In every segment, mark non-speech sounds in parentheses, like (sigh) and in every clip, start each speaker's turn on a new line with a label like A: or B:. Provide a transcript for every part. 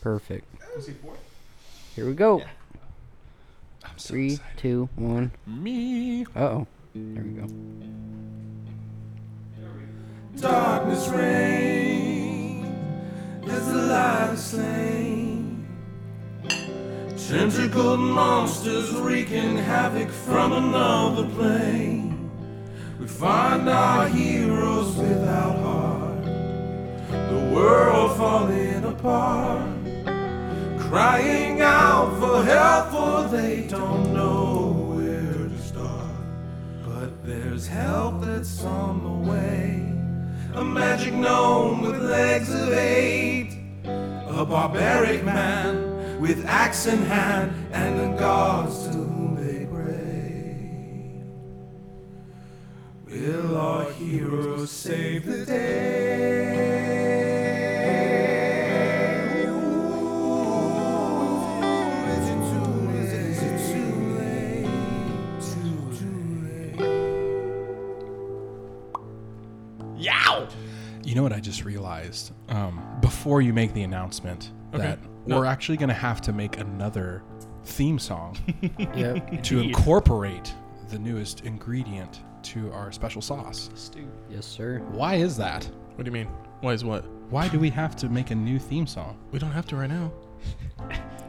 A: Perfect.
B: Was he fourth?
A: Here we go.
B: Yeah. I'm so
A: Three,
B: excited.
A: two, one.
B: Me.
A: Uh oh. There we go.
C: Darkness reigns as the light is slain. Tentacled monsters wreaking havoc from another plane. We find our heroes without heart. The world falling apart. Crying out for help, for they don't know where to start. But there's help that's on the way. A magic gnome with legs of eight. A barbaric man with axe in hand and the gods to whom they pray. Will our heroes save the day? Ooh, is it too late? Is it too late? Too, too late.
B: Yow. You know what I just realized? Um, before you make the announcement that
D: No.
B: we're actually going to have to make another theme
D: (laughs)
B: song
A: Yep.
B: (laughs) to incorporate the newest ingredient to our special sauce.
A: yes, sir.
B: Why is that?
D: What do you mean? Why is what?
B: Why do we have to make a new theme song?
D: We don't have to right now.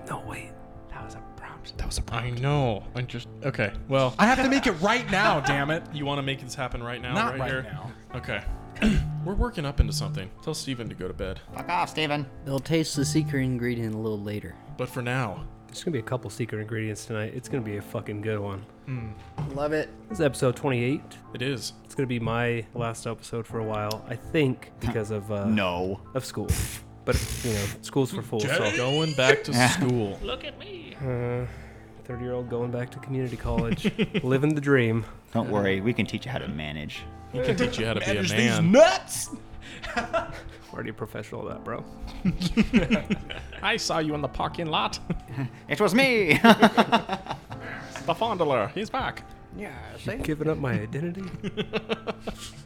A: No, wait. That was a prompt.
B: That was a
D: I know. I just okay. Well,
B: I have to make it right now, damn it.
D: you want to make this happen right now?
B: Not
D: right,
B: right
D: here?
B: now.
D: Okay. (clears throat) We're working up into something. Tell Steven to go to bed.
E: Fuck off, Steven.
A: They'll taste the secret ingredient a little later.
D: But for now,
F: There's gonna be a couple secret ingredients tonight. It's gonna be a fucking good one.
B: Hmm.
A: Love it.
F: This is episode 28.
D: it is.
F: It's gonna be my last episode for a while, I think, because of uh,
E: No.
F: of school. But you know, school's for fools. So
D: Going back to school.
F: thirty year old going back to community
D: (laughs)
F: college, living the dream.
E: Don't worry, we can teach you how to manage.
D: We can teach you how to be a
B: Manage these
D: man.
B: nuts!
F: (laughs) Already a professional at that, bro.
D: I saw you in the
G: (laughs)
D: parking lot.
E: It was me.
D: the fondler. He's back.
F: Giving up my identity.
D: (laughs)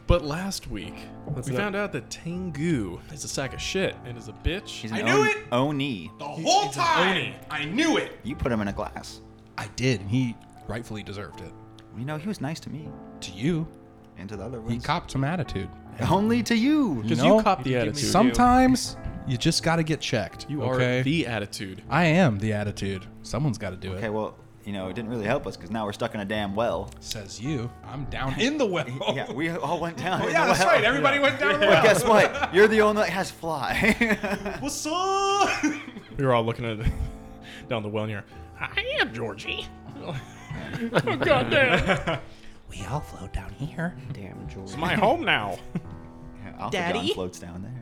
D: But last week,
F: What's
D: we
F: that?
D: found out that Tengu is a sack of shit and is a bitch.
E: I knew it. Oni.
D: whole time. I knew it.
E: You put him in a glass.
B: I did, and he rightfully deserved it.
E: You know, he was nice to me
B: To you,
E: and to the other
B: he
E: ones.
B: copped some attitude.
E: Only to you.
D: Because
B: No.
D: you cop the attitude.
B: Sometimes you just got to get checked.
D: you are
B: okay?
D: the attitude.
B: I am the attitude. Someone's got to do
E: Okay,
B: it.
E: well, you know, it didn't really help us because now we're stuck in a damn well.
B: Says you. I'm down
E: (laughs)
B: in the well.
E: Yeah, we all
B: (laughs)
E: went down. in
B: yeah,
E: the
B: that's
E: well.
B: right. Everybody went down the
E: But
B: well.
E: guess what? You're the only one that has fly.
D: What's up? we were all looking at down the (laughs) well near. I am Georgie. (laughs) oh goddamn!
B: We all float down here.
A: Damn, George.
D: My home now.
E: Daddy floats down there.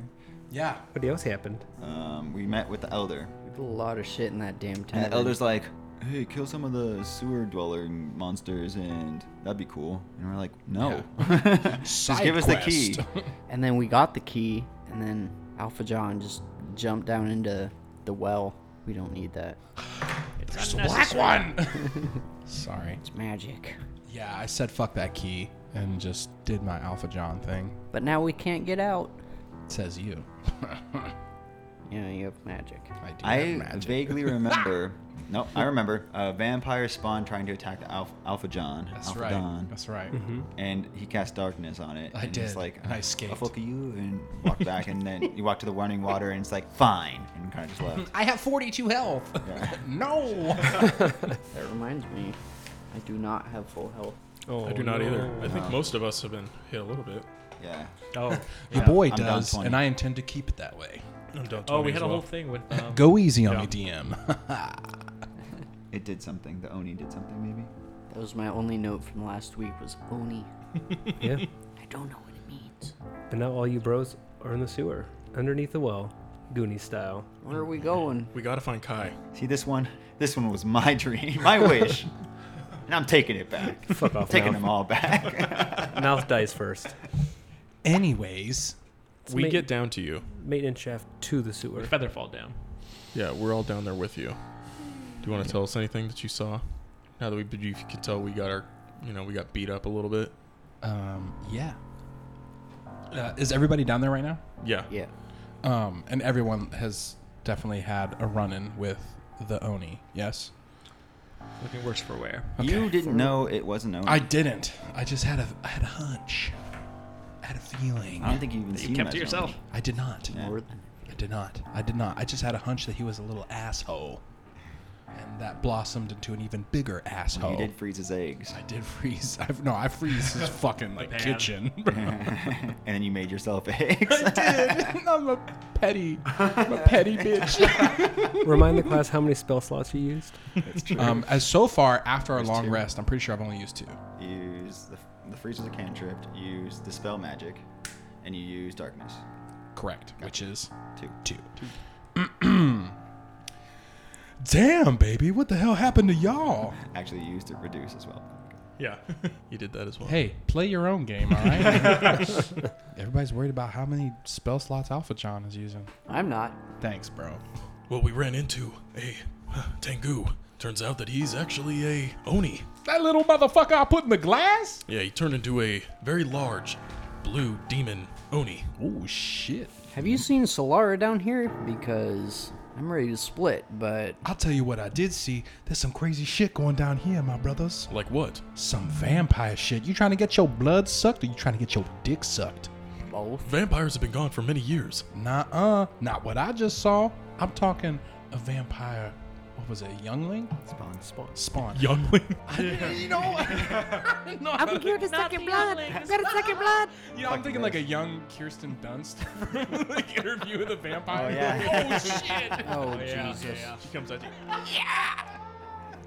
B: Yeah.
F: What else happened?
E: Um, we met with the elder,
A: We put a lot of shit in that damn
E: and
A: tavern.
E: the elder's like, "Hey, kill some of the sewer dwelling monsters, and that'd be cool." And we're like, "No, (laughs) just give us
B: (laughs)
E: the key."
A: And then we got the key, and then Alpha John just jumped down into the well. We don't need that.
B: There's a black one. (laughs) Sorry.
A: It's magic.
B: Yeah, I said fuck that key and just did my Alpha John thing.
A: But now we can't get out.
G: (laughs)
B: says you.
A: You know, you have magic.
B: I do have
E: I
B: magic. (laughs)
E: vaguely remember. no, I remember. A vampire spawn trying to attack Alpha, Alpha John.
B: That's
E: Alpha
B: right.
E: Don.
B: That's right.
E: and he cast darkness on it.
B: I
E: and It's
B: did,
E: like
B: and I
E: "I'll
B: escaped."
E: fuck you and walked back, and then you walk to the running water, and it's like fine, and kind of just
B: (laughs)
E: left.
B: I have 42 health. (laughs)
G: (laughs)
B: no.
A: That reminds me, I do not have full health.
F: Oh,
D: I do not
F: no.
D: either. I think most of us have been hit a little bit.
E: Yeah.
F: Oh,
B: Your
E: Yeah,
B: boy
E: I'm down
B: does,
E: 20.
B: and I intend to keep it that way.
D: I'm done.
G: Oh, we had a whole thing with.
B: (laughs)
G: Um,
B: Go easy on
D: Yeah.
B: me,
A: (laughs)
B: DM.
E: It did something. The Oni did something, maybe.
A: That was my only note from last week was Oni.
F: yeah.
A: I don't know what it means.
F: But now all you bros are in the sewer, underneath the well, Goonie style.
A: Where are we going?
D: We gotta find Kai.
E: See this one? This one was my (laughs) dream, my wish, and I'm taking it back.
F: (laughs) Fuck off.
E: taking
F: mouth.
E: them all
F: (laughs)
E: back. (laughs)
F: mouth dies first.
B: Anyways,
D: we
F: ma-
D: get down to you.
F: Maintenance shaft to the sewer.
G: feather fall down.
D: Yeah, we're all down there with you. Do you want to tell us anything that you saw? Now that we, you can tell we got our, you know, we got beat up a little bit.
B: (laughs) um, yeah. Uh, is everybody down there right now?
D: Yeah.
A: Yeah.
B: Um, and everyone has definitely had a run in with the Oni. Yes?
G: Looking worse for wear.
E: You didn't know it wasn't Oni.
B: I didn't. I just had a, I had a hunch. I had a feeling.
E: I don't think you even
G: You
E: seen
G: kept
E: him
G: to
E: as
G: yourself.
E: Oni.
B: I did not.
A: More than
B: I did not. I did not. I just had a hunch that he was a little asshole. And that blossomed into an even bigger asshole.
E: You did freeze his eggs,
B: I did freeze. (laughs) i no, I
G: (laughs)
B: freeze his fucking like
G: pan. (laughs)
B: kitchen. (laughs) bro.
E: (laughs) and then you made yourself eggs.
B: I did. I'm a petty,
G: (laughs)
B: I'm a petty
F: (laughs)
B: bitch.
F: Remind the class how many spell slots you used.
E: That's true.
B: Um, as so far after our
E: There's
B: long
E: two.
B: rest, I'm pretty sure I've only used two.
E: use the, the freeze as a cantrip. Use dispel magic, and you use darkness.
B: Correct, which is
E: Two.
B: two. (clears throat) Damn, baby, what the hell happened to y'all?
E: (coughs) Actually, you used to reduce as well.
D: (laughs) Yeah. (laughs) you did that as well.
B: Hey, play your own game, all right? (laughs)
D: (laughs)
F: (laughs)
B: Everybody's worried about how many spell slots Alpha John is using.
A: I'm not.
B: Thanks, bro.
D: Well, we ran into a Tengu. Turns out that he's actually a Oni.
B: That little motherfucker I put in the glass?
D: Yeah, he turned into a very large blue demon Oni.
B: Oh shit.
A: Have you seen Solara down here? Because I'm ready to split, but
B: I'll tell you what I did see. There's some crazy shit going down here, my brothers.
D: Like what?
B: Some vampire shit. You trying to get your blood sucked or you trying to get your dick sucked?
A: both.
D: Vampires have been gone for many years.
B: Nah uh. Not what I just saw. I'm talking a vampire. What was it? a Youngling?
E: Spawn.
B: Spawn. Spawn.
D: Youngling.
B: You know
H: (laughs)
B: no,
I: I'm here to suck your blood. I'm gonna suck your blood.
B: (laughs) You know, I'm thinking like a young Kirsten Dunst (laughs) from like interview with a vampire.
E: Oh, yeah.
B: (laughs) oh shit.
E: (laughs)
A: Oh, Jesus.
D: She comes at you.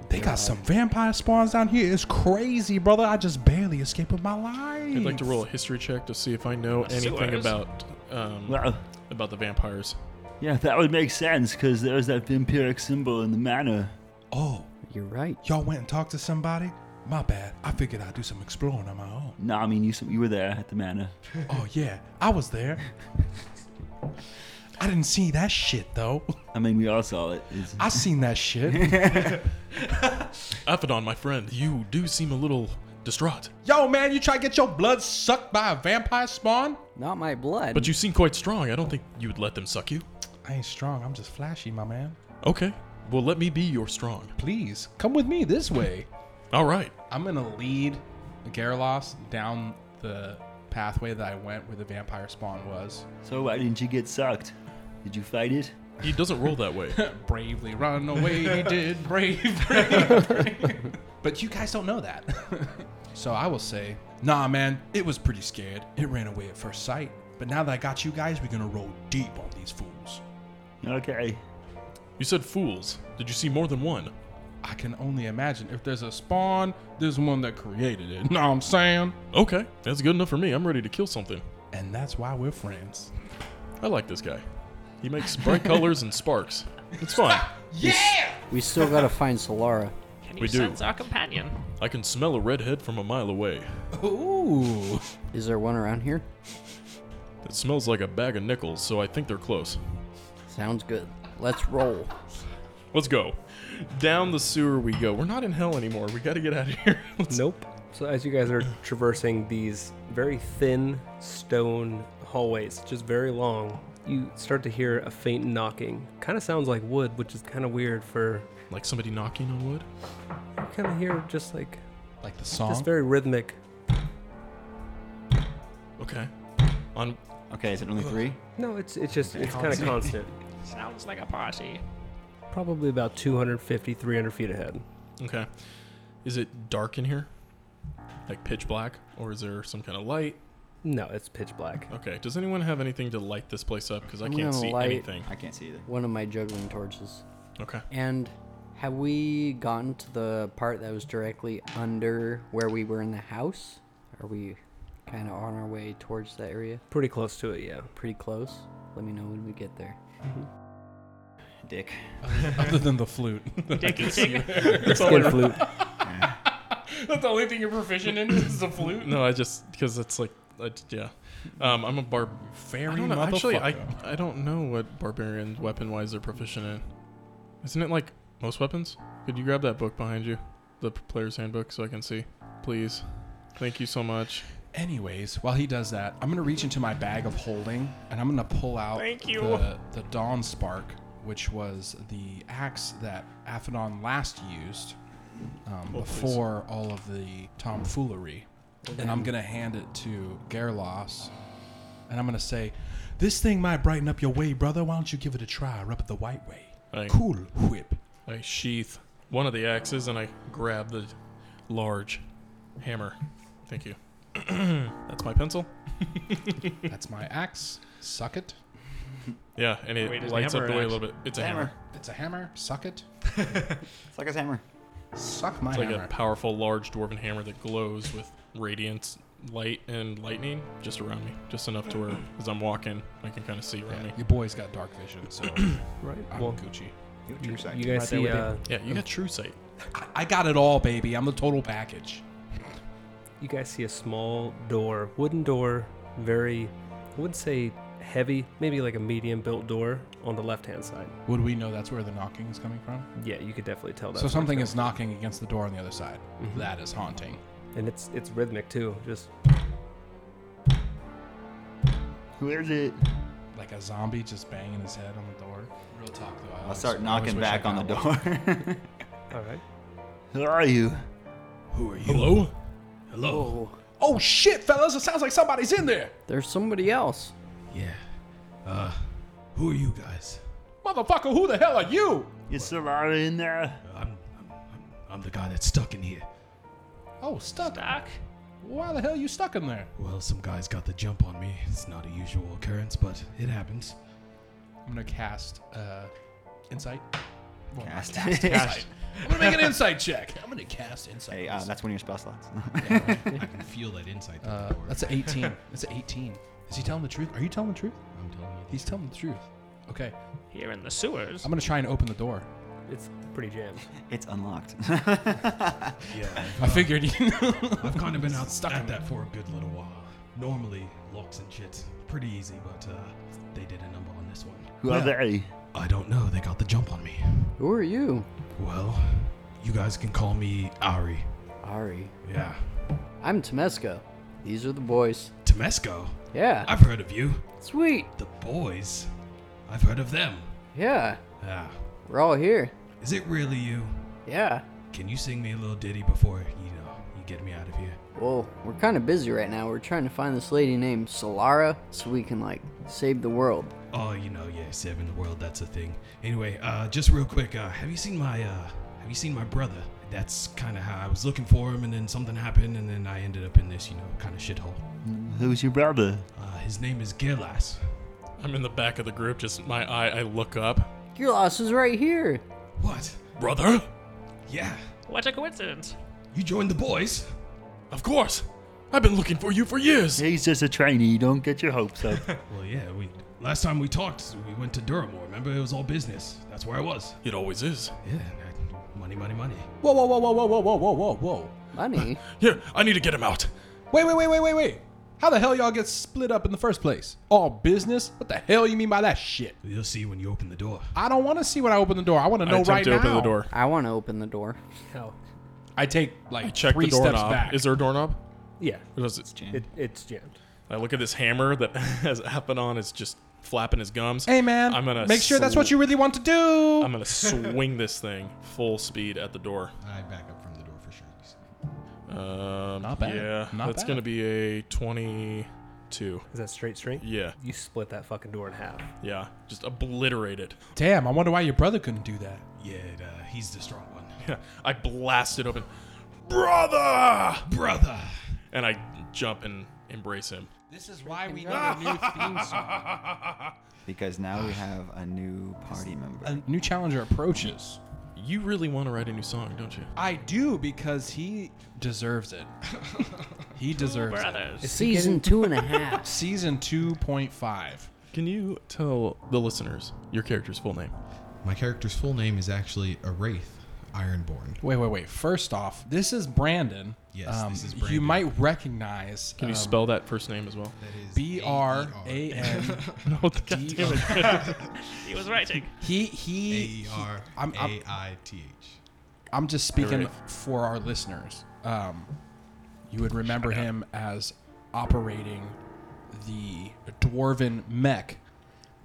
B: They got some vampire spawns down here. It's crazy, brother. I just barely escaped with my life.
D: I'd like to roll a history check to see if I know anything
G: Sewers.
D: about um,
B: uh,
J: Well,
D: about the vampires.
J: yeah, that would make sense because there's that vampiric symbol in the manor.
B: Oh,
A: You're right.
B: y'all went and talked to somebody? My bad. I figured I'd do some exploring on my own.
J: No, I mean you you were there at the manor.
A: (laughs)
B: Oh yeah, I was there. I didn't see that shit though. (laughs)
J: I mean we all saw it. It's-
B: I seen that shit. (laughs)
D: Aphodon, my friend, you do seem a little distraught,
B: Yo, man, you try to get your blood sucked by a vampire spawn?
A: Not my blood.
D: but you seem quite strong. I don't think you would let them suck you.
B: I ain't strong. I'm just flashy, my man.
D: Okay. Well, let me be your strong.
B: Please come with me this way.
D: All right.
B: I'm gonna lead Garalos down the pathway that I went where the vampire spawn was.
J: so why didn't you get sucked? Did you fight it?
D: He doesn't roll that way.
B: (laughs) Bravely run away, (laughs) he did brave, brave, brave. But you guys don't know that. (laughs) so I will say, nah, man, it was pretty scared. It ran away at first sight. But now that I got you guys, we're gonna roll deep on these fools.
J: Okay.
D: You said fools. Did you see more than one?
B: I can only imagine if there's a spawn, there's one that created it. Know what I'm saying?
D: Okay. That's good enough for me. I'm ready to kill something.
B: And that's why we're friends.
D: I like this guy. He
G: (laughs)
D: makes bright colors and sparks. It's fun.
A: we still gotta find Solara.
G: Can you
D: We do.
G: sense our companion?
D: I can smell a redhead from a mile away.
B: Ooh.
A: Is there one around here?
D: It smells like a bag of nickels, so I think they're close.
A: Sounds good. Let's roll.
D: Let's go. Down the sewer we go. We're not in hell anymore. We got to get out of here. (laughs) Let's-
F: Nope. So as you guys are traversing these very thin stone hallways, just very long, you start to hear a faint knocking. Kind of sounds like wood, which is kind of weird for
D: Like somebody knocking on wood.
F: you kind of hear just like
B: Like the song.
F: just very rhythmic.
D: Okay. On
E: Okay, is it only three?
F: No, it's it's just it's kind of constant.
G: (laughs) Sounds like a party.
F: Probably about 250, 300 feet ahead.
D: Okay. Is it dark in here? Like pitch black or is there some kind of light?
F: No, it's pitch black.
D: Okay. Does anyone have anything to light this place up cuz I
A: I'm
D: can't
A: gonna
D: see
A: light-
D: (laughs) anything.
E: I can't see either.
A: One of my juggling torches.
D: Okay.
A: And have we gotten to the part that was directly under where we were in the house? Are we kind of on our way towards that area?
F: Pretty close to it, yeah.
A: Pretty close. Let me know when we get there.
E: Mm-hmm. Dick.
B: Other than the flute.
F: (laughs) Skin flute.
B: That's the only thing you're proficient in is the flute.
D: No, I just cuz it's like I j- yeah. Um, I'm a barb. I
B: Fairy
D: don't know. Actually, I,
B: motherfucker.
D: I don't know what barbarian weapon wise they're proficient in. Isn't it like most weapons? Could you grab that book behind you, the p- player's handbook, so I can see, please? Thank you so much.
B: Anyways, while he does that, I'm gonna reach into my bag of holding and I'm gonna pull out
G: Thank you.
B: The, the Dawn Spark which was the axe that Aphanon last used
G: Oh,
B: um, before all of the tomfoolery. And I'm going to hand it to Gerlos. And I'm going to say, This thing might brighten up your way, brother. Why don't you give it a try? Rub it the white way.
D: I,
B: Cool whip.
D: I sheath one of the axes and I grab the large hammer. Thank you. (clears throat) That's my pencil.
B: (laughs) That's my axe. Suck it.
D: Yeah, and it
G: Wait, is the
D: lights up
G: hammer
D: the
G: an
D: way a
G: axe?
D: little bit. It's a hammer.
B: It's a hammer. Suck
E: (laughs)
B: it.
E: It's like his hammer.
B: Suck my
D: It's like
B: hammer.
D: a powerful, large dwarven hammer that glows with radiance, light, and lightning just around me, just enough to where as I'm walking, I can kind of see around
B: Yeah,
D: me.
B: your boy's got dark vision,
D: (clears throat)
B: so
F: Right.
B: I'm
F: Well,
B: Gucci.
E: You got your side.
F: you guys
G: Right
F: see
G: there with you.
F: uh,
D: Yeah, you got
F: (laughs)
D: true sight.
B: I, I got it all, baby. I'm the total package.
F: you guys see a small door, wooden door, very, I would say heavy, maybe like a medium built door on the left hand side.
B: Would we know that's where the knocking is coming from?
F: Yeah, you could definitely tell that.
B: so something is knocking against the door on the other side. That is haunting.
F: and it's it's rhythmic too. Just
E: Who is it?
B: Like a zombie just banging his head on the door. Real talk, though.
E: I'll start knocking back on
B: (laughs)
E: the door.
F: all right.
E: Who are you?
B: Who are you?
D: Hello?
A: Hello.
B: Oh shit, fellas! It sounds like somebody's in there.
A: There's somebody else.
J: Yeah. Uh, who are you guys?
B: Motherfucker, who the hell are you?
E: Is Solara in there?
J: I'm, I'm, I'm, I'm the guy that's stuck in here.
B: Oh, stuck.
G: Doc,
B: Why the hell are you stuck in there?
J: Well, some guy's got the jump on me. It's not a usual occurrence, but it happens.
B: I'm gonna cast uh, insight. Well, not
E: Cast.
B: insight. I'm gonna make an insight check. I'm gonna cast insight.
E: Hey, uh, that's one of your spell slots. (laughs)
J: I can feel that insight. through
B: Uh,
J: the door.
B: that's an 18. that's an 18. Is he telling the truth? Are you telling the truth?
J: I'm telling you.
B: He's telling the truth. Okay,
G: here in the sewers.
B: I'm gonna try and open the door.
F: It's pretty jammed.
E: it's unlocked. (laughs)
B: (laughs)
J: Yeah.
B: I figured you.
J: I've
B: (laughs)
J: kind of been out stuck at that for a good little while. Normally, locks and shit's pretty easy, but uh, they did a number on this one.
E: Who are they?
J: I don't know. They got the jump on me.
A: Who are you?
J: Well, you guys can call me Ari.
A: Ari.
J: Yeah.
A: I'm Temesco. These are the boys.
J: Temesco.
A: Yeah.
J: I've heard of you.
A: Sweet.
J: The boys. I've heard of them.
A: Yeah.
J: Yeah.
A: We're all here.
J: Is it really you?
A: Ah. Yeah.
J: Can you sing me a little ditty before you know you get me out of here?
A: Well, we're kind of busy right now. We're trying to find this lady named Solara so we can, like, save the world.
J: Oh, you know, yeah, saving the world, that's a thing. Anyway, uh, just real quick, uh, have you seen my, uh, have you seen my brother? That's kind of how I was looking for him, and then something happened, and then I ended up in this, you know, kind of shithole.
E: Who's your brother?
J: Uh, his name is Gerlas.
D: I'm in the back of the group, just my eye, I look up.
A: Gilas is right here.
J: What?
D: Brother?
J: Yeah,
G: What a coincidence.
J: you joined the boys.
D: Of course! I've been looking for you for years!
E: He's just a trainee. Don't get your hopes
B: (laughs)
E: up.
J: (laughs) Well, yeah, we last time we talked, we went to Duramore. Remember, it was all business. That's where I was.
D: It always is.
J: Yeah, I- money, money, money.
B: Whoa, whoa, whoa, whoa, whoa, whoa, whoa, whoa, whoa. (laughs)
A: Money.
D: Here, I need to get him out.
B: Wait, wait, wait, wait, wait, wait. How the hell y'all get split up in the first place? All business? What the hell you mean by that shit?
J: You'll see when you open the door.
B: I don't want to see when I open the door. I want to know
D: I attempt
B: right
D: to
B: now.
D: open the door.
A: I want to open the door.
F: How?
B: I take like
D: I check
B: three
D: the
B: steps
D: doorknob.
B: back.
D: Is there a doorknob?
F: Yeah.
D: Or does it-
F: It, it's jammed.
D: I look at this hammer that (laughs) has Apollon is just flapping his gums.
B: hey man,
D: I'm gonna
B: make sure that's what
D: sw-
B: you really want to do.
D: I'm gonna swing this thing full speed at the door.
J: I back up from the door for sure.
D: Um,
B: Not bad.
D: Yeah,
B: Not
D: that's
B: bad.
D: gonna be a twenty-two.
F: Is that straight string?
D: Yeah,
F: You split that fucking door in half.
D: yeah, just obliterated.
B: Damn, I wonder why your brother couldn't do that.
J: Yeah, it, uh, he's the strong one.
D: (laughs) I blasted open, brother,
J: Brother!
D: and I jump and embrace him.
B: This is why we need a new theme song.
D: (laughs)
E: Because now we have a new party member.
B: A new challenger approaches.
D: You really want to write a new song, don't you?
B: I do because he deserves
D: (laughs)
B: it. he deserves it.
G: Brothers.
A: Season two and a half.
B: (laughs) Season 2.5.
D: Can you tell the listeners your character's full name?
K: My character's full name is actually a Wraith Ironborn.
B: Wait, wait, wait. First off, this is Brandon. Um,
K: Yes, this is
B: You
K: Brandon.
B: might recognize. um,
D: Can you spell that first name as well?
K: That is E
B: B R A
K: (laughs) A-E-R.
B: N
D: (laughs) No,
B: (laughs) D
D: goddamn
B: O.
D: it.
G: He was writing.
B: He he.
K: A-E-R.
B: I'm- I'm-
K: A-I-T-H.
B: I'm just speaking
D: Alright.
B: for our listeners. Um, you would remember him as operating the dwarven mech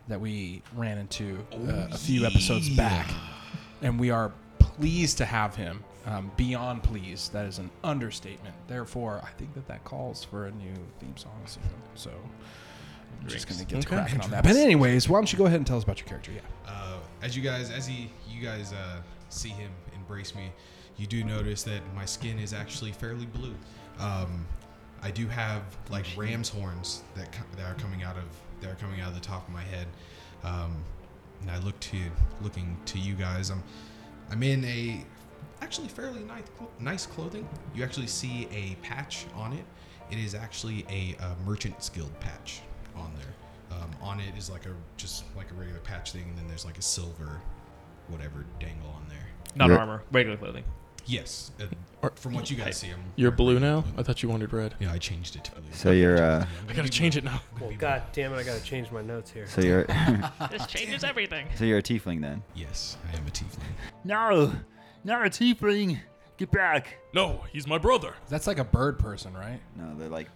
B: that we ran into uh, a few episodes back, and we are pleased to have him. Um, beyond pleased. That is an understatement. Therefore, I think that that calls for a new theme song soon. So. I'm just gonna
K: Drinks.
B: get to
K: Okay.
B: cracking on that. But anyways, why don't you go ahead and tell us about your character? Yeah.
K: Uh, as you guys, as he, you guys uh, see him embrace me, you do notice that my skin is actually fairly blue. Um, I do have like ram's horns that co- that are coming out of that are coming out of the top of my head. Um, and I look to looking to you guys. I'm I'm in a actually fairly nice cl- nice clothing. You actually see a patch on it. It is actually a uh, merchant's guild patch on there. Um, on it is like a just like a regular patch thing, and then there's like a silver whatever dangle on there.
G: Not
D: You're-
G: armor, regular clothing.
K: Yes, uh, from what you guys see, I'm
D: You're blue now? I thought you wanted red.
K: Yeah, I changed it to blue.
E: So you're uh,
D: I gotta change it now.
F: Well, God damn it, I gotta change my notes here. (laughs)
E: so you're
G: This changes everything.
E: so you're a tiefling then.
K: Yes, I am a tiefling.
L: No, not a tiefling. Get back.
B: No, he's my brother. That's like a bird person, right?
E: No, they're like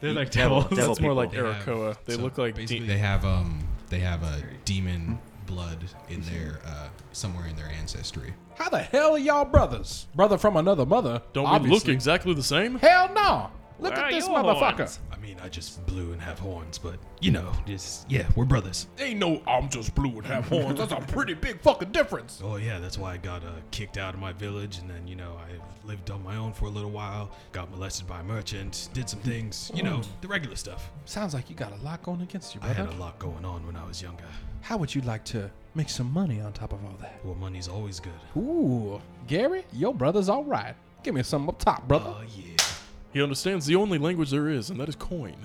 D: They're like devil- devils. devil That's more like
K: They have-
D: Arakoa. They
K: so
D: look like
K: basically
D: de-
K: they have um they have a
D: (laughs)
K: demon blood in their uh somewhere in their ancestry.
B: How the hell are y'all brothers? Brother from another mother.
K: Don't we
B: obviously.
K: look exactly
D: the same?
B: Hell no! Look
K: Where
B: at
K: are
B: this
K: your
B: motherfucker.
K: horns? I mean, I just blue and have horns, but you know, just yeah, we're brothers.
B: Ain't no, I'm just blue and have horns. That's a pretty big fucking difference.
K: Oh yeah, that's why I got uh, kicked out of my village, and then you know I lived on my own for a little while. Got molested by a merchant, did some things, you know, the regular stuff.
B: Sounds like you got a lot going against you,
K: I
B: brother.
K: had a lot going on when I was younger.
B: How would you like to make some money on top of all that?
K: Well, money's always good.
B: Ooh, Gary, your
J: Uh,
B: brother's all right. Give me some up top, brother.
D: Uh, He understands the only language there is, and that is coin.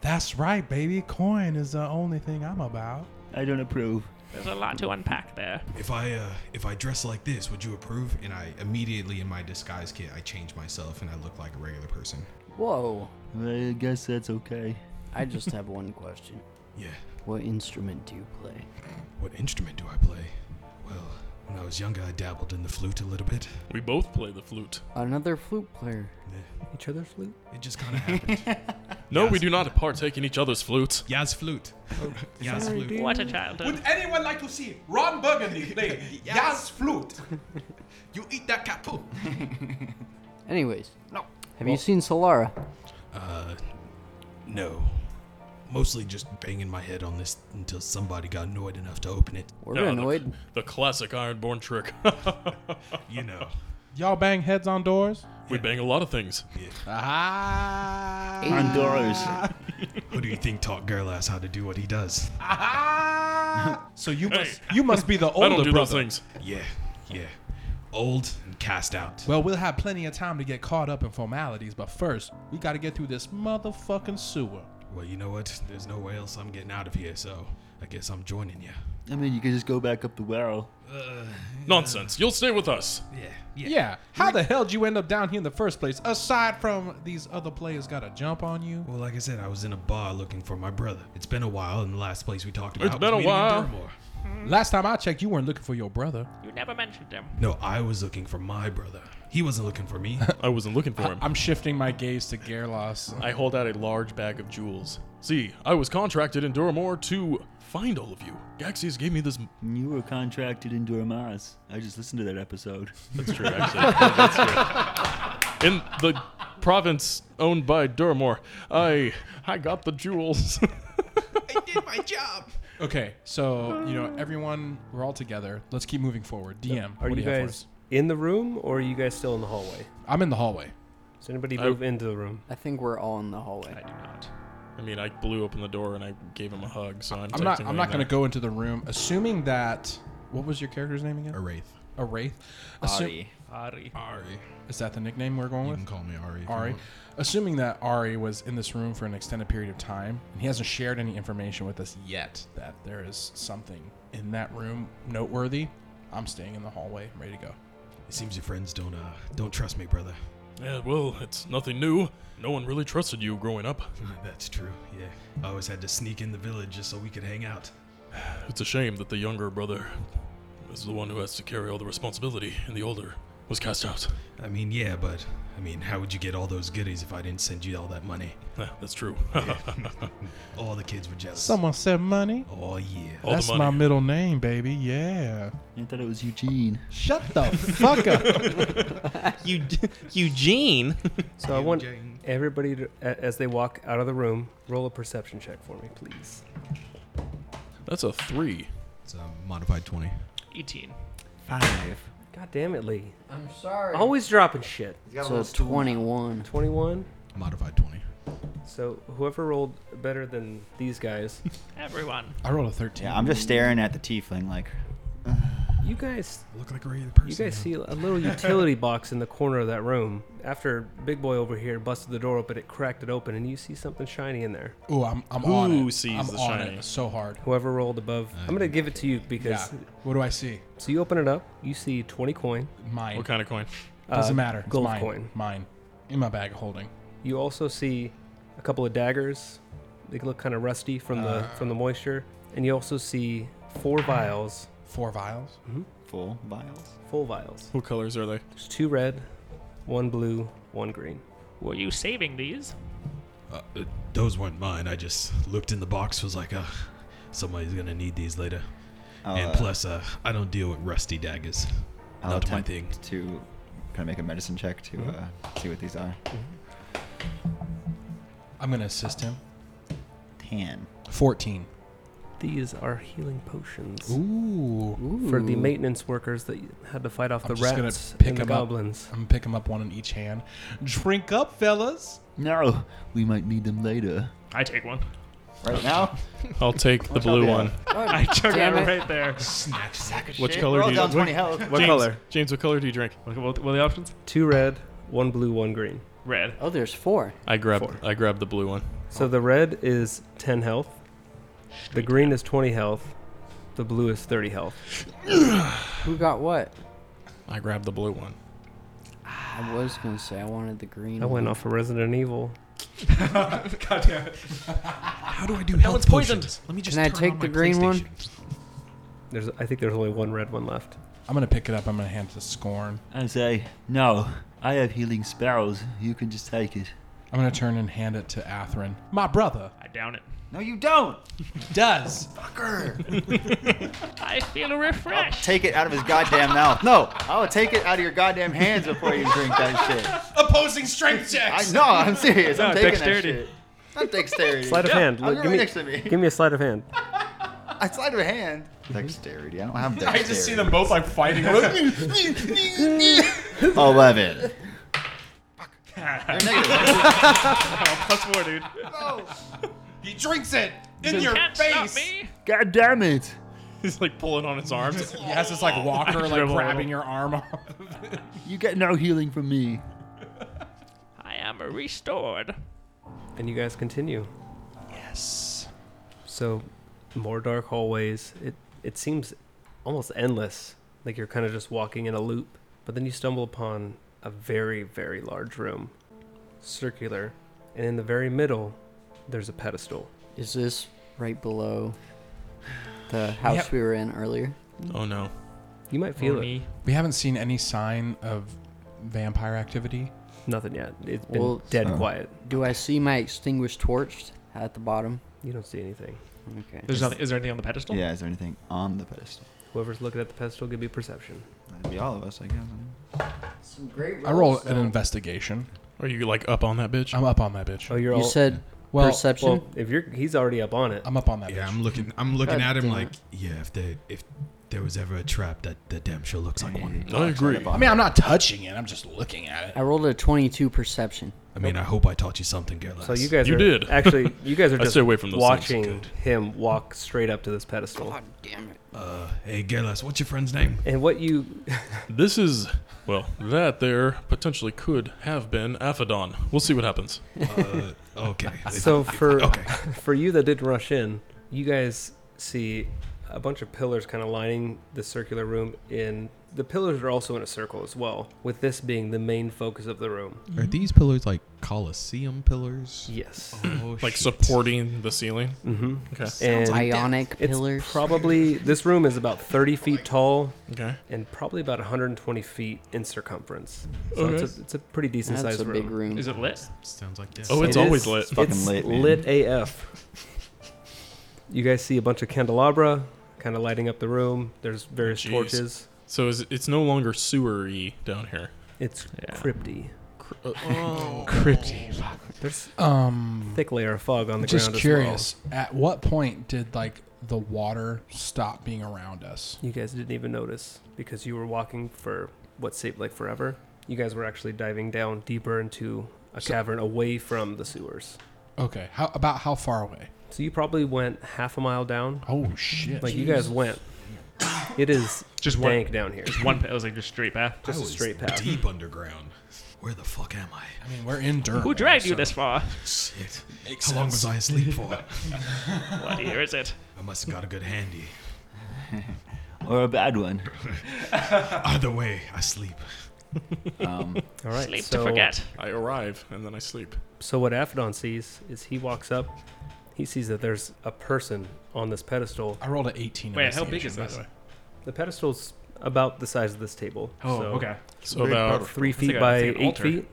B: That's right, baby. Coin is the only thing I'm about.
L: I don't approve.
G: There's a lot to unpack there.
K: If I uh, if I dress like this, would you approve? And I immediately in my disguise kit, I change myself and I look like a regular person.
A: Whoa.
L: I guess that's okay.
A: I just have one question.
K: Yeah.
A: What instrument do you play?
K: What instrument do I play? Well, when I was younger, I dabbled in the flute a little bit.
D: We both play the flute.
A: Another flute player. Each other's flute?
K: It just kind of happened.
D: No, we do not partake in each other's flutes.
K: Yaz flute.
A: Oh,
K: Yaz
D: Sorry,
K: flute.
D: dude.
G: What a childhood.
B: Would anyone like to see Ron
D: (laughs)
B: Burgundy play Yaz flute?
K: You eat that
D: (laughs)
K: capo.
A: (laughs) Anyways.
K: No.
A: Have you seen Solara?
K: Uh, no. Mostly just banging my head on this until somebody got annoyed enough to open it.
A: We're
D: Yeah, the-
A: annoyed.
D: The, classic Ironborn trick. (laughs)
K: you know.
B: Y'all bang heads on doors?
D: We bang a lot of things.
B: Ah.
E: On doors.
K: (laughs) Who do you think taught Gerlas how to do what he does?
B: So you must you must be the older
D: I don't do
B: brother.
D: those things.
K: Yeah, yeah. Old and cast out.
B: Well, we'll have plenty of time to get caught up in formalities, but first, we gotta get through this motherfucking sewer.
K: Well, you know what? There's no way else I'm getting out of here, so I guess I'm joining you.
L: I mean, you could just go back up the well.
D: Uh, Nonsense. You'll stay with us.
K: Yeah.
B: Yeah. How the hell did you end up down here in the first place? Aside from these other players got a jump on you.
K: Well, like I said, I was in a bar Uh, looking for my brother. It's been a while, and the last place we talked about
D: It's been a
K: was meeting in
D: while.
K: Durmore.
B: Last time I checked, you weren't looking for your brother.
G: You never mentioned him.
K: No, I was looking for my brother. He wasn't looking for me.
D: (laughs) I wasn't looking for him.
B: I'm shifting my gaze to Gerlos.
D: I hold out a large bag of jewels. See, I was contracted in Duramore to find all of you. Gaxias gave me this.
L: You were contracted into Amaris. I just listened to that episode.
D: That's
E: (laughs)
D: true, actually. That's true. In the province owned by Duramore, I I got the jewels. (laughs)
K: I did my job.
B: Okay, so you know everyone, we're all together. Let's keep moving forward. DM,
F: Are
B: what do
F: you
B: you have for
F: guys
B: us?
F: in the room or are you guys still in the hallway?
B: I'm in the hallway. Oh.
F: Does anybody
D: I-
F: move into the
B: (laughs)
F: room? (laughs)
A: I think we're all in the hallway.
G: I do not.
D: I mean, I blew open the door and I gave him a hug, so I'm.
B: I'm not.
D: technically
B: I'm not
D: in
B: going to
D: there.
B: go into the room, assuming that. What was your character's name again?
K: A wraith.
B: A wraith. Assu-
E: Sorry.
G: Ari.
K: Ari.
B: Is that the nickname we're going
K: You
B: with?
K: can call me Ari. if you
B: Ari.
K: want.
B: Assuming that Ari was in this room for an extended period of time, and he hasn't shared any information with us yet that there is something in that room noteworthy, I'm staying in the hallway, ready to go.
K: It seems your friends don't uh don't trust me, brother.
D: Yeah, well, it's nothing new. No one really trusted you growing up.
K: That's true. Yeah. I always had to sneak in the village just so we could hang out.
D: It's a shame that the younger brother is the one who has to carry all the responsibility, and the older was cast out.
J: I mean, yeah, but I mean, how would you get all those goodies if I didn't send you all that money?
D: that's true. (laughs)
J: all the kids were jealous.
B: Someone said money.
J: Oh yeah,
B: That's my middle name, baby. Yeah.
E: I thought it was Eugene.
B: Shut the fuck up.
F: you, Eugene. So I want everybody to, a- as they walk out of the room, roll a perception check for me, please.
D: That's a three.
K: It's a modified 20.
D: E
G: 18.
E: Five.
F: God damn it, Lee.
A: I'm sorry.
F: Always dropping shit.
A: So 21.
F: 21.
K: Modified 20.
F: So whoever rolled better than these
D: (laughs)
F: guys.
G: Everyone.
B: I rolled a 13.
E: Yeah, I'm just staring at the tiefling like,
F: You guys
J: look like a regular
F: You guys see a little
D: (laughs)
F: utility box in the corner of that room. After Big Boy over here busted the door open, it cracked it open, and you see something shiny in there.
B: (laughs) Ooh, I'm, I'm
D: Who
B: on it.
D: sees
B: I'm
D: the
B: on
D: shiny?
B: it so hard.
F: Whoever rolled above,
K: Uh,
F: I'm gonna give it to you because.
B: Yeah. What do I see?
F: So you open it up, you see 20 coin.
B: Mine.
D: What kind of coin?
B: Doesn't
F: Uh,
B: matter. It's
F: gold
B: mine.
F: coin.
B: Mine. In my bag of holding.
F: You also see a couple of daggers. They look kind of rusty from the from the moisture, and you also see four vials, Mm-hmm.
B: Four vials.
E: full vials.
F: full vials.
D: What colors are they?
F: There's two red, one blue, one green.
G: Were you (laughs) saving these?
J: Uh, uh, those weren't mine. I just looked in the box. Was like, uh, somebody's gonna need these later.
E: Uh,
B: Oh,
J: and plus, uh, I don't deal with rusty daggers.
E: I'll
J: Not my
E: attempt
J: thing.
E: To kind of make a medicine check to uh, see what these are.
B: I'm going to assist him.
E: Tan.
B: 14.
F: These are healing potions.
B: Ooh.
F: for the maintenance workers that had to fight off
B: I'm
F: the
B: just going
F: rats
B: to pick
F: and the
B: him
F: goblins.
B: up. I'm going to pick him up one in each hand. Drink up, fellas.
E: No, we might need
B: (laughs)
E: them later.
G: I take one.
E: Right now?
D: (laughs) I'll take the blue one.
G: (laughs) I took
A: damn
G: that
A: it.
G: right there.
D: Which
A: Shit,
D: color do
E: We're all
D: you
E: down
D: drink?
E: 20 health.
D: What color? James, what color do you drink?
L: What what were the options?
F: Two red, one blue, one green.
G: Red.
A: Oh, there's four.
D: I grabbed I grabbed the blue one.
F: So the red is 10 health, the green is 20 health, the blue is 30 health.
A: Who got what?
D: I grabbed the blue one.
A: I was going to say I wanted the green.
F: I went
A: one.
F: off of Resident Evil.
J: God damn it. How do I do health
G: one's poisoned.
J: potions? Let me just
A: Can I
J: turn
A: take
J: on
A: the
J: my
A: green one?
J: PlayStation.
F: There's, I think there's only one red one left.
B: I'm going to pick it up. I'm going to hand it to Scorn.
E: I say, no, I have healing sparrows. You can just take it.
B: I'm going to turn and hand it to Atherin. My brother
G: I down it.
E: No, you don't.
B: does. (laughs)
G: I feel refreshed.
E: Take it out of his goddamn mouth. No, I will take it out of your goddamn hands before you drink that shit.
B: Opposing
H: (laughs)
B: strength
E: I
B: checks.
E: know. I'm serious. I'm
L: No,
E: taking
L: dexterity.
E: that shit. Not dexterity.
F: Sleight of hand.
E: Oh,
F: Look,
E: you're
F: give,
E: right
F: me,
E: next to me.
F: give me a sleight of hand.
E: I sleight of hand. Dexterity. I don't (laughs) have dexterity.
B: both like (laughs) fighting. Oh,
E: Eleven. Fuck. You're
B: (laughs)
E: negative.
L: Plus four, dude.
B: he drinks it in
G: You
B: your
G: can't stop
B: face.
G: me.
E: God damn it.
D: (laughs) He's like pulling on his arms.
B: He has this like walker like
L: Dribble.
B: grabbing your arm off.
E: (laughs) You get no healing from me.
G: I am restored.
F: And you guys continue.
B: Yes.
F: So, more dark hallways. It it seems almost endless. Like you're kind of just walking in a loop. But then you stumble upon a very very large room, circular, and in the very middle, there's a pedestal.
A: Is this right below the house
B: Yep.
A: we were in earlier?
D: Oh no.
F: You might feel
G: Or
F: it.
G: me.
B: We haven't seen any sign of vampire activity.
F: Nothing yet. It's been
A: Well,
F: dead
K: Oh.
B: oh.
E: so-
F: quiet.
A: Do I see my extinguished torch at the bottom?
F: You don't see anything.
A: Okay.
L: There's nothing. Is there anything on the pedestal?
E: Yeah, is there anything on the pedestal?
F: Whoever's looking at the pedestal, give me perception.
E: That'd be all of us, I guess.
A: Some great
B: I roll an investigation.
D: Are you like up on that bitch?
B: I'm up on that bitch.
F: Oh, you're
A: You
F: all.
A: said
B: Well,
A: perception?
F: well, if you're, he's already up on it.
B: I'm up on that
K: Yeah,
B: bitch.
K: I'm looking. I'm looking
A: God
K: at him
A: damn
K: like,
A: it.
J: Yeah, if they if there was ever a trap, that that damn sure looks like one.
D: I agree.
B: I mean, I'm not touching it. I'm just looking at
A: I rolled a 22 perception.
J: I mean, I hope I taught you something, girl.
F: So you guys
D: You
F: are
D: did.
F: (laughs)
D: (laughs)
F: actually you guys are
D: I
F: just
D: stay away from those
F: watching
D: things. Good.
F: him walk straight up to this pedestal.
A: damn it.
J: Uh, hey, Gerlas, what's your friend's name?
F: And what you
D: (laughs) This is well, that there potentially could have been Aphodon. We'll see what happens.
J: Uh,
A: (laughs)
J: okay.
F: so for
J: okay.
F: (laughs) for you that didn't rush in, you guys see a bunch of pillars kind of lining the circular room. In the pillars are also in a circle as well, with this being the main focus of the room.
K: Are
D: Mm-hmm.
K: these pillars like Colosseum pillars?
F: Yes.
K: Oh,
D: (laughs) Like
K: shit.
D: supporting the ceiling.
F: Mm-hmm.
D: Okay.
F: And
A: Ionic
F: it's
A: pillars.
F: Probably this room is about 30 feet tall.
D: Okay.
F: And probably about 120 feet in circumference. So
D: Okay.
F: it's, a, it's a pretty decent
A: That's
F: sized
A: a big room.
G: Is it lit?
K: Sounds like this.
D: Oh, it's
F: It
D: always
F: is-
D: lit.
F: It's,
E: fucking lit, man.
F: lit AF. (laughs) You guys see a bunch of candelabra kind of lighting up the room. There's various
D: Jeez.
F: torches.
D: So is, it's no longer sewery down here.
F: It's crypty.
D: Cr- uh,
F: (laughs)
B: Crypty.
F: There's
B: Um,
F: thick layer of fog on the
B: just
F: ground.
B: curious. At what point did like the water stop being around us?
F: As well. You guys didn't even notice because you were walking for what seemed like forever. You guys were actually diving down deeper into a
B: So-
F: cavern away from the sewers.
B: Okay. How about how far away?
F: So you probably went half a mile down.
B: Oh shit!
F: Like you guys went. It is
G: Just one-
F: dank down here.
G: Just one. It was like just straight path.
F: Just
K: I
F: a
K: was
F: straight path.
K: Deep underground. Where the fuck am I?
B: I mean, we're in Durham.
G: Who dragged you
B: so-
G: this far?
K: Shit. How long was I
D: (laughs)
K: asleep for?
G: What year is it?
K: I must have got a good handy.
E: Or a
B: (laughs)
E: bad one.
K: Either way, I sleep.
E: Um,
F: All right.
G: Sleep
F: so,
G: to forget.
D: I arrive and then I sleep.
F: So what Aphodon sees is he walks up. He sees that there's a person on this pedestal.
B: I rolled an 18.
G: Wait, how big is
B: investigation, by
G: this?
B: the way.
F: The pedestal's about the size of this table.
G: Oh,
F: so
G: okay.
D: So about
F: Three
G: It's like
F: feet
G: a-
F: by
G: it's like an
F: eight
G: altar.
F: feet.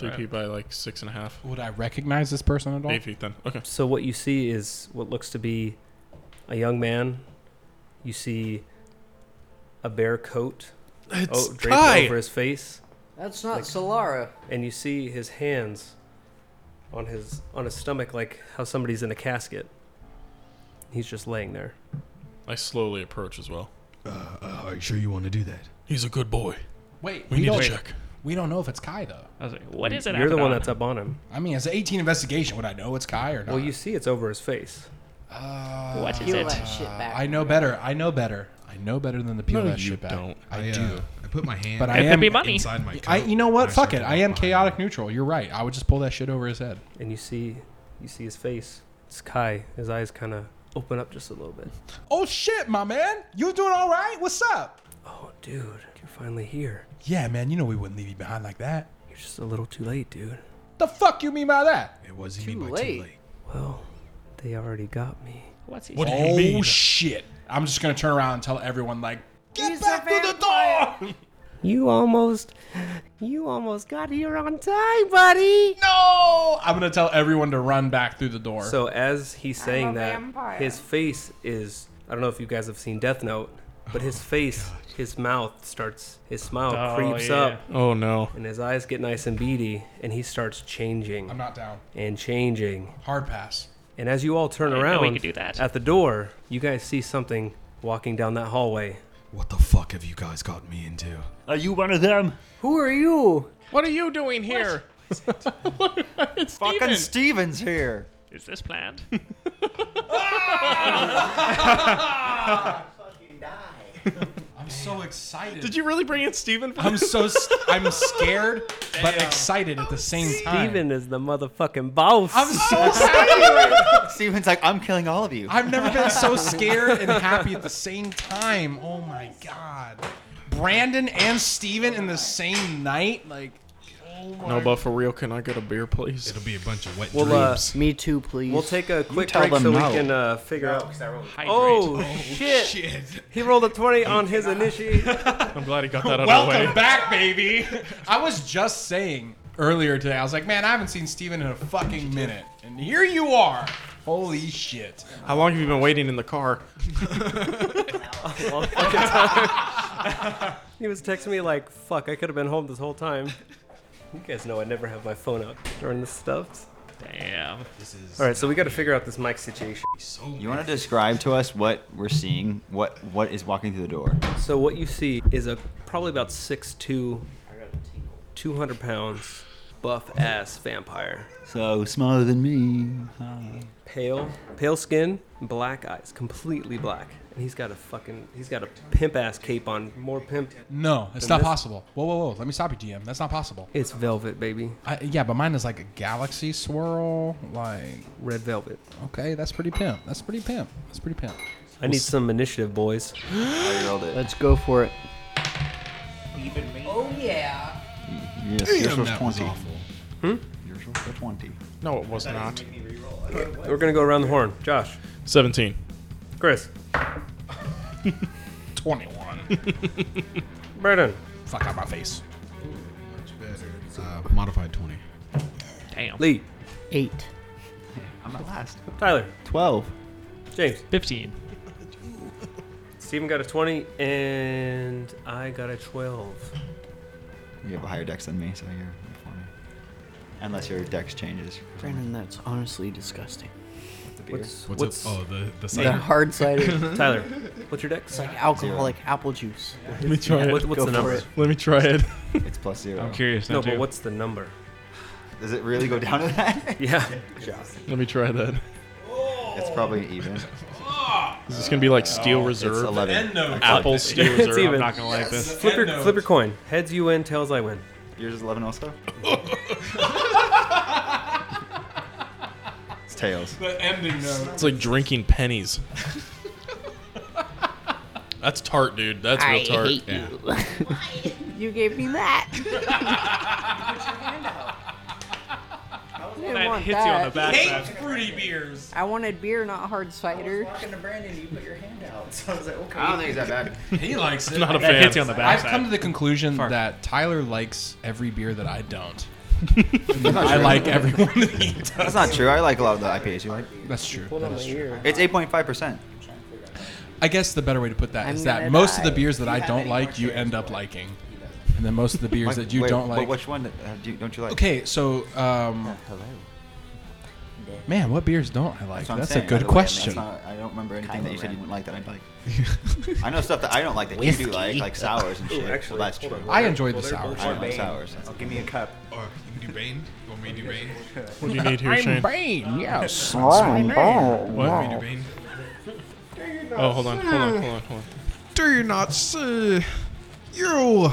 D: three feet by like six and a half.
B: Would I recognize this person at all?
D: Eight feet then. Okay.
F: So what you see is what looks to be a young man. You see a bear coat
D: It's
F: o- draped
D: Kai.
F: over his face,
A: That's not Solara.
F: and you see his hands on his on his stomach, like how somebody's in a casket. He's just laying there.
D: I slowly approach as well.
K: Uh, uh, are you sure you want to do that?
D: He's a good boy.
B: Wait,
D: We,
B: we,
D: need
B: don't.
D: to check.
B: We don't know if it's Kai though.
G: I was like, what is it?
F: You're the one
G: Aphodon?
F: that's up on him.
B: I mean, it's an 18 investigation. Would I know it's Kai or not?
F: Well, you see, it's over his face.
B: Uh,
G: What is it?
B: uh, I know better. I know better. I know better than the peel
D: No,
B: that
D: you
B: shit back.
D: don't.
B: I
K: uh,
B: do.
K: I put my hand
B: But I
G: It
B: am-
G: could be money.
K: inside my coat.
B: I, you know what?
K: and
B: Fuck it.
K: started
B: I am
K: walking.
B: chaotic neutral. You're right. I would just pull that shit over his head.
F: and you see you see his face it's kai his eyes kind of open up just a little bit
B: Oh shit, my man. You doing all right? What's up?
F: oh dude you're finally here
B: Yeah, man. You know we wouldn't leave you behind like that.
F: you're just a little too late dude
B: The fuck you mean by that?
K: It wasn't me
A: Too
K: by too
A: late.
K: late.
F: well they already got me
G: What's he?
D: What do
G: saying?
D: you
B: oh
D: mean?
B: shit! I'm just gonna turn around and tell everyone like, get
I: He's a
B: back to the door.
F: you almost you almost got here on time buddy
B: no! I'm gonna tell everyone to run back through the door.
F: so as he's saying
I: a
F: that
I: vampire.
F: his face is i don't know if you guys have seen death note but
B: (sighs)
F: his
B: Oh,
F: face his mouth starts his smile
G: Oh,
F: creeps
G: yeah.
F: up
D: Oh no.
F: and his eyes get nice and beady and he starts changing
B: I'm not down.
F: and changing
B: Hard pass.
F: And as you all turn
G: I know
F: around
G: we could do that.
F: at the door, you guys see something walking down that hallway.
K: What the fuck have you guys got me into?
L: Are you one of them?
A: Who are you?
D: What are you doing here?
E: fucking Steven's here.
G: Is this
D: (laughs)
G: planned? (laughs)
B: I'm so excited.
D: Did you really bring in Steven?
B: I'm
D: (laughs)
B: so s- I'm scared but excited at the same time.
F: Steven is the motherfucking boss.
B: I'm so happy.
E: Steven's like, I'm killing all of you.
B: I've never
F: (laughs)
B: been so scared and happy at the same time. Oh my god. Brandon and Steven in the same night? Like oh my
D: No, but for real, can I get a beer, please?
K: It'll be a bunch of wet
F: Well, uh,
K: dreams.
A: Me too, please.
F: we'll take a quick
E: tell
F: break so
E: them no.
F: we can uh, figure out.
G: Hydrate.
F: Oh, shit. He rolled a 20 on
B: (laughs)
F: his initiate.
D: I'm glad he got that out of the
B: Welcome
D: way.
B: back, baby. I was just saying earlier today, I was like, man, I haven't seen Steven in a fucking minute. And here you are. Holy shit.
D: How long have you been waiting in the car? (laughs)
F: he was texting me like, fuck, I could have been home this whole time. You guys know I never have my phone out during this stuff.
G: Damn.
K: This is
F: All right, so we got to figure out this mic situation.
K: so
E: You want to describe to us what we're seeing? What what is walking through the door?
F: So what you see is a probably about 6'2", 200 pounds, buff ass vampire.
E: So smaller than me. Hi.
F: pale, pale skin, black eyes, completely black. And he's got a fucking, he's got a pimp ass cape on, more pimp.
B: No, it's not
F: this-
B: possible. Whoa, whoa, whoa. Let me stop you, GM. That's not possible.
F: It's velvet, baby,
B: I, yeah, but mine is like a galaxy swirl. Like,
F: red velvet.
B: okay, that's pretty pimp. That's pretty pimp. That's pretty pimp.
F: I need
B: (laughs)
F: some initiative, boys.
E: (gasps) I rolled it.
A: Let's go for it.
H: Even me. Oh
B: (laughs)
H: yeah.
E: Yes,
F: Damn,
E: yours was
F: that
E: 20.
F: was
E: Hmm? Yours was a 20.
D: No, it was not.
F: We're gonna go around the horn. Josh,
D: 17.
A: (laughs)
F: Chris,
B: (laughs) 21.
F: Brandon.
B: Fuck out my face.
K: Much better. Uh, modified 20.
G: Damn.
F: Lee.
A: Eight.
E: I'm at last.
F: Tyler.
E: 12.
F: James.
G: 15.
F: (laughs) Steven got a 20, and I got a 12.
E: You have a higher dex than me, so you're before me. Unless your dex changes.
A: Brandon, that's honestly disgusting.
E: beer?
K: What's up? Oh, the- the cider.
A: the hard
F: (laughs)
A: cider.
K: Tyler,
F: what's your deck?
A: It's like alcoholic apple juice.
D: Let me try it.
A: Go for it.
D: Let me try it.
E: It's plus zero.
D: I'm curious
F: No,
D: now,
F: but
D: too.
F: what's the number?
E: Does it really go down to
F: (laughs)
E: that?
F: Yeah.
D: Let me try that.
E: It's probably even.
D: Is this gonna be like Steel
E: Oh, it's
D: Reserve?
E: 11.
D: Apple
F: It's
D: Steel Reserve.
F: even.
D: I'm not gonna like this.
F: Flip your, flip your coin. Heads you win, tails I win.
E: Yours is 11
D: (laughs)
E: also? it's tails.
B: The ending note.
D: It's like drinking pennies. That's tart, dude. That's real
I: I
D: tart.
I: hate you. you gave me that. Put your hand out. I didn't
H: That
I: want
H: hits you on
I: that.
H: the back.
I: Hate
H: fruity beers.
I: I wanted beer, not hard cider.
H: Talking to Brandon, you put your hand out. (laughs) So I was like, okay.
E: I don't think it's that
B: bad. He likes it.
D: Not a That fan. hits you on the
B: I've
D: backside.
B: come to the conclusion that Tyler likes every beer that I don't.
E: That's
B: (laughs)
E: not
B: I
E: true.
B: like everyone that he does.
E: That's not true. I like a lot of the IPAs you like.
B: That's true. That is true.
E: It's 8.5%.
B: I guess the better way to put that is
E: I'm
B: that
E: gonna
B: most of the
E: die.
B: beers that
E: Do you
B: I
E: have
B: don't
E: any
B: like, you end up liking, and then most of the beers
E: Like-
B: that you
E: wait,
B: don't
E: but
B: like.
E: which one uh, do you, don't you like?
B: Okay, so um,
E: Hello.
B: man, what beers don't I like?
E: what I'm
B: That's,
E: saying,
B: a
E: by the
B: good
E: way, I mean, that's
B: question.
E: not- I don't remember anything that you said you wouldn't like that
B: (laughs)
E: I'd like. I know stuff that I don't like that you do like, like sours and
B: Ooh,
E: shit.
B: actually,
E: well, that's
B: hold
E: true.
B: on. I enjoyed the sours.
E: I don't like sours.
H: Oh, give me a cup.
K: Or you can do Bane. You want me to do Bane?
D: What do you need here, I'm Shane?
B: Bane, yes.
D: I'm Bane.
K: What? Want me to do
D: Wow.
K: Bane?
D: Oh, hold on, hold on, hold on, hold on.
K: Do you not see? You,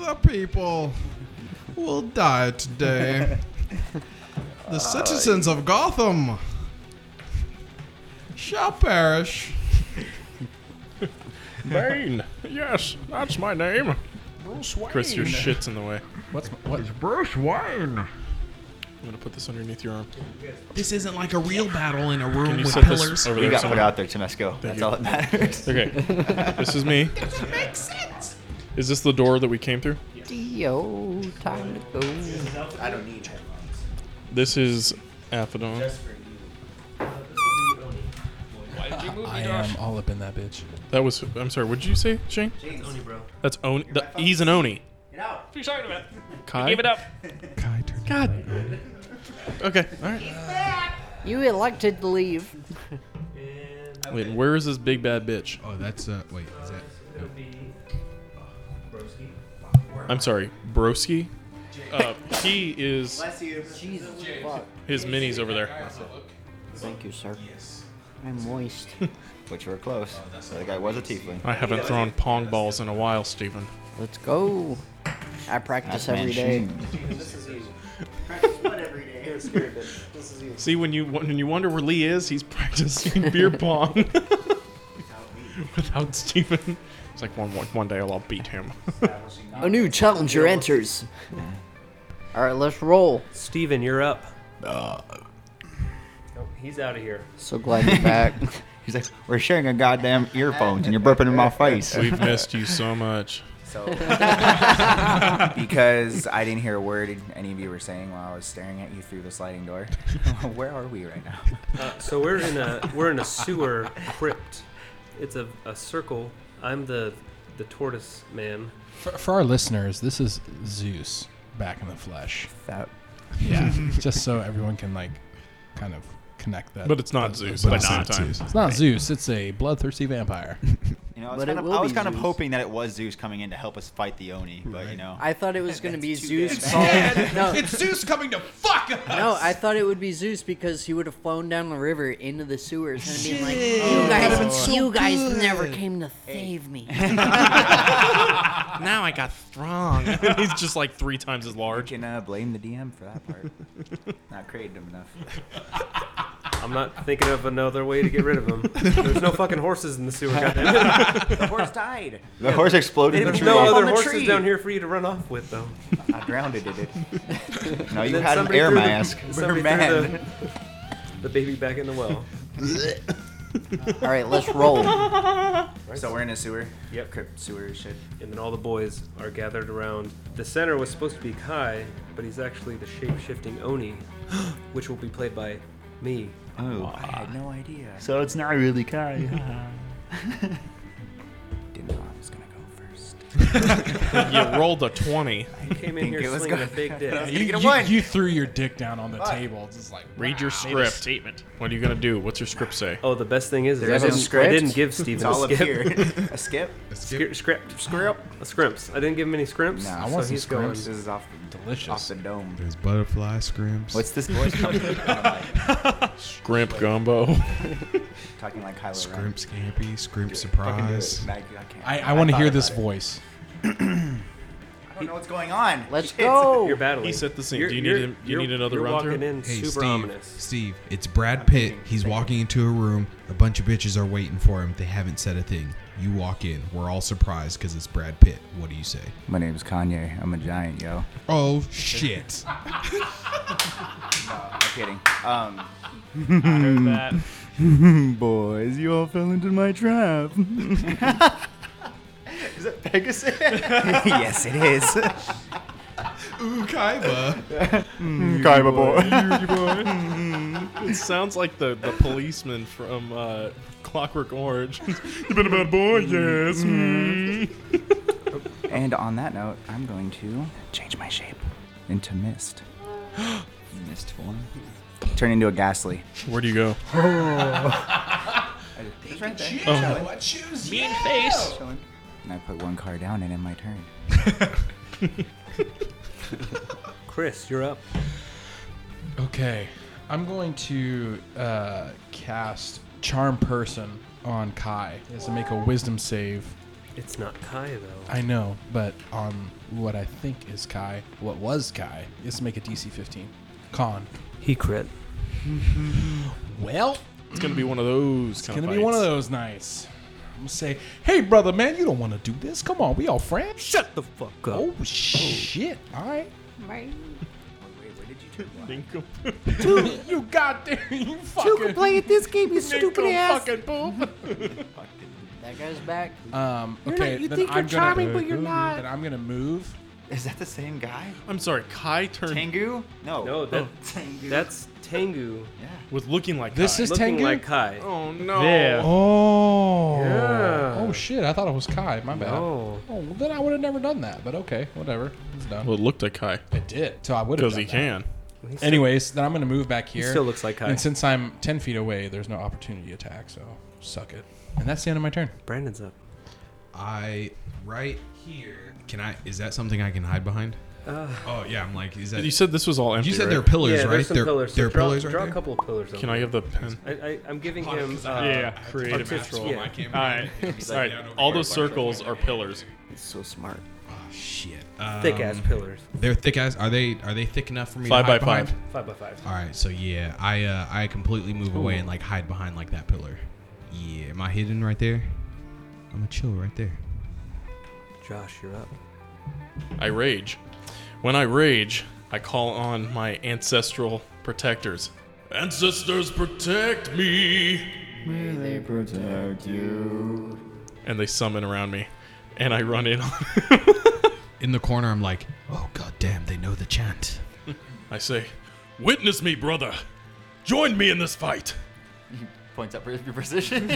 K: the people, will die today.
H: (laughs)
K: the citizens of Gotham shall perish.
D: Bane. Yes, that's my name. Chris, your shit's in the way.
B: What's my, what? It's
D: Bruce Wayne. I'm gonna put this underneath your arm.
K: This isn't like a real battle in a
D: Can
K: room
D: you
K: with
D: set this
K: pillars.
D: over
E: You got put
D: somewhere?
E: out there,
D: Thank
E: Temesco. That's
D: you.
E: all that
D: (laughs)
E: matters.
D: Okay, this is me.
H: Doesn't make sense.
D: Is this the door that we came through?
A: Dio, time to go.
H: I don't need headphones.
D: This is Aphodon.
B: I am all up in that bitch.
D: That was. I'm sorry. What did you say, Shane?
H: James. Oni, bro.
D: That's Oni. The E's and Oni.
H: Get out. What are you talking about?
D: Kai?
G: Give it up.
D: God. Okay. All right.
A: You elected to leave.
D: Wait. Where is this big bad bitch?
K: Oh, that's uh. Wait, is that? no.
D: I'm sorry, Broski. Uh, he is.
H: Bless you. Jesus. Fuck.
D: His minis over there.
A: Thank you, sir. I'm moist.
E: (laughs) But you were close.
B: Oh,
E: So the guy was a tiefling.
D: I haven't thrown pong balls in a while, Stephen.
A: Let's go. I practice
E: That's
A: every day.
E: Manchin.
H: This is easy. Practice one every day. Here's spirit. This is easy.
D: See, when you when you wonder where Lee is, he's practicing (laughs) beer pong without Stephen. It's like one one one day I'll beat him.
A: A new challenger enters. All right, let's roll.
F: Steven, you're up. Oh, he's out of here.
A: So glad you're
D: (laughs)
A: back.
E: (laughs) He's like, we're sharing our goddamn earphones, and you're burping in my face.
D: We've missed you so much.
B: (laughs)
H: So, because I didn't hear a word any of you were saying while I was staring at you through the sliding door. (laughs) Where are we right now?
F: Uh, so we're in a we're in a sewer crypt. It's a, a circle. I'm the the tortoise man.
B: For, for our listeners, this is Zeus back in the flesh.
H: That.
B: Yeah, just so everyone can like, kind of connect that.
D: But it's not
B: those-
D: Zeus
B: but
D: at
B: it's
D: the same
B: not
D: time.
B: Zeus. It's not Zeus. It's a bloodthirsty vampire.
E: (laughs) You know, I was
A: But it
E: kind, of,
A: will
E: I was
A: be
E: kind of
A: Zeus.
E: hoping that it was Zeus coming in to help us fight the Oni, but you know.
A: I thought it
E: (laughs)
A: was going to be Zeus.
E: bad.
B: (laughs)
A: solving-
E: It's
A: No,
B: it's Zeus coming
E: (laughs)
B: to fuck us.
A: no, I thought it would be Zeus because he would have flown down the river into the sewers and been like, "You guys, you guys never came to save
B: (laughs)
A: me."
D: (laughs)
A: (laughs)
D: now I got (laughs) strong. He's just like three times as large. (laughs)
H: You can uh, blame the DM for that part. Not creative enough.
F: I'm not thinking of another way to get rid of them. There's no fucking horses in the sewer. Goddamn.
H: (laughs) The horse died.
E: The horse exploded in the
F: There's
E: tree.
F: no
E: Up on
F: other
E: the
F: horses
E: tree.
F: down here for you to run off with, though.
H: I drowned it in it.
E: No,
F: And
E: you
F: then
E: had an
F: somebody
E: air
F: threw the-
E: mask.
F: somebody
E: We're
F: threw
E: mad.
F: The, the baby back in the well.
H: All right, let's roll. (laughs) So we're in a sewer.
F: Yep.
H: Crypt sewer shit.
F: And then all the boys are gathered around. The center was supposed to be Kai, but he's actually the shape shifting Oni, (gasps) which will be played by me.
E: Oh.
H: I had no idea.
L: So it's not really Kai. haha.
G: (laughs)
H: Didn't know I was gonna go first.
D: (laughs) you rolled a 20.
F: (laughs) I came in
H: Think it
F: here
H: was
F: slinging a
H: gonna- (laughs)
F: big dick.
H: I was
B: You,
H: gonna get a
B: you-
H: one.
F: (laughs)
B: you threw your dick down on the
H: Fuck.
B: table. It's just like
D: Read your
B: wow.
D: script.
G: statement.
D: What are you gonna do? What's your script say?
F: Oh, the best thing is, is I,
H: There's a
F: didn't, I
H: script.
F: didn't give
H: It's
F: Steven a
H: all up
F: skip. (laughs)
H: here. A skip.
F: Skip- Script.
H: Script.
F: A scrimps. I didn't give him any scrimps.
H: No,
F: so
H: I want some
F: he's going.
H: scrimps. This is off the delicious, off the dome.
K: There's butterfly scrims.
H: What's this
K: (laughs)
H: voice coming?
D: Grimp gumbo.
H: (laughs) Talking like Kylo Ren.
K: Scrimp scampy, scrimp
H: Fucking do it.
K: surprise.
H: I, I can't.
B: I, I want to
H: thought
B: hear
H: about
B: this (laughs)
H: it.
B: voice.
H: I don't know what's going on.
A: Let's
H: Shit.
A: go.
F: You're battling.
D: He set the scene.
F: You're-
D: Do you need
F: you're-
D: him- do you
F: you're-
D: need another
F: you're
D: run through?
F: walking in
K: Hey,
F: super
K: Steve.
F: ominous.
K: Steve, it's Brad Pitt. He's walking into a room. A bunch of bitches are waiting for him. They haven't said a thing. You walk in. We're all surprised because it's Brad Pitt. What do you say?
H: My name's Kanye. I'm a giant, yo.
K: Oh, shit.
H: I'm kidding. Um,
G: I heard that.
E: (laughs) Boys, you all fell into my trap. Is it Pegasus?
H: (laughs) yes, it
E: (laughs)
H: is.
K: Ooh, Kaiba.
H: Mm.
E: Kaiba boy.
D: It sounds like the, the policeman from uh, Clockwork Orange. (laughs) You've (laughs) been a bad boy, yes. mm.
H: and on that note, I'm going to change my shape into
E: (gasps)
H: mist.
E: Missed one.
H: Turn into a ghastly.
D: Where do you
H: (laughs)
E: (laughs)
D: go? Oh.
H: It's right there.
K: what shoes?
G: Mean face.
H: And I put one car down and in my turn. (laughs)
F: Chris, you're up.
B: Okay, I'm going to uh, cast Charm Person on Kai. He has to make a Wisdom save.
F: It's not Kai though.
B: I know, but on what I think is Kai, what was Kai, he has to make a DC 15. Con.
F: He crit.
B: Well,
D: It's gonna be one of those.
B: it's gonna be one of those nights. I'm gonna say, hey brother, man, you don't want to do this. Come on, we all friends.
F: Shut the fuck up.
B: Oh shit! All right.
I: Right.
B: you goddamn, you fucking. You can play at this game, you stupid ass. Fucking poop.
A: That guy's
B: (gasps)
A: back.
B: Um, okay, you then think I'm you're gonna, charming, but you're not. Then I'm gonna move.
E: Is that the same guy?
D: I'm sorry, Kai turned
E: Tengu? No.
H: Oh,
F: No, that,
E: Tengu.
F: that's Tengu
E: yeah.
D: with looking like
B: This
D: Kai.
B: is
F: looking
B: Tengu.
F: like Kai.
D: Oh no.
G: Yeah.
B: Oh.
F: Yeah.
B: Oh shit! I thought it was Kai. My bad.
F: No.
B: Oh, well, then I would have never done that. But okay, whatever. It's done.
D: Well, it looked like Kai
B: it did. So I would have.
D: because he can.
F: He's still-
B: Anyways, (laughs) then I'm gonna move back here.
F: still looks like Kai.
B: And since I'm ten feet away, there's no opportunity attack. So suck it. And that's the end of my turn.
F: Brandon's up.
K: I right here. Can I? Is that something I can hide behind? oh yeah, I'm like, is that?
D: Uh, You said this was all empty.
K: You said
D: right?
K: they're pillars,
F: yeah,
K: right?
F: there's some
K: They're-
F: pillars. So
K: they're
F: draw,
K: pillars right
F: draw
K: there?
F: a couple of pillars.
D: Can I have the pen?
F: I, I, I'm giving him. Uh,
D: Yeah, create a
F: artistic-
D: roll.
F: yeah.
K: camera.
D: All right. All right. All those circles are pillars.
A: He's so smart.
K: Oh shit. Um,
F: Thick ass pillars.
K: They're thick as. Are they? Are they thick enough for me?
D: Five
K: to
D: by
K: hide behind?
D: five.
F: Five by five.
K: All right, so yeah, I uh, I completely
D: Oh.
K: move away and like hide behind like that pillar. Yeah, am I hidden right there? I'm a chill right there.
F: Josh, you're up.
D: I rage. When I rage, I call on my ancestral protectors. Ancestors protect me!
E: May they protect you.
D: And they summon around me. And I run in. on- (laughs)
K: In the corner, I'm like, oh god damn, they know the chant.
D: (laughs) I say, Witness me, brother! Join me in this fight!
E: (laughs) Points up for your position.
D: (laughs)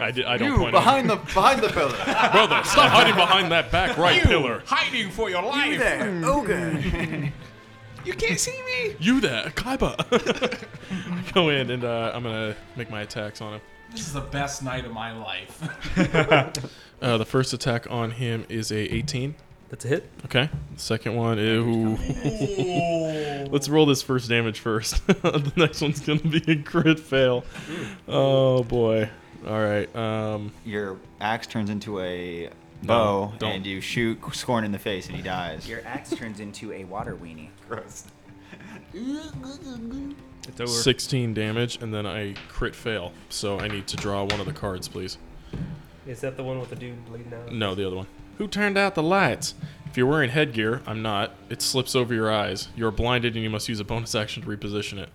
D: I, di- I don't
E: you
D: point
E: behind the behind the pillar.
D: out. (laughs) Brother, stop hiding behind that back right pillar.
B: Hiding for your life.
E: there.
F: Oh,
B: (laughs)
E: Ogre.
K: You can't see me.
D: You there, Kaiba! (laughs) I go in and uh, I'm gonna make my attacks on him.
B: This is the best night of my (laughs) life.
D: Uh, the first attack on him is a 18.
F: That's a hit.
D: Okay. The second one (laughs) is. Let's roll this first damage first. (laughs) the next one's gonna be a crit fail.
F: Hmm.
D: Oh boy. All right. Um,
E: Your axe turns into a
D: No,
E: bow,
D: don't.
E: and you shoot Scorn in the face, and he dies.
H: Your axe turns into a water weenie.
E: Gross.
F: (laughs) It's over.
D: 16 damage, and then I crit fail. So I need to draw one of the cards, please.
F: Is that the one with the dude bleeding out?
D: No, the other one. Who turned out the lights? If you're wearing headgear, I'm not. It slips over your eyes. You're blinded, and you must use a bonus action to reposition it.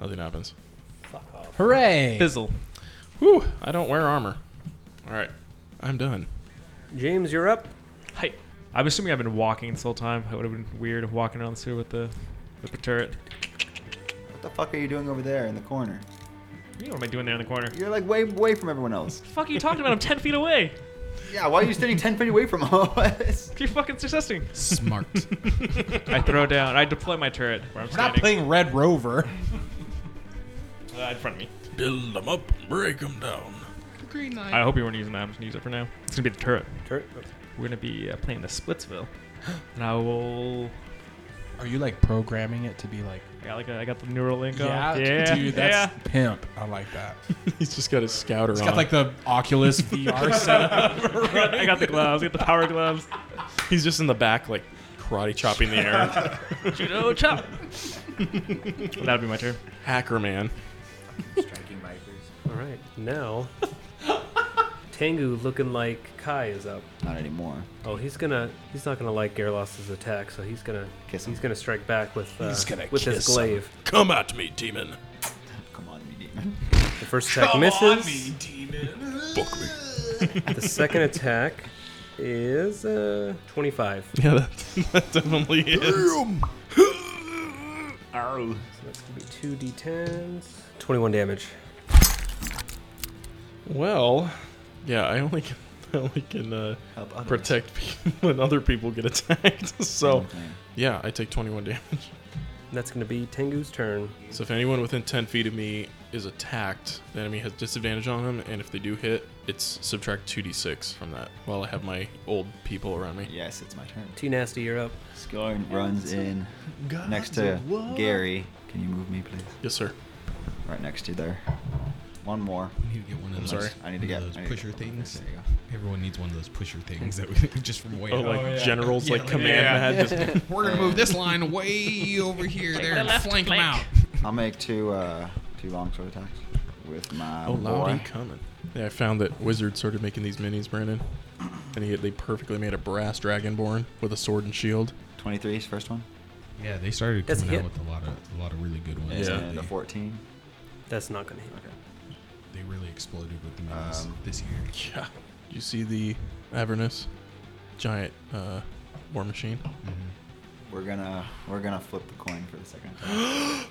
D: Nothing happens.
F: Fuck off.
A: Hooray!
F: Fizzle.
D: Whew, I don't wear armor. All right, I'm done.
F: James, you're up.
G: Hi. I'm assuming I've been walking this whole time. It would have been weird walking around the sewer with the with the turret.
E: What the fuck are you doing over there in the corner?
G: You know what am I doing there in the corner?
E: You're like way way from everyone else.
G: (laughs) fuck are you talking about? I'm ten feet away.
E: Yeah, why are you standing ten feet away from us?
G: (laughs) Keep fucking successing.
B: Smart.
G: (laughs) I throw down. I deploy my turret where I'm
B: We're not
G: standing.
B: playing Red Rover.
G: uh, in front of me.
D: Build them up, break them down.
K: Green light.
G: I hope you weren't using that. I'm just gonna use it for now. It's gonna be the turret.
F: Turret.
G: We're gonna be uh, playing the Splitsville, (gasps) and I will.
B: Are you like programming it to be like?
G: I got like a, I got the neural link
B: Yeah,
G: on. Yeah,
B: dude, that's
G: yeah.
B: pimp. I like that.
D: (laughs) He's just got his scouter
B: It's
D: on.
B: got like the
D: (laughs)
B: Oculus VR
G: (laughs)
B: setup.
G: I got the gloves. I got the power gloves.
D: He's just in the back, like karate chopping
G: (laughs)
D: the air.
G: (laughs) Judo (laughs) chop. That'll be my turn.
D: Hacker man.
H: Striking (laughs) micers.
F: All right, (laughs) now Tengu looking like Kai is up.
E: Not anymore.
F: Oh, he's gonna he's not gonna like Gerlos's attack, so he's gonna
E: Kiss him.
F: he's gonna strike back with uh,
D: He's gonna
F: with his
D: kiss him.
F: glaive.
D: Come at me, demon.
E: Come on, you demon.
F: The first attack misses. (laughs) the second
D: (laughs)
F: attack is uh, 25.
D: (laughs) Yeah, that, that definitely is.
F: So that's gonna be two d10s. 21 damage.
D: Well, yeah, I only can, (laughs) I only can uh,
E: Help others.
D: protect people (laughs) when other people get attacked. (laughs) so,
E: Okay.
D: yeah, I take 21 damage.
F: And that's gonna be Tengu's turn.
D: So if anyone within 10 feet of me is attacked, the enemy has disadvantage on them, and if they do hit, it's subtract 2d6 from that. While I have my old people around me.
E: Yes, it's my turn.
F: T Nasty, you're up.
E: Scorn runs in next to Gary. Can you move me, please?
D: Yes, sir.
E: Right next to you there. One more.
K: need to get one of those.
D: sorry.
E: I need to
K: one
E: get-
K: of
E: I
K: those
E: need to
K: pusher
E: get one of those.
K: things.
E: There you
K: Everyone needs one of those
E: (laughs)
K: pusher things that we (laughs) just from way
D: Oh,
K: out.
D: like generals,
K: Yeah,
D: like command
K: yeah.
D: that.
K: (laughs)
D: Just,
K: We're gonna move this
G: (laughs)
K: line way over here, there, and flank them out.
E: I'll make two uh two longsword attacks with my
D: oh,
K: Um,
E: boy.
D: lordy, coming. Yeah, I found that Wizard started making these minis, Brandon. And he, they perfectly made a brass dragonborn with a sword and shield.
E: 23 is first one.
K: Yeah, they started
F: That's a
K: coming out
F: hit.
K: with a lot of a lot of really good ones.
D: Yeah.
E: And
K: They,
E: a 14.
F: That's not gonna hit.
K: they really exploded with the minis
E: Um,
K: this year.
D: Yeah. You see the Avernus giant uh, war machine?
K: Mm-hmm.
E: We're gonna we're gonna flip the coin for the second attack.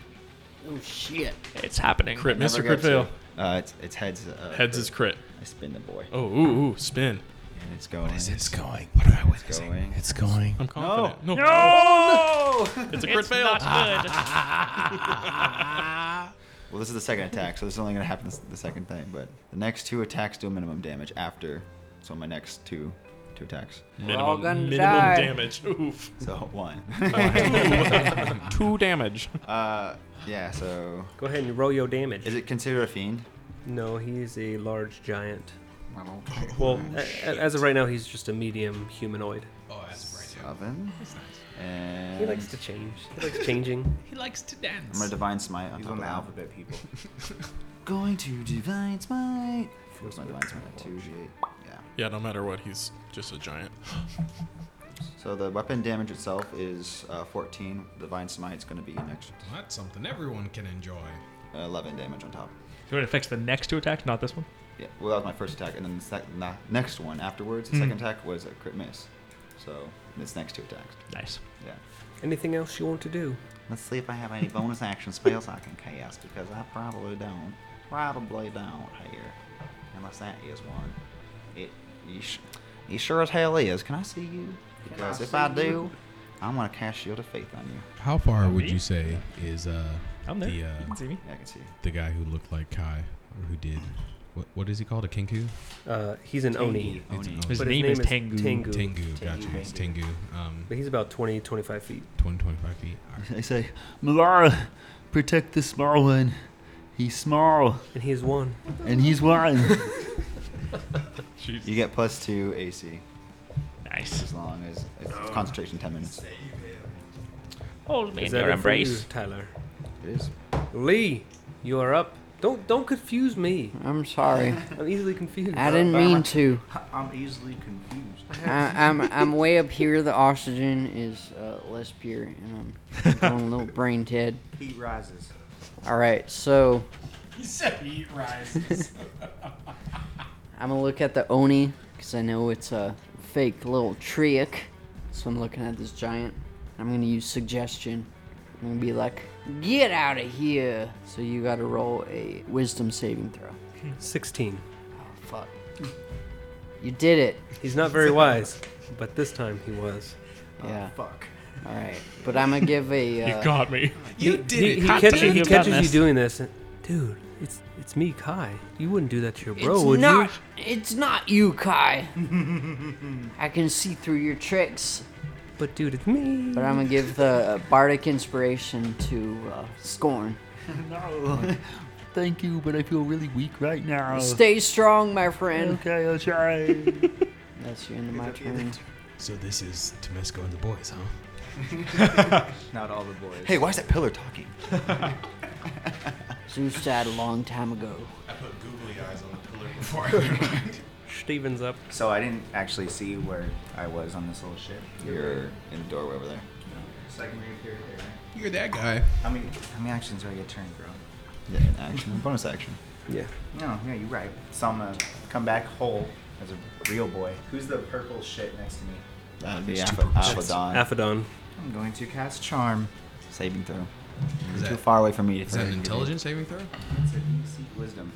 I: Oh shit.
G: It's happening.
D: Crit,
E: Never
D: Mr. Crit
E: gets
D: fail.
E: it. Uh, it's it's heads. Uh,
D: Heads
E: crit.
D: is crit.
E: I spin the boy.
D: Oh, ooh, ooh, spin.
E: And it's going.
B: it's going. What am I
E: It's going.
B: It's going.
D: I'm confident. No.
G: No!
D: It's a crit fail.
G: Not good.
K: (laughs)
E: Well, this is the second attack, so this is only gonna happen this, the second thing. But the next two attacks do minimum damage after. So my next two two attacks.
A: We're all gonna
D: minimum
A: die.
D: damage. Oof.
E: (laughs) So one.
D: (laughs)
E: (laughs)
D: Two damage.
E: uh, yeah. So
F: Go ahead and roll your damage.
E: is it considered a fiend?
F: No, he's a large
K: (laughs)
F: giant.
E: Okay.
F: Well, a- a- as of right now, he's just a medium humanoid.
K: Oh, that's right.
E: Seven. And
F: He likes to change. He likes changing.
K: (laughs) He likes to
E: I'm
K: dance.
E: gonna divine smite.
H: He's
E: top
H: on the
E: of that.
H: alphabet,
E: (laughs)
H: people.
E: Going to divine smite. What's my divine smite? Two G eight. Yeah.
D: Yeah, no matter what, he's just a giant. (laughs)
E: So the weapon damage itself is uh, 14. Divine smite's gonna be an extra
K: Well, that's something everyone can enjoy.
E: 11 damage on top.
G: So it affects the next two attacks, not this one.
E: Yeah. Well, that was my first attack, and then the sec- na- next one afterwards.
D: Hmm.
E: The second attack was a crit miss. So it's next two attacks.
G: Nice.
E: Yeah.
F: Anything else you want to do?
E: Let's see if I have any bonus action spells I can cast because I probably don't. Probably don't here, unless that is one. It you, sh- you sure as hell is. Can I see you? Because if I do, I'm gonna cast Shield of Faith on you.
K: How far would
G: Me?
K: you say is uh
G: I'm there.
K: the
G: you
K: uh,
G: can see me.
E: Yeah, I can see. you.
K: the guy who looked like Kai or who did what what is he called a kinku?
F: Uh, he's an Oni.
K: It's
E: Oni.
K: an
G: His
F: But
G: name is Tengu.
K: Oni. Tengu, gotcha. It's Tengu. Um,
F: But he's about 20, 25 feet.
K: 20, 25 feet. All right.
L: I say, Malara, protect the small one. He's small,
F: And he is one.
L: and he's one.
G: (laughs)
E: You get plus two AC
G: Nice.
H: Oh.
E: as long as it's concentration 10 minutes.
I: Hold me
F: Is
I: in
F: that (laughs)
I: your
F: it for you,
I: embrace.
F: Tyler.
H: It is.
F: Lee, you are up. Don't don't confuse me.
A: I'm (laughs) sorry.
F: I'm easily confused.
A: I didn't mean
H: (laughs)
A: to.
E: I'm easily confused.
H: Uh,
A: I, I'm I'm way up here. The oxygen is uh, less pure, and I'm going a little brain dead.
E: He rises.
A: All right, so
B: He said heat rises.
A: (laughs) I'm gonna look at the oni because I know it's a fake little trick. So I'm looking at this giant. I'm gonna use suggestion. I'm gonna be like, "Get out of here!" So you gotta roll a wisdom saving throw.
F: Sixteen.
A: Oh fuck! You did it.
F: He's not very wise, but this time he was.
A: Yeah. fuck. All right, but I'm gonna give a. Uh,
F: (laughs) You got me.
B: You did
F: He,
B: it.
F: he
B: How
F: catches,
B: dare
F: he
B: you have
F: catches
B: done
F: you
B: this.
F: doing this, and, dude. It's it's me, Kai. You wouldn't do that to your bro,
A: it's
F: would
A: not.
F: you?
A: It's not you, Kai. I can see through your tricks.
F: But dude, it's me.
A: But I'm gonna give the bardic inspiration to uh, Scorn.
L: (laughs) no. Thank you, but I feel really weak right now.
A: Stay strong, my friend.
L: Okay, I'll try.
K: (laughs)
A: That's the end of my turn.
J: So this is Temesco and the boys, huh?
E: (laughs) Not all the boys.
J: Hey, why is that
K: (laughs)
E: pillar talking?
A: Zeus died a long time ago.
K: I put googly eyes on the pillar before I
A: (laughs)
F: Steven's up.
H: So I didn't actually see where I was on this little ship. You're in the doorway over there.
E: Secondary period there.
K: You're that guy.
H: How many how many actions do I get turned, bro?
E: Yeah, an action. and bonus action.
F: Yeah.
H: No, yeah, you're right. So I'm gonna come back whole as a real boy. Who's the purple shit next to me?
E: That'd be
H: It's
E: Aph-
H: two purple shits.
E: Aphodon.
F: Aphodon.
H: I'm going to cast charm.
E: Saving throw.
H: You're
K: that-
H: too far away from me.
K: Is that an intelligence saving throw? Oh,
H: It's a DC wisdom.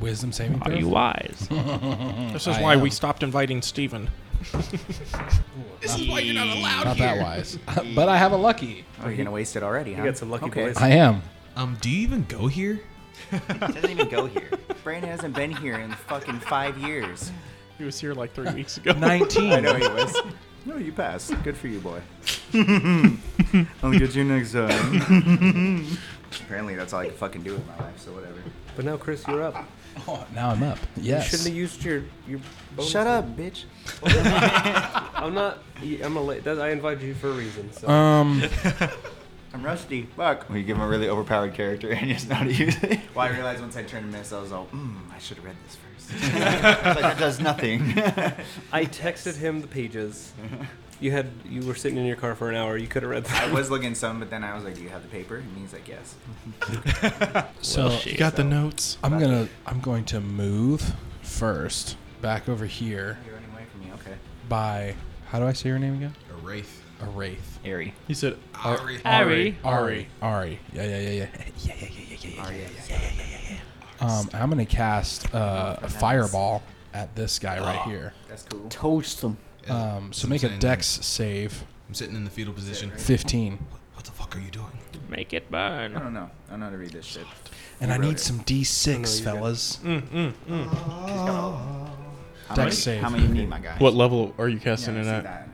B: Wisdom saving
K: Are
B: throw?
K: you
G: wise?
D: This is
B: I
D: why we
B: am.
D: stopped inviting Steven.
K: This is why you're not allowed
B: Not
K: here.
B: that
G: (laughs)
B: wise. (laughs) but I have a lucky.
H: Oh, you're gonna waste it already,
F: You
H: huh?
F: got some lucky
H: okay.
F: boys.
B: I am.
K: Um, do you even go here?
H: It doesn't even go (laughs) here. Brandon hasn't been here in fucking five years.
D: He was here like three weeks
H: (laughs)
D: ago.
B: 19.
H: I know he was. (laughs) No, you passed. Good for you,
F: (laughs)
H: boy. I'll get you next time. Apparently, that's all I can fucking do with my life, so whatever.
F: But now, Chris, you're up.
B: Oh, (laughs) now I'm up. Yes.
F: You shouldn't have used your your. Bonus
H: Shut up, bitch.
F: (laughs) I'm not. I'm gonna let. That, I invited you for a reason. So.
B: Um,
F: (laughs)
H: I'm rusty. Fuck.
E: We give him a really overpowered character and he's not (laughs) using it.
H: Well, I realized once I turned to miss, I was like, mm, I should have read this first.
E: (laughs) It's like, that does
H: (laughs)
E: nothing.
F: (laughs) I texted him the pages. You had you were sitting in your car for an hour. You could have read.
H: I
F: them.
H: was looking some, but then I was like, "Do you have the paper?" And he's like,
D: (laughs)
H: "Yes."
B: So
D: You got the notes.
B: I'm gonna I'm going to move first back over here
H: You're running away from me. Okay.
B: by how do I say your name again?
K: A wraith.
B: A wraith.
H: Ari.
D: He said,
K: Ari.
G: Ari.
B: Ari. Ari. Yeah, yeah, yeah, yeah.
H: (laughs) Yeah, yeah, yeah, yeah, yeah, yeah, yeah, yeah, yeah.
B: Um, I'm gonna cast uh, a
H: Fernandez.
B: fireball at this guy right
K: Oh.
B: here.
H: Oh, That's cool.
A: Toast them.
B: Um, so
K: I'm
B: make a
K: saying-
B: Dex save.
K: I'm sitting in the fetal position.
B: 15.
K: What the fuck are you doing?
G: Make it
H: I
G: burn.
H: don't know. I don't know how to read this shit.
B: And I need some D6,
F: Oh, no, you're good.
B: fellas.
H: How
B: Dex
H: many,
B: save.
H: How many you
B: (laughs)
H: need, my guy?
D: "What level are you
H: Yeah,
D: casting
H: I
D: it
H: see
D: at?
H: that.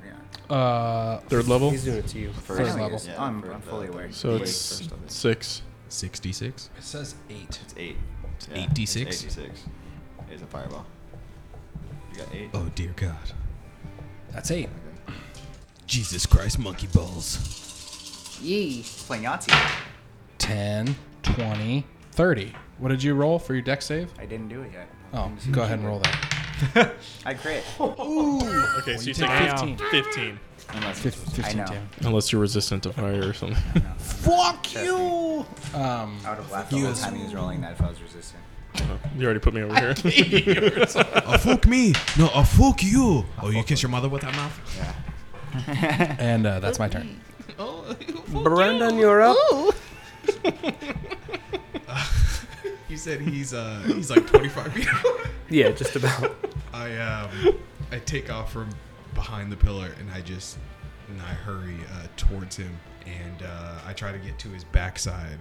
H: Yeah.
B: Uh,
D: Third level.
F: He's doing it to you.
H: First
B: level.
H: level.
E: Yeah,
H: I'm,
E: for
H: I'm
E: the-
H: fully aware.
D: So
H: Wait,
D: it's
H: first of it.
D: six.
K: 6d6?
B: It says 8.
E: It's eight. It's
K: eight D6?
E: Eight D six. It's a fireball. You got eight.
K: Oh dear God.
B: That's 8.
J: Jesus Christ, monkey balls.
A: Yee.
H: Playing Yahtzee.
B: 10, 20, 30. What did you roll for your Dex save?
H: I didn't do it yet.
B: Oh, go ahead and roll that.
H: I
E: (laughs)
H: crit.
D: Okay, so you,
B: take
D: take
B: 15.
D: 15.
H: Unless
B: Fif- 15
H: I know.
B: damage.
D: Unless you're resistant to fire or something.
H: (laughs)
B: Fuck
H: Trust
B: you! Um,
H: I would have laughed the whole time he was rolling that if I was resistant.
D: Uh-huh. you already put me over here. (laughs)
K: Oh fuck me! No, oh fuck you! Oh, you kiss your mother with that mouth?
B: (laughs)
K: (laughs)
B: and uh, that's my turn.
F: Brandon, you're up.
K: (laughs) You said he's uh he's like 25 feet.
F: Yeah, just about.
K: I um I take off from behind the pillar and I just and I hurry uh, towards him and uh, I try to get to his backside.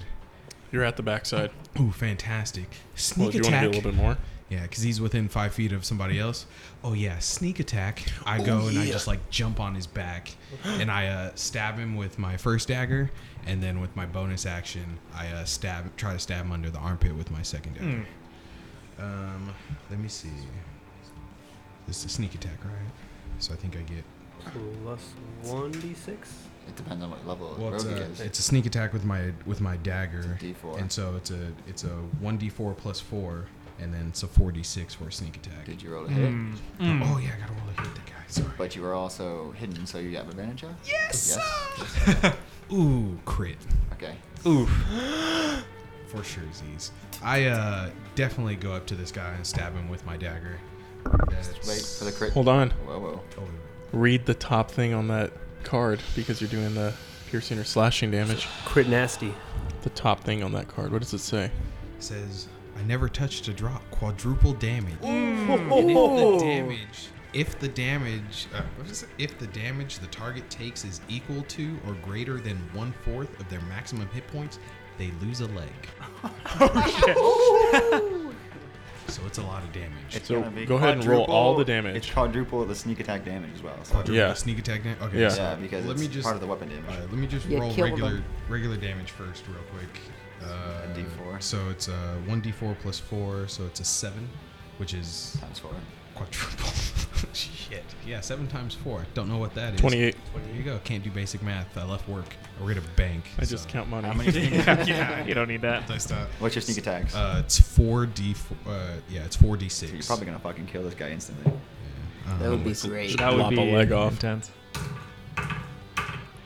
D: You're at the backside.
K: Ooh, fantastic!
D: Well,
K: Sneak
D: do you want to
K: attack.
D: do a little bit more?
K: Yeah, because he's within five feet of somebody else. Oh yeah, sneak attack. I
F: Oh,
K: go and I just like jump on his back, and I uh, stab him with my first dagger, and then with my bonus action, I uh, stab, try to stab him under the armpit with my second dagger. Um, let me see. This is a sneak attack, right? So I think I get
F: (laughs) Plus 1d6?
E: It depends on what level
K: Well, it's
E: rogue
K: a,
E: it is.
K: uh, it's a sneak attack with my with my dagger.
E: D4.
K: And so it's a it's a one d4 plus four, and then it's a four d6 for a sneak attack.
E: Did you roll a hit?
K: Oh yeah, I gotta roll a hit. That guy. Sorry.
E: But you were also hidden, so you have advantage of.
K: Yes.
E: Yes.
K: (laughs) Ooh, crit.
E: (laughs) Okay.
K: Oof. For sure, Z's. I uh, definitely go up to this guy and stab him with my dagger. Oh, That's-
E: Wait for the crit.
D: Hold on.
E: Whoa, whoa.
D: Read the top thing on that card because you're doing the piercing or slashing damage.
F: Crit nasty.
D: The top thing on that card. What does
K: (laughs)
D: it say?
K: says, I never touched a drop. Quadruple damage.
D: Mm.
K: And if the damage, if the damage, uh, what is it? If the damage the target takes is equal to or greater than one fourth of their maximum hit points, they lose a
E: (laughs)
K: leg. Oh,
E: Oh,
K: so it's a lot of damage.
E: It's gonna be quadruple- It's quadruple the sneak attack damage as well. So.
K: Quadruple Yeah. sneak attack dam- okay, Yeah. so
E: because
K: let
E: it's
K: me just-
E: part of the weapon damage.
K: All right, let me just roll regular regular damage first, real quick. Uh, D4. So it's a one D4 plus four, so it's a seven, which is
E: times four.
K: Quadruple. (laughs) Shit. Yeah, seven times four. Don't know what that is.
D: 28.
K: There you go. Can't do basic math. I left work. I work at a bank.
D: I just count money. How
G: many
D: (laughs)
G: sneak attacks? Yeah, you don't need that.
K: Nice stuff.
E: What's your sneak attacks?
K: Uh, it's four D. Uh, yeah, it's four D six.
E: You're probably gonna fucking kill this guy instantly.
K: That would be
E: great.
G: That would
D: Lop a
G: be
D: leg off.
G: intense.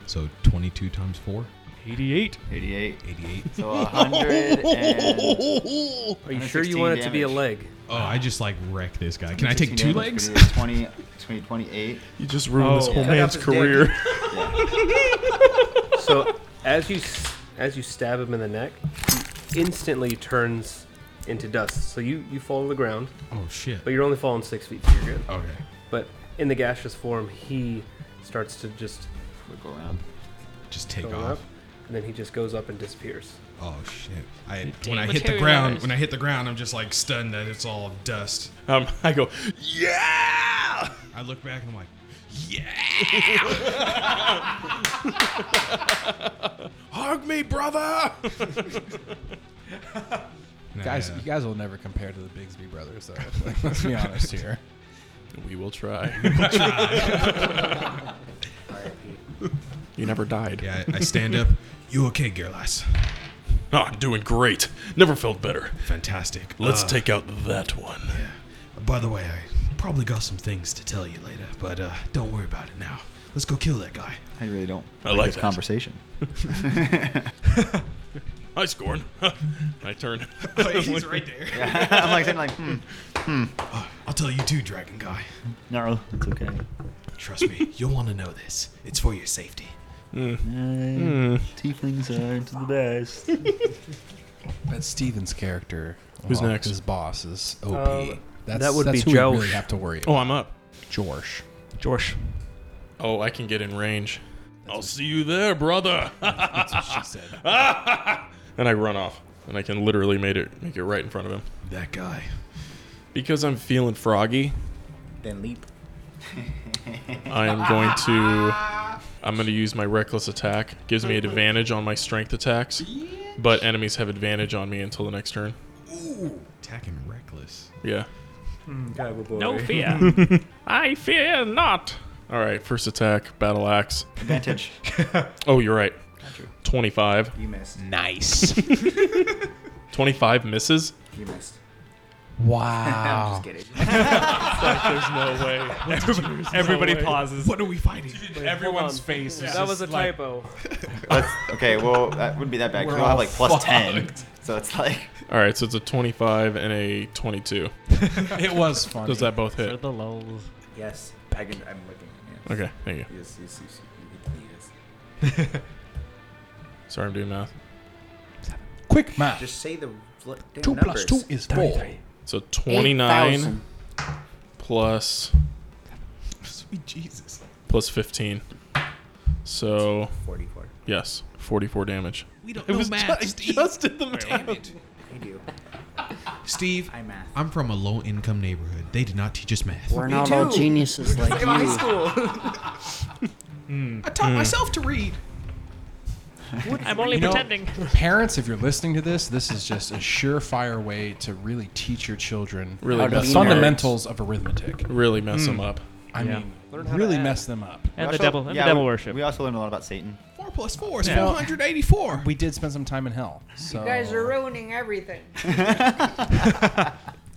K: So twenty two times four.
G: 88.
E: 88.
K: 88.
E: So
K: (laughs)
E: 100 and...
F: Are you sure you want it to be a leg?
K: Oh, I just like wreck this guy. Can I take two
E: 116 damage,
K: legs?
E: 28, 20, 20, 28.
D: You just ruined this
F: Oh.
D: whole
F: Cut
D: man's
F: off his dick.
D: career.
F: (laughs) so as you s- as you stab him in the neck, he instantly turns into dust. So you you fall to the ground.
K: Oh shit!
F: But you're only falling six feet, so you're good.
K: Okay.
F: But in the gaseous form, he starts to just
E: wiggle around,
K: just take
F: go
K: off.
F: up, and then he just goes up and disappears.
K: Oh shit! I
F: It
K: when I hit the ground, when I hit the ground, I'm just like stunned that it's all dust.
D: Um, (laughs) I go,
K: yeah. I look back and I'm like, yeah. Hug
B: (laughs)
K: me, brother.
B: guys, you guys will never compare to the Bigsby brothers, though. Like, let's be honest here.
D: We will try. (laughs)
K: You
D: never died.
K: Yeah, I, I stand
D: (laughs)
K: up. You okay, Gerlas?
D: Ah, doing great. Never felt better.
K: Fantastic.
D: Let's
K: Uh,
D: take out
J: (laughs)
D: that one.
K: By the way, I probably got some things to tell you later, but uh, don't worry about it now. Let's go kill that
E: (laughs)
K: guy.
E: I really don't.
D: I like
E: this
D: that.
E: conversation.
D: Hi, Scorn. (laughs) I
E: (laughs)
D: turn.
E: Oh,
K: He's right
D: (laughs)
K: there.
E: Yeah, (laughs) I'm like sitting like, hmm, hmm.
K: I'll tell you too, Dragon Guy.
E: No, it's okay.
K: Trust me, you'll want to know this. It's for your
D: (laughs)
K: safety.
G: Hmm.
L: Mm. Tieflings aren't the
G: (laughs)
L: best.
B: But Steven's character,
D: Who's
B: well,
D: next?
B: His boss is OP.
D: Uh,
B: that's,
D: that would
B: that's who
D: be
B: we
D: Josh.
B: really have to worry.
D: Oh, I'm up.
B: Jorsh.
G: Jorsh.
D: Oh, I can get in range. I'll see you there, brother.
B: That's what she said.
D: and I run off, and I can literally made it make it right in front of him.
K: That guy.
D: Because I'm feeling froggy,
E: Then leap.
D: I am
E: (laughs)
D: going to. I'm going to use my reckless attack. Gives me an advantage on my strength attacks, but enemies have advantage on me until the next turn.
K: Ooh, attacking reckless.
D: Yeah.
F: Oh, (laughs)
G: No fear. I fear not.
D: All right. First attack, battle axe.
E: Advantage.
D: (laughs) oh, you're right. Twenty-five.
H: You missed. (laughs)
D: Nice. Twenty-five misses.
H: You missed.
B: Wow.
H: (laughs) I'm just kidding.
D: There's
G: (laughs)
D: no way.
G: Everybody, everybody
D: No way.
G: pauses.
K: What are we fighting?
G: Everyone's face is
F: That was a
G: just like-
D: (laughs)
F: typo.
B: (laughs)
E: That's, okay, well, that wouldn't be that bad. 'cause
B: We're
E: We'll have
B: all
E: like plus 10.
B: fucked.
E: So it's like...
D: (laughs) All right, so it's a 25 and a 22.
B: (laughs) it was funny.
D: Does that both hit?
G: the lulz.
H: Yes. I can, I'm looking. Yes.
D: Okay, thank you.
H: Yes, yes, yes. yes, yes.
D: Sorry, I'm doing math.
B: Quick math.
H: Just say the fl- damn
B: two
H: numbers.
B: plus two is four.
D: So 29 plus
K: Sweet Jesus.
D: plus 15. So
H: 44.
D: yes, 44 damage.
K: We don't
D: It
K: know
D: was
K: math,
D: ju-
K: Steve.
D: just
K: (laughs)
D: did the
K: Damn it.
H: I do.
K: Steve,
H: I math.
K: I'm from a low income neighborhood. They did not teach us math.
A: We're not all
I: (laughs)
A: geniuses like
H: In high
A: you.
H: school.
K: (laughs)
D: Hmm.
K: I taught myself to read.
G: I'm only
B: You know-
G: pretending.
B: Parents, if you're listening to this, this is just a surefire way to really teach your children
D: Really
B: the
D: mess them up.
B: fundamentals of arithmetic.
D: Hmm. Really mess them up.
B: I
G: Yeah.
B: mean,
G: Learn how to
B: really
G: add.
B: mess them up.
G: And
E: We
G: the
E: also-
G: devil, and
E: yeah,
G: the devil
E: we-
G: worship.
E: We also learned a lot about Satan.
K: Four plus four
E: is
K: 484.
B: We did spend some time in hell. So.
I: You guys are ruining everything.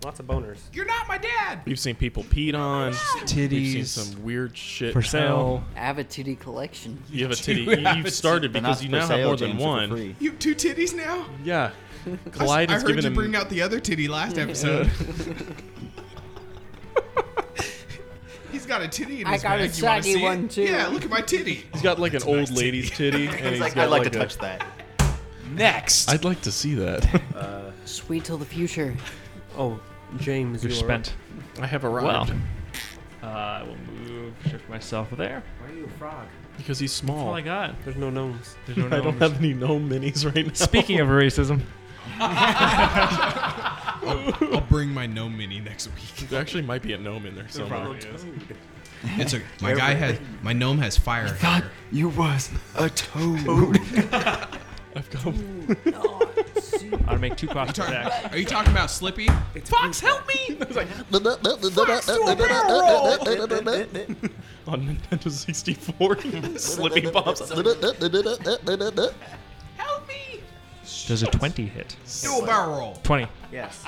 F: Lots of boners.
K: (laughs) You're not my dad.
D: We've seen people peed on. We've seen
B: Titties.
D: some weird shit.
F: For
D: in hell.
F: sale.
A: I have a titty collection.
K: (laughs)
D: You have a titty. You, have started because you now have more than one.
K: You have two titties now?
D: Yeah.
K: I s-
D: Clyde
K: I
D: has
K: heard
D: given
K: you
D: him.
K: bring out the other titty last
D: Yeah. (laughs)
K: episode. (laughs) He's got a titty in
I: I
K: his
I: got a
K: bag. You wanna
I: saggy
K: see it?
I: one, too.
K: Yeah, look at my titty.
D: He's got like an old lady's
K: (laughs)
D: titty, and he's got a-
E: that.
K: Next.
D: (laughs) I'd like to see (laughs) that.
A: Sweet till the future.
F: Oh, James,
G: You're
F: you are
G: spent.
D: I have
G: Well,
D: arrived.
G: uh, I will move, shift myself there.
F: Why are you a frog?
D: Because he's small.
G: all I got.
F: There's no gnomes.
G: There's no
D: (laughs) I don't
G: gnomes.
D: have any gnome minis right now.
G: Speaking of
D: (laughs)
G: racism,
K: I'll, I'll bring my gnome mini next week.
D: there actually might be a gnome in there somewhere.
G: probably
K: It's okay. My guy
D: (laughs)
K: has my gnome has fire. hair.
H: You was a toad.
D: I've got. (laughs)
G: I'll make two cross
K: You talking-
G: attacks.
K: are you talking about Slippy? Fox, help
H: (laughs)
K: me! Fox to a barrel roll!
D: on Nintendo 64. Slippy pops. up.
K: Help me!
G: Does a 20 hit?
K: Do a barrel roll.
G: 20.
E: Yes.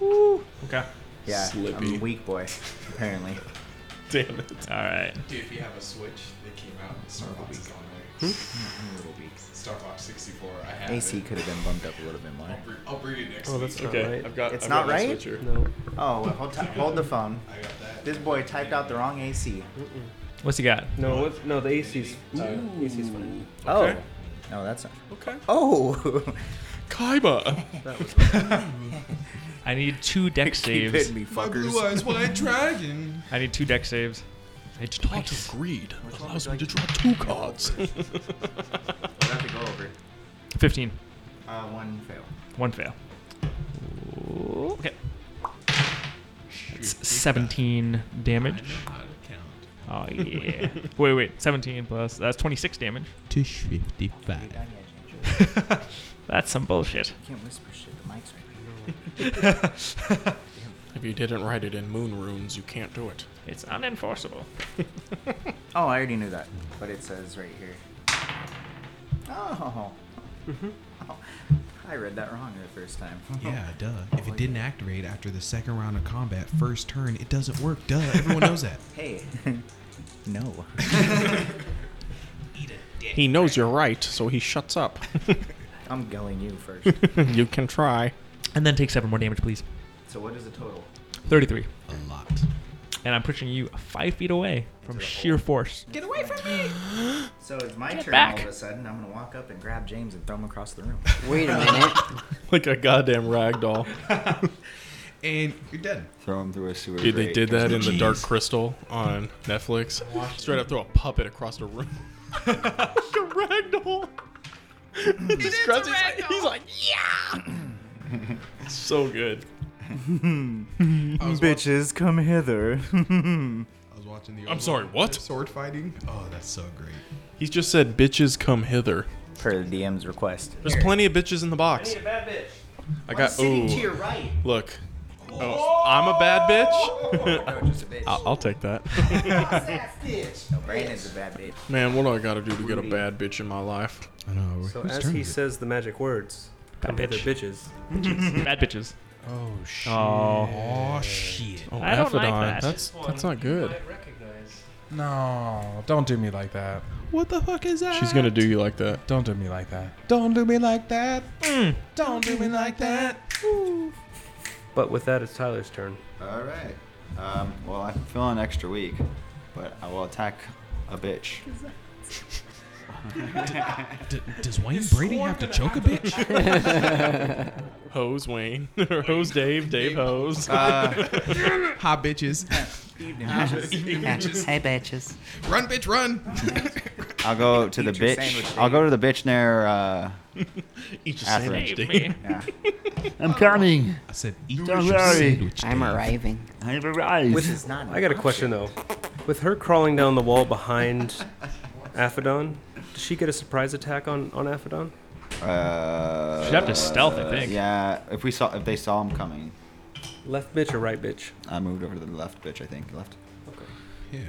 G: Okay.
H: Yeah, I'm
D: Slippy.
H: a weak boy, (laughs) apparently.
D: Damn it.
G: All right.
K: Dude, if you have a Switch, they came out. Star Fox is on there.
D: Hmm?
K: Star Fox 64. I have
H: AC
K: it.
H: could have been bumped up a little bit more.
K: I'll bring, I'll bring it next
F: Oh,
K: week.
F: that's
D: Okay,
F: not right.
D: I've got.
H: It's
D: I've
H: not
D: got my
H: right?
D: switcher.
F: No.
H: Oh, well, hold, ti- hold the phone.
K: I got that.
H: This boy typed out the wrong AC.
G: What's he got?
F: No, what, no, the AC's, AC's fine.
H: Oh. No, that's not.
D: Okay.
H: Oh!
D: Kaiba.
G: I need two deck
H: you
G: saves.
H: hit me,
K: My blue
H: fuckers.
K: eyes, white dragon.
G: I need two deck saves. I hit you
D: Pot of
G: twice.
D: greed allows me to draw two (laughs) cards.
H: I have to go over.
G: 15.
H: Uh, one fail.
G: One fail. Okay. It's 17 damage.
K: Not count.
G: Oh,
K: (laughs)
G: yeah. wait, wait. 17 plus. That's 26 damage.
K: Tish 55.
H: You're done yet, Ginger?
G: (laughs) That's some bullshit.
H: You can't whisper shit. The mic's right here.
D: (laughs) If you didn't write it in moon runes, you can't do it.
G: It's unenforceable.
H: Oh, I already knew that. But it says right here. Oh.
A: Mm-hmm.
H: oh. I read that wrong the first time. (laughs)
K: Yeah, duh. If it didn't activate after the second round of combat, first turn, it doesn't work. Duh. Everyone knows that.
H: (laughs)
K: (laughs)
H: Hey. no.
D: He knows you're right, so he shuts up. (laughs)
H: I'm going you first.
D: you can try.
G: And then take seven more damage, please.
H: so what is the total?
G: 33.
K: A lot.
G: And I'm pushing you five feet away from sheer force.
K: Get away from me! (gasps)
H: So it's my turn
G: back.
H: all of a sudden. I'm going to walk up and grab James and throw him across the room.
A: (laughs) Wait
G: (laughs)
H: (laughs)
A: a minute.
D: Like a goddamn ragdoll.
K: And
H: (laughs)
K: you're dead.
E: Throw him through a sewer.
D: Dude, they
E: grate.
D: did that in the Dark
K: Jeez.
D: Crystal on Netflix. Straight up throw a puppet across the
B: (laughs)
D: room. like a ragdoll. He just grabs his- He's like, yeah! so good.
K: I was, watch-
H: Bitches, come hither. (laughs)
K: I was watching the.
D: I'm sorry,
K: Overlord
D: what?
K: Sword fighting. Oh, that's so (laughs) great.
D: He just said, bitches come hither.
H: per the DM's request.
D: There's plenty of bitches in the box. I bad bitch. I got, ooh.
H: right.
D: Look. Oh, I'm a bad bitch?
H: (laughs) No,
D: (laughs)
H: just a bitch.
D: I'll, I'll take
H: (laughs)
D: that.
H: No, Brandon's a bad bitch.
D: Man, what do I gotta do to get a bad bitch in my life?
K: I know.
F: So as he says the magic words,
G: Bad
F: come hither,
G: bitch.
K: (laughs)
F: bitches.
G: (laughs) Bad bitches.
K: Oh shit.
G: Oh.
K: Oh shit.
D: Oh,
G: I don't like
D: Aphodon,
G: that.
D: That's, that's not good.
B: No, don't do me like that.
K: What the fuck is that?
D: She's gonna do you like that.
B: Don't do me like that. (laughs) Don't do me like that. Don't do me like that.
F: But with that, it's Tyler's turn.
E: All right. Um, well, I'm feeling extra weak, but I will attack a bitch. (laughs)
K: D- does Wayne Brady have to choke a bitch?
D: (laughs) Hose Wayne. (laughs) or Hose Dave. Dave Hose.
K: Ah.
D: (laughs)
K: Uh, Ha (laughs) bitches.
H: Evening, bitches.
I: hey, bitches.
K: Run, bitch,
D: (laughs)
K: run.
E: I'll go to
H: Eat
E: the
H: your
E: bitch.
H: sandwich,
E: I'll go to the bitch
K: (laughs)
E: near. Uh,
D: Eat your
E: Atherin.
D: sandwich,
G: Save
D: Dave.
G: me.
E: yeah.
G: (laughs)
L: I'm coming.
K: I said, eat
L: Don't
K: your
L: worry.
K: sandwich.
A: I'm
K: Dave.
A: arriving.
L: I've arrived.
H: Which is not.
F: I got a question though. With her crawling down the wall behind Aphodon, does she get a surprise attack on on Aphodon?
E: Uh,
G: She'd have to stealth, I think.
E: Yeah. If we saw, if they saw him coming,
F: Left bitch or right bitch?
E: I moved over to the left bitch. I think left.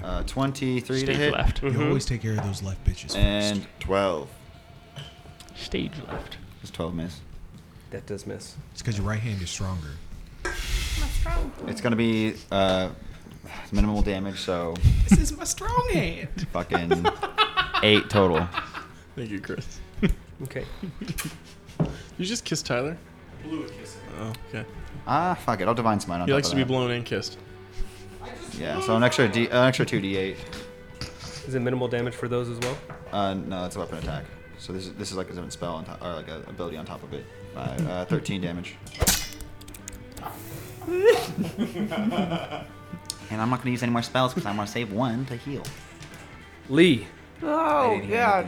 E: Uh, 23 to
K: Stage
E: hit.
K: left.
G: Mm-hmm.
K: You
D: Mm-hmm.
K: Mhm. always take care of those left bitches
E: And 12.
G: Stage left.
E: Does 12 miss?
F: That does miss.
K: It's because your right hand is stronger.
E: It's going to be uh, minimal damage, so
K: This is my strong hand.
E: (laughs) fucking 8 total.
D: Thank you, Chris. okay. you just kissed Tyler? Blew a kiss. Oh, okay.
E: Ah, fuck it. I'll divine smite on
D: He
E: top
D: likes
E: of
D: to be
E: that.
D: blown and kissed.
E: Yeah, so an extra D, an extra two D8.
F: Is it minimal damage for those as well?
E: Uh, no, it's a weapon attack. So this is this is like a different spell on top, or like a ability on top of it. Five, uh, Thirteen damage. And I'm not gonna use any more spells because I want to save one to heal.
F: Lee.
I: Oh, God.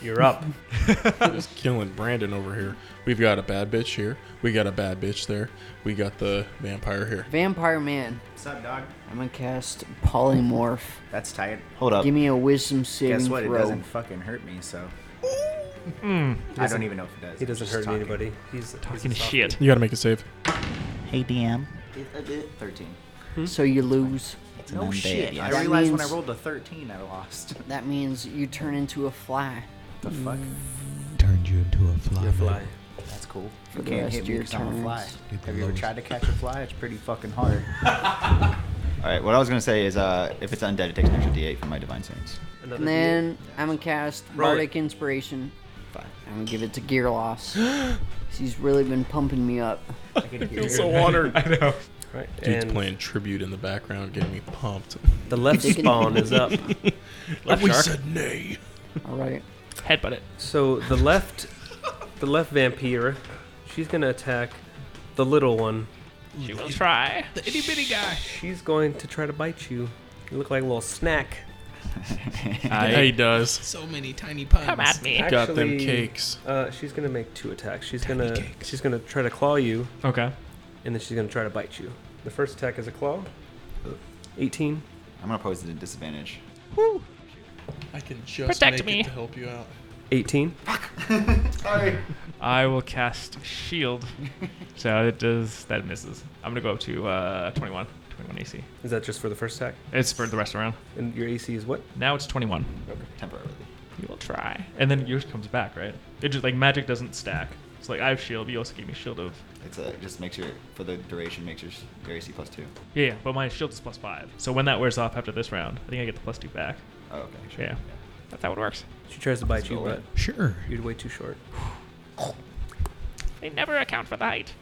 F: You're up.
D: (laughs) Just killing Brandon over here. We've got a bad bitch here. We got a bad bitch there. We got the vampire here.
A: Vampire man.
H: What's up, dog?
A: I'm gonna cast polymorph.
H: That's tight.
E: Hold
A: Give me a wisdom saving
H: Guess what?
A: throw.
H: It doesn't fucking hurt me, so.
G: Hmm.
H: I don't even know if it does.
F: He doesn't
H: Just
F: hurt
H: talking.
F: anybody. He's
H: Talking
F: he's a
H: shit.
F: softie.
D: You gotta make a save.
E: Hey DM. Thirteen.
D: Hmm?
A: So you lose.
E: an No undead, shit, yes. I
H: I realized when I rolled a 13, I lost. (laughs)
A: That means you turn into a fly.
H: The fuck?
K: Turned you into a fly.
H: That's cool.
A: For
H: You
A: the
H: can't
A: rest
H: hit
A: of
H: me
A: your
H: because I'm a
A: turns.
H: fly.
E: Hit the
H: Have you ever
E: lowest.
H: tried to catch a fly? It's pretty
A: (laughs)
H: fucking hard.
E: All right. What I was gonna say is, uh, if it's undead, it takes an extra D8 from my divine saints.
A: and then I'm gonna cast
E: Roll it.
A: Bardic Inspiration. I'm gonna give it to Gearloss.
H: (gasps)
A: 'Cause He's really been pumping me up. I
D: feel so
H: (laughs)
D: honored. (laughs) I know.
F: Right.
D: Dude's
F: and-
D: playing tribute in the background, getting me pumped.
F: The
D: (laughs)
F: left
A: (laughs)
F: spawn is up.
D: Left we said nay.
A: All right.
G: Headbutt it.
F: So the left, the left vampire, she's gonna attack the little one.
G: She will try. The itty bitty guy.
F: She's going to try to bite you. You look like a little snack.
D: Ah, Yeah, he does.
K: So many tiny puns.
D: Got them cakes.
F: Uh, she's gonna make two attacks. She's gonna she's gonna try to claw you.
G: Okay.
F: And then she's gonna try to bite you. The first attack is a claw. 18.
E: I'm gonna pose it at disadvantage.
D: I can just
G: Protect
D: make
G: me.
D: it to help you out.
F: 18.
E: (laughs)
H: Sorry.
G: I will cast shield. so it does that misses. I'm gonna go up to uh, 21. 21 AC.
F: Is that just for the first attack?
G: It's for the rest of the round.
F: And your AC is what?
G: Now it's 21.
F: Okay.
E: Temporarily.
G: You will try. And then yours comes back, right? It just like magic doesn't stack. It's like I have shield. You also gave me shield of
E: It's uh, just makes your for the duration makes your s- your AC plus two.
G: Yeah, yeah, but my shield is plus five. So when that wears off after this round, I think I get the plus two back.
E: Oh, okay.
G: Yeah. That's how it works.
F: She tries to bite you,
E: go
F: but
K: sure.
F: You're way too short.
G: They never account for the height.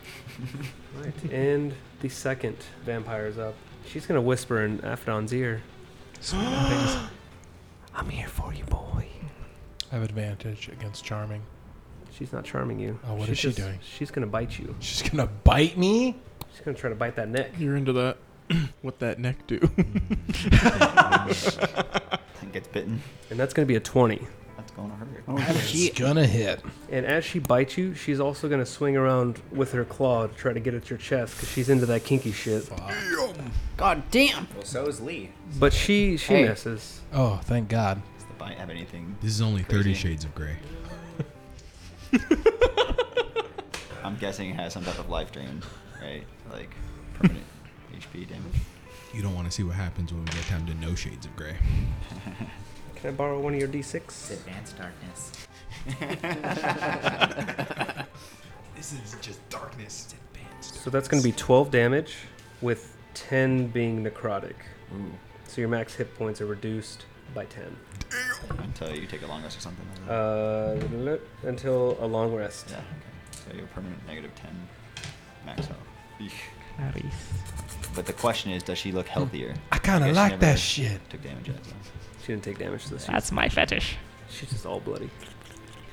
F: Right. and the second vampire is up. She's gonna whisper in Aphdon's ear. (gasps) I'm here for you, boy.
D: I have advantage against charming.
F: She's not charming you.
D: Oh, what
F: she's
D: is she
F: just-
D: doing?
F: She's gonna bite you.
D: She's gonna bite me.
F: She's gonna try to bite that neck.
D: You're into that. (clears throat) what that neck
E: (laughs)
D: do?
E: Gets bitten.
F: And that's gonna be a 20.
E: That's gonna hurt.
B: it's gonna hit.
F: And as she bites you, she's also gonna swing around with her claw to try to get at your chest because she's into that kinky shit.
A: God damn.
H: Well, so is Lee.
F: But she she
A: Hey.
F: misses.
B: Oh, thank God.
D: (laughs)
E: Does the bite have anything?
K: This is only 30
E: crazy?
K: shades of gray.
E: (laughs) I'm guessing it has some type of life drain, right? Like
K: (laughs)
E: permanent HP damage.
K: You don't want to see what happens when we get down to no shades of gray.
F: Can I borrow one of your
E: (laughs)
F: d6?
H: Advanced
A: (laughs)
H: darkness.
K: This
F: (laughs)
K: is (laughs) just darkness.
F: So that's going to be 12 damage, with 10 being necrotic.
E: Ooh.
F: So your max hit points are reduced by 10.
E: Until you take a long rest or something. isn't it?
F: Uh, until a long rest.
E: Yeah. Okay. So you're permanent negative 10 max health. Eesh. But the question is, does she look
K: Hmm.
E: healthier?
B: I kinda
E: guess she
B: like
E: never
B: that shit.
E: Took damage yet. so.
F: She didn't take damage this
G: That's my fetish.
F: She's just all bloody.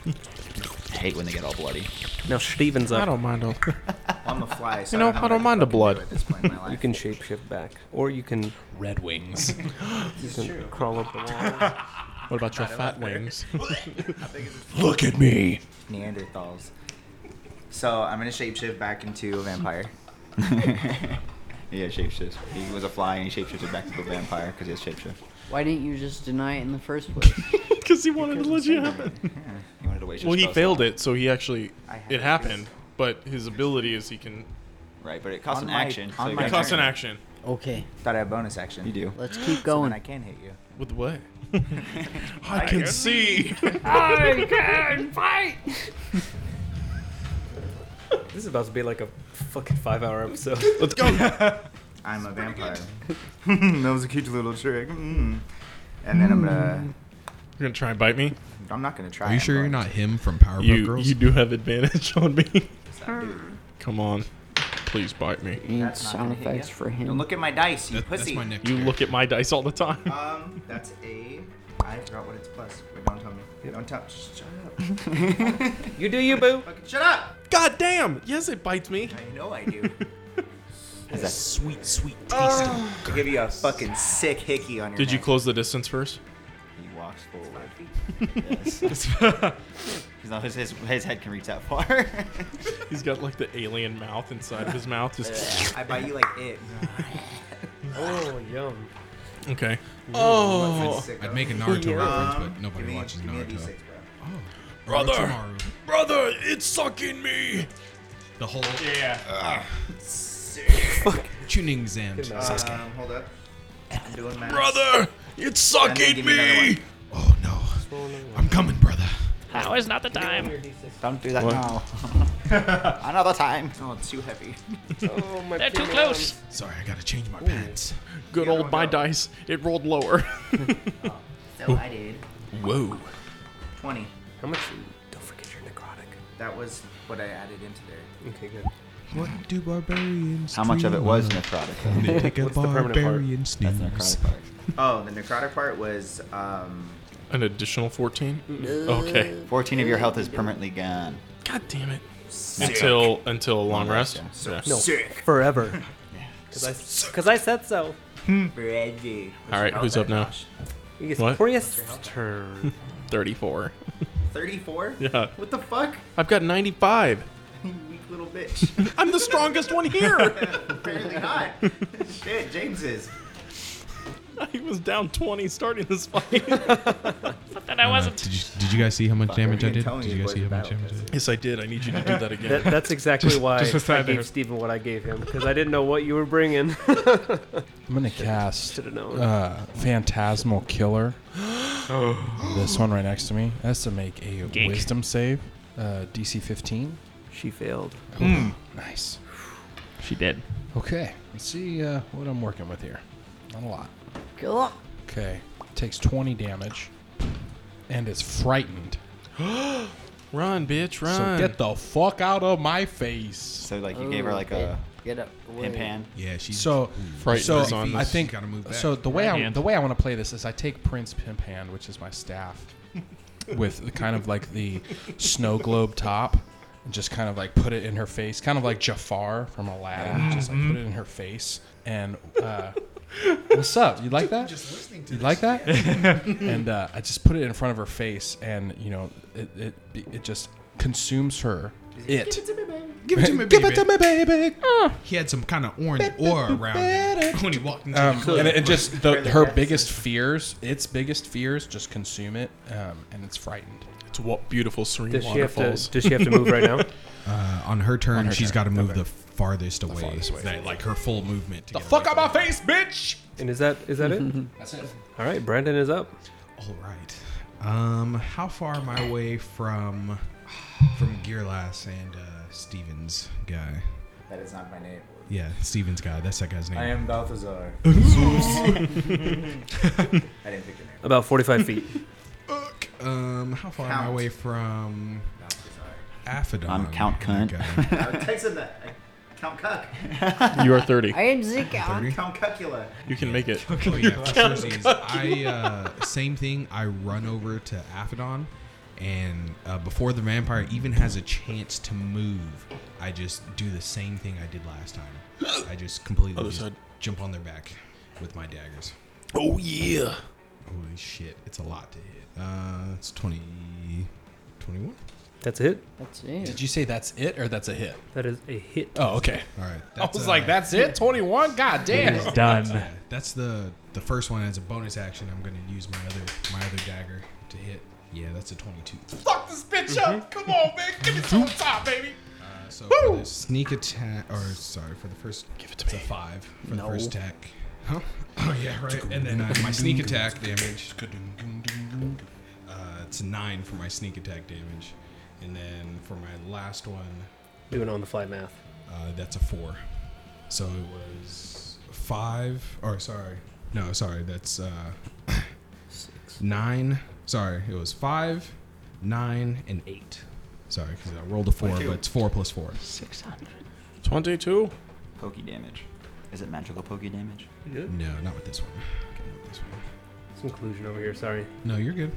E: I hate when they get all bloody.
F: Now Steven's up.
D: I don't (laughs) mind. All-
H: I'm a fly, so
D: know,
H: I
D: I
H: don't,
D: don't mind the blood.
H: At
D: (laughs)
H: this point in my
F: you
H: life.
F: can shapeshift back, or you can
B: Red
H: (laughs)
B: wings.
F: you can crawl up the wall.
D: what about your fat
H: (laughs)
D: wings?
B: Look at me.
H: Neanderthals. So I'm gonna shapeshift back into
F: (laughs)
H: a vampire. (laughs)
E: Yeah, shapeshift. He was a fly and he shapeshifted back to a vampire because he has shapeshift.
A: Why didn't you just deny it in the first place?
D: Because he wanted to let you happen.
E: He wanted to waste
D: Well,
E: his
D: he
E: spells
D: failed
E: long.
D: it, so he actually
H: I have
D: it
H: this.
D: happened. But his ability is he can.
E: Right, but it costs
H: On
E: an
H: my-
E: action.
H: on
E: you
H: my
E: gotta
D: Cost an
E: turn.
D: action.
A: Okay.
H: Thought I had bonus action. You
E: do.
A: Let's keep
H: (gasps) So
A: going.
H: then I can hit you.
D: With
H: (laughs)
D: what?
H: I can see.
D: Ah,
F: I can fight. This is about to be like a fucking five-hour
D: (laughs)
F: episode. Let's go.
H: (laughs) I'm a vampire. (laughs) that was a cute little trick. Mm. And then I'm gonna.
D: You're gonna try and bite me?
H: I'm not gonna try.
K: Are you
H: I'm
K: sure you're
H: going
K: not
H: to.
K: him from Powerpuff
D: you,
K: Girls?
D: You do have advantage (laughs) on me.
H: I do.
D: Come on. Please bite me.
H: That's not gonna hit ya. Don't look at my dice, you pussy.
D: You look at my dice all the time.
H: (laughs) Um, that's a. I forgot what it's plus. Wait, don't tell me. Don't tell. Shut up. (laughs)
D: you do you, boo.
H: Shut up.
D: God damn. Yes, it bites me.
H: I know I do.
D: Has
H: that (laughs)
D: sweet, sweet taste.
F: Ah.
H: I give you a fucking sick hickey on your.
D: Did you
H: neck.
D: close the distance
H: (laughs)
D: first?
E: He walks forward.
H: Yes.
E: (laughs) He's not- his, his, his head can reach that far. (laughs)
D: He's got like the alien mouth inside of his mouth. Just
H: (laughs) I bite you like it.
F: (laughs) oh, yum.
D: Okay.
K: Oh. I'd make a Naruto reference, but nobody
H: give me-
K: watches
H: give me a
K: Naruto.
H: D6,
K: Oh.
J: Brother,
K: Orochimaru.
J: brother, it's sucking me. The whole ah.
D: yeah.
J: fuck. Tuning exam.
H: Um, hold up. I'm doing math.
J: Brother, it's
H: And then
J: sucking
H: give me another
J: me.
H: one.
J: Oh no, I'm coming, brother.
G: Now is not the time.
E: Don't do that
J: What?
E: now.
D: (laughs)
E: Another time. Oh, it's
H: (laughs)
E: too heavy.
F: Oh, my
G: They're too
F: pink
G: close.
F: arms.
J: Sorry, I gotta change my pants.
D: Good old my dice. It rolled
H: (laughs)
D: lower.
H: Oh, So I did
J: Whoa.
H: 20.
F: How much? Don't forget your necrotic.
H: That was what I added into there.
F: Okay, good.
K: What do barbarians?
E: How much of it
K: dream
E: was
K: (laughs)
E: necrotic?
K: They take a
F: What's the permanent part?
K: barbarian
E: That's
K: snooze.
E: necrotic part.
H: Oh, the necrotic part was um.
D: An additional 14? Okay.
E: 14 of your health is permanently gone.
D: God damn it.
H: Sick.
D: Until until a long rest.
H: So
D: Yeah.
H: sick.
F: Forever. Because I, said so.
H: Brady.
D: All right, who's up now?
F: You get
D: What?
F: Prius turn.
D: 34.
H: 34?
D: Yeah.
H: What the fuck? (laughs)
D: I've got 95.
H: You weak little bitch.
D: I'm the strongest one here.
H: (laughs)
D: (laughs)
H: Apparently not. Shit, James is.
D: he was down 20 starting this fight.
G: But then I
K: Uh,
G: wasn't.
K: did, you, did you guys see how much damage I
H: didn't
K: did?
H: tell me
K: Did you
H: it
K: guys see how
H: was
K: much
H: battle
K: damage I did?
D: yes, I did. I need you to do that again.
F: That, that's exactly why
G: just
F: I
G: beside
F: gave
G: there.
F: Steven what I gave him because I didn't know what you were bringing. (laughs)
B: I'm gonna cast
F: Should've known.
B: uh, Phantasmal Killer. this one right next to me. That's to make a
G: Geek.
B: Wisdom save, uh, DC 15.
F: she failed.
B: Nice.
G: She did.
B: Okay, let's see uh, what I'm working with here. Not a lot.
A: Good luck.
B: Okay, takes 20 damage, and is frightened.
D: Run, bitch,
B: So
D: run.
B: get the fuck out of my face.
E: So, like, you gave her, like, a
A: Get up.
E: pin pan.
K: Yeah, she's
B: So,
D: Frightened
B: so
D: is on
B: I
D: this.
B: think
K: Gotta move back.
B: so. The way
G: Right
B: I
G: hand.
B: the way I want to play this is I take Prince Pimp Hand, which is my
E: (laughs)
B: staff, with the kind of like the snow globe top, and just kind of like put it in her face, kind of like Jafar from Aladdin, just like put it in her face. And uh, what's up? You like that?
K: just listening to
B: You
K: this.
B: like that? and uh, I just put it in front of her face, and you know, it it, it just consumes her. It.
K: Give it to me,
B: Give it to me, baby.
K: He had some kind of orange aura
B: (laughs)
K: around him when he walked into
B: Um,
K: the club.
B: and it, it just the, her biggest fears, its biggest fears, just consume it, um, and it's frightened.
D: It's what beautiful serene
F: Does she have to?
D: waterfalls.
F: Does she have to move right
B: (laughs)
F: now?
K: (laughs) Uh, on her turn,
B: her
K: she's
B: turn.
K: got to move
B: Okay.
K: the farthest away.
B: farthest way.
K: That, like her full movement. To
B: The
K: get
B: fuck
K: away
B: out my face, bitch!
F: And is that is that it?
B: That's it.
F: All right, Brandon is up.
K: from- All right. Um, how far am I away from from Gearlass and uh, Stevens guy?
H: That is not my name.
K: Yeah, Stevens guy. That's that guy's name. (laughs)
H: Balthazar. (laughs)
E: (laughs)
H: I didn't pick the name.
F: About 45 feet.
K: Fuck. Um, how far am I
H: Count.
K: away from
H: Balthazar.
K: Aphodon?
E: I'm Count Cunt. (laughs)
K: Okay.
H: I would text him that. I- Count Cuck.
D: you are 30.
A: I am Zika.
K: Thirty?
H: Count Cuckula.
D: You can make it.
K: Oh yeah, for sure. Z's. I uh, same thing. I run over to Aphodon, and uh, before the vampire even has a chance to move, I just do the same thing I did last time. I just completely
D: Other
K: just
D: side.
K: jump on their back with my daggers.
D: Oh, yeah.
K: Holy shit, it's a lot to hit. Uh, it's 20, 21?
F: That's it.
A: That's it.
B: Did you say that's it or that's a hit?
F: That is a hit.
B: Oh, okay.
K: All right.
B: I was like, that's it. Twenty-one. God damn.
G: It's
B: (laughs)
G: done.
K: Yeah, that's the the first one as a bonus action. I'm gonna use my other my other dagger to hit. Yeah, that's a 22.
F: Mm-hmm.
B: Fuck this bitch up. Come on, man. Give me some top, baby.
K: Uh, so for the sneak attack, or sorry, for the first, give it to me. five for
B: No.
K: the first attack. Huh? Oh yeah, right. And then uh, my (laughs) sneak attack damage. Uh, it's nine for my sneak attack damage, and then for my last one,
F: Doing on the fly math.
K: uh, that's a four. So it was five, or sorry, no, sorry, that's uh, nine. Sorry, it was five, nine, and eight. Sorry, because I rolled a four,
D: Twenty-two.
K: but it's four plus four.
D: 600. 22.
E: Pokey damage. Is it magical pokey damage?
K: No, not with this one. Okay, not with this one.
F: Some collusion over here, sorry.
K: No, you're good.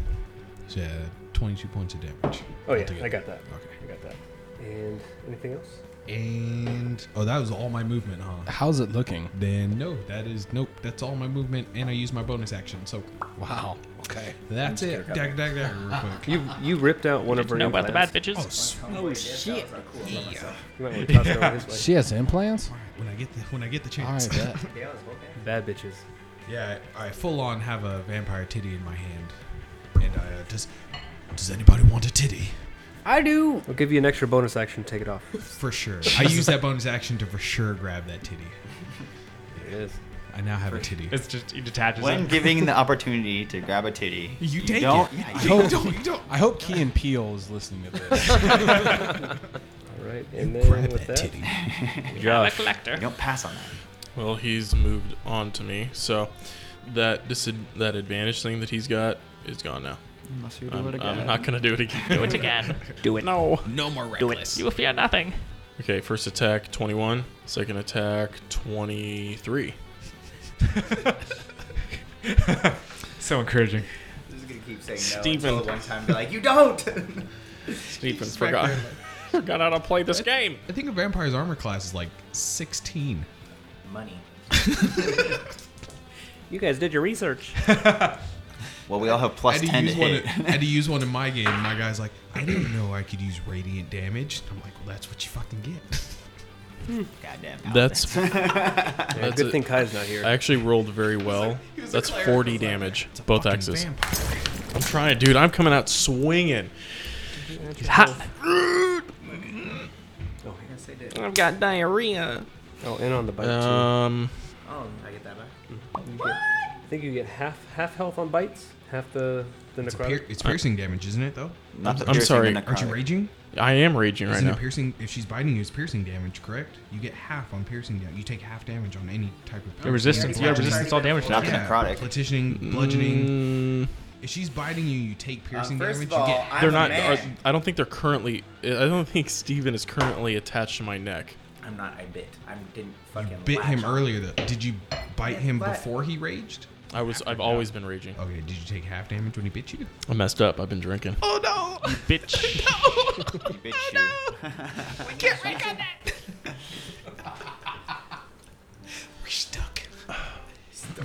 K: So, yeah, 22 points of damage.
F: Oh, yeah,
K: altogether.
F: I got that. Okay. I got that. And anything else?
K: And oh, that was all my movement, huh?
B: How's it looking?
K: Then no, that is nope. That's all my movement, and I use my bonus action. So wow, okay, that's
F: Just
K: it.
F: gonna
K: Dag,
F: grab
K: dag,
F: it.
K: (laughs) dag, real quick.
F: You you ripped out one of her implants.
K: Oh, sweet.
A: Oh, shit.
K: Yeah.
F: You might want to toss it over his way.
B: She has implants?
K: When I get the when (laughs) I get the chance.
B: I bet.
F: Bad bitches.
K: yeah, I, I full on have a vampire titty in my hand, and I uh, does does anybody want a titty?
A: I do.
F: I'll give you an extra bonus action. to Take it off. (laughs)
K: For sure. I use that bonus action to for sure grab that titty.
F: It is.
K: I now have a titty.
G: It's just he detaches.
E: When
G: it.
D: (laughs)
E: giving the opportunity to grab a titty,
K: You take
E: don't,
K: it.
E: Yeah,
B: I
E: you
B: hope,
E: don't.
K: you don't.
B: I hope Key and Peele is listening to this.
F: All right, and then with that,
G: Josh. collector.
E: don't pass on that.
D: Well, he's moved on to me, so that disad that advantage thing that he's got is gone now.
E: Unless you do
D: I'm,
E: it
D: I'm
E: again.
D: not gonna do it again.
G: (laughs) Do it again.
F: Do it.
D: No.
K: No more reckless.
G: You will fear nothing.
D: Okay, first attack 21, second attack
E: (laughs)
D: 23.
G: So encouraging.
E: I'm just gonna keep saying no
D: Steven.
E: until one
F: (laughs)
E: time be like, you don't.
D: Stephen
K: Just back
D: forgot
K: there,
D: forgot how to play this game.
K: I think a vampire's armor class is like 16.
E: Money.
F: you guys did your
K: (laughs)
F: research.
E: Well, we all have plus
K: I had to
E: ten to
K: use one.
E: hit.
K: I had to
E: (laughs)
K: use one in my game. My guy's like, I didn't know I could use radiant damage. I'm like, well, that's what you fucking get.
E: Goddamn.
D: That's, (laughs)
F: Yeah,
D: that's
F: good
D: it.
F: thing Kai's not here.
D: I actually rolled very well. That's 40 damage, both axes. I'm trying, dude. I'm coming out swinging.
G: I've got diarrhea.
F: Oh, in on the bite
D: Um,
E: Oh, I get that back.
F: too. You get- I think you get half half health on bites, half the the
K: It's, a
F: necrotic. Uh,
K: pier- it's piercing damage, isn't it, though?
E: Not the
D: I'm
E: piercing,
D: sorry.
E: the
K: Aren't you
E: necrotic.
K: raging?
D: I am raging right
K: Isn't
D: now.
K: it piercing? If she's biting you, it's piercing damage, correct? You get half on piercing damage. You take half damage on any type of.
G: The resistance. You have resistance to all damage.
E: Not the
G: now.
K: Yeah,
E: necrotic.
K: Petitioning,
D: Mm.
K: bludgeoning. If she's biting you, you take piercing
E: Uh, first
K: damage.
E: of all,
K: you get
E: I'm
D: They're
E: a
D: not.
E: man.
D: uh, I don't think they're currently. I don't think Steven is currently attached to my neck.
E: I'm not. I bit. I didn't fucking.
K: bit
E: latch
K: him
E: on.
K: earlier though. Did you bite him
E: but-
K: before he raged?
D: I was. I've always been raging.
K: Okay. Did you take half damage when he bit you?
D: I messed up. I've been drinking.
K: Oh no! (laughs) Oh,
G: Bitch.
D: (laughs)
E: You (laughs) bitch you. (laughs)
K: We can't rank on that. We're stuck.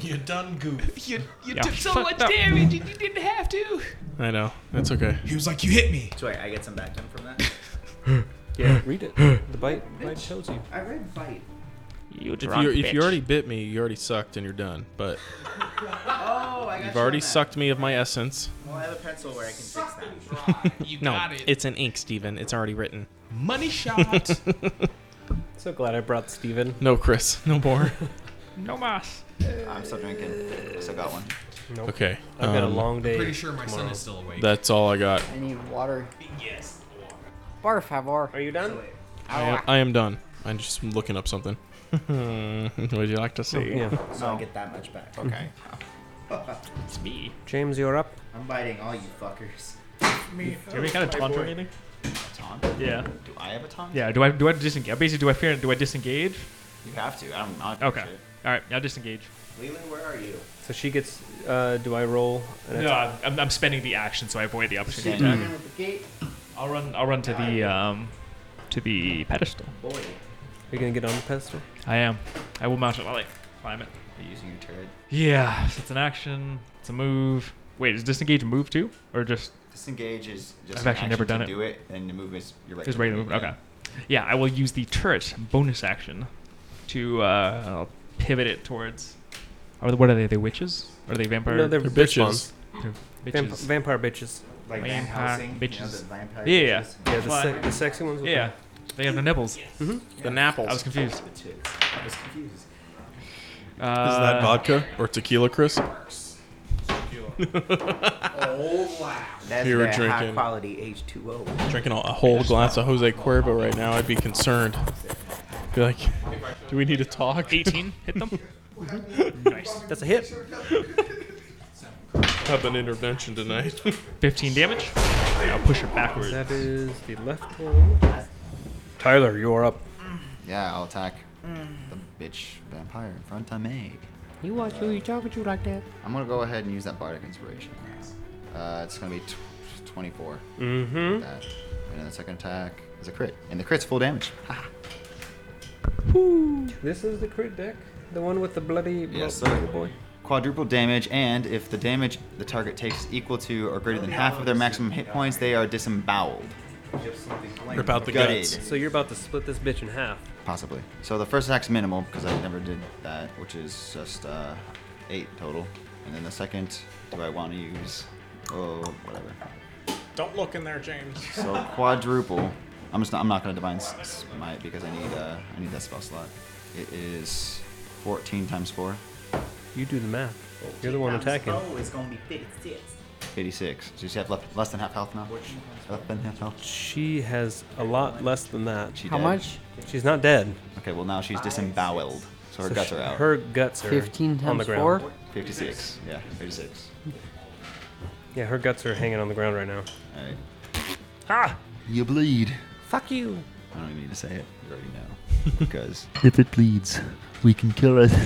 K: You done goof. You, you
G: Yeah.
K: took so
G: Fuck
K: much
G: that.
K: damage and you didn't have to.
D: I know. That's okay.
K: He was like, you hit me.
E: So wait, I get some back then
K: (laughs)
E: from that.
F: Yeah, read it. The bite the bite shows you.
E: I
K: (laughs)
E: read bite.
G: You
D: If
G: drunk
D: you if you
G: bitch.
D: already bit me, you already sucked and you're done. But
E: Oh, I got.
D: you've
E: you on
D: already
E: that.
D: sucked me of my essence.
E: Well, I have a pencil where I can fix that.
K: You
D: No,
K: got it.
D: it's an ink, Steven. It's already written. (laughs)
K: Money shot.
F: So glad I brought Steven.
D: No, Chris. No more.
G: no mas.
E: I'm still drinking. I still got one.
F: Nope.
D: okay.
F: I've got a
D: um,
F: long day.
K: Pretty sure my son
F: tomorrow.
K: is (laughs) still awake.
D: That's all I got.
A: I need water. Yes. Barf, have water.
F: Are you done?
D: I am, I am done. I'm just looking up something. (laughs) Would you like to see?
F: Yeah.
E: So I get that much back. (laughs) Okay.
G: It's me.
F: James, you're up.
E: I'm biting all you fuckers.
G: Do we got a taunt or anything?
E: Baton?
G: Yeah.
E: Do I have a tongue?
G: Yeah. Do I do I disengage? Basically, do I fear? Do I disengage?
E: You have to. I'm not.
G: Okay. All right. Now disengage.
E: Leland, where are you?
F: So she gets. Uh, do I roll? An
G: No, I'm, I'm spending the action, so I avoid the opportunity.
E: Standing in with the gate.
G: I'll run. I'll run to the um, to the pedestal.
E: Boy.
F: Are you gonna get on the pedestal?
G: I am. I will mount it. I'll like climb it.
E: You're using your turret.
G: Yeah. So it's an action. It's a move. Wait, is disengage a move too, or just
E: Disengage is just.
G: I've
E: an
G: actually
E: action
G: never done
E: to
G: it.
E: Do it, and the move is your regular.
G: Just regular movement. Okay. Yeah, I will use the turret bonus action to uh, I'll pivot it towards. Are what are they? They witches? Are they vampire?
F: No, they're,
D: They're
F: they're
D: bitches.
G: they're
F: Vamp-
G: bitches.
F: vampire bitches.
E: Like
G: Vampire
E: Van Helsing, you know,
G: bitches.
E: the vampire
G: Yeah, yeah.
E: bitches?
F: Yeah, the,
G: Well,
F: se- the sexy ones. With
G: yeah.
F: the-
G: They have no nipples.
K: Mm-hmm.
D: The napples.
G: I was confused.
C: I was confused.
D: Is
G: Uh,
D: that vodka or tequila, Chris?
C: oh wow.
D: We were drinking-
E: quality H2O.
D: Drinking oh. a a whole glass of Jose Cuervo right now, I'd be concerned. Be like, do we need to
K: (laughs)
D: talk?
G: 18, hit them.
D: nice. That's a hit. (laughs) Have an intervention tonight. (laughs)
G: 15 damage. Now push it backwards.
F: That is the left one. Tyler, you're up.
E: Yeah, I'll attack the bitch vampire in front of me.
I: You watch who you talking to like that.
E: I'm gonna go ahead and use that bardic inspiration. Uh, it's gonna be tw 24.
F: Mhm.
E: That. And then the second attack is a crit, and the crit's full damage. Ha.
F: This is the crit deck, the one with the bloody.
E: boy. Quadruple damage, and if the damage the target takes is equal to or greater than half of their maximum hit points, they are disemboweled.
F: Rip out the
E: Gutted.
F: guts. So you're about to split this bitch in half.
E: Possibly. So the first attack's minimal because I never did that, which is just uh, eight total. And then the second, do I want to use? Oh, whatever.
D: Don't look in there, James.
E: So quadruple. I'm just not, I'm not gonna divine S- S- smite because I need uh, I need that spell slot. It is 14 times four,
F: You do the math. You're the one attacking.
E: Oh,
I: it's gonna be 56.
E: 86. So you have left, less than half health now. Less than half health.
F: She has a lot less than that.
E: She How dead? much?
F: She's not dead.
E: Okay, well now she's disemboweled, so her
F: So
E: guts
F: she-
E: are out.
F: her guts are 15 on times the ground. four?
E: 56. Yeah, 56.
F: Yeah, her guts are hanging on the ground right now.
E: All right.
F: Ah!
L: You bleed.
F: Fuck you.
E: I don't even need to say it. You already know because
L: If it bleeds, we can kill it.
F: (laughs)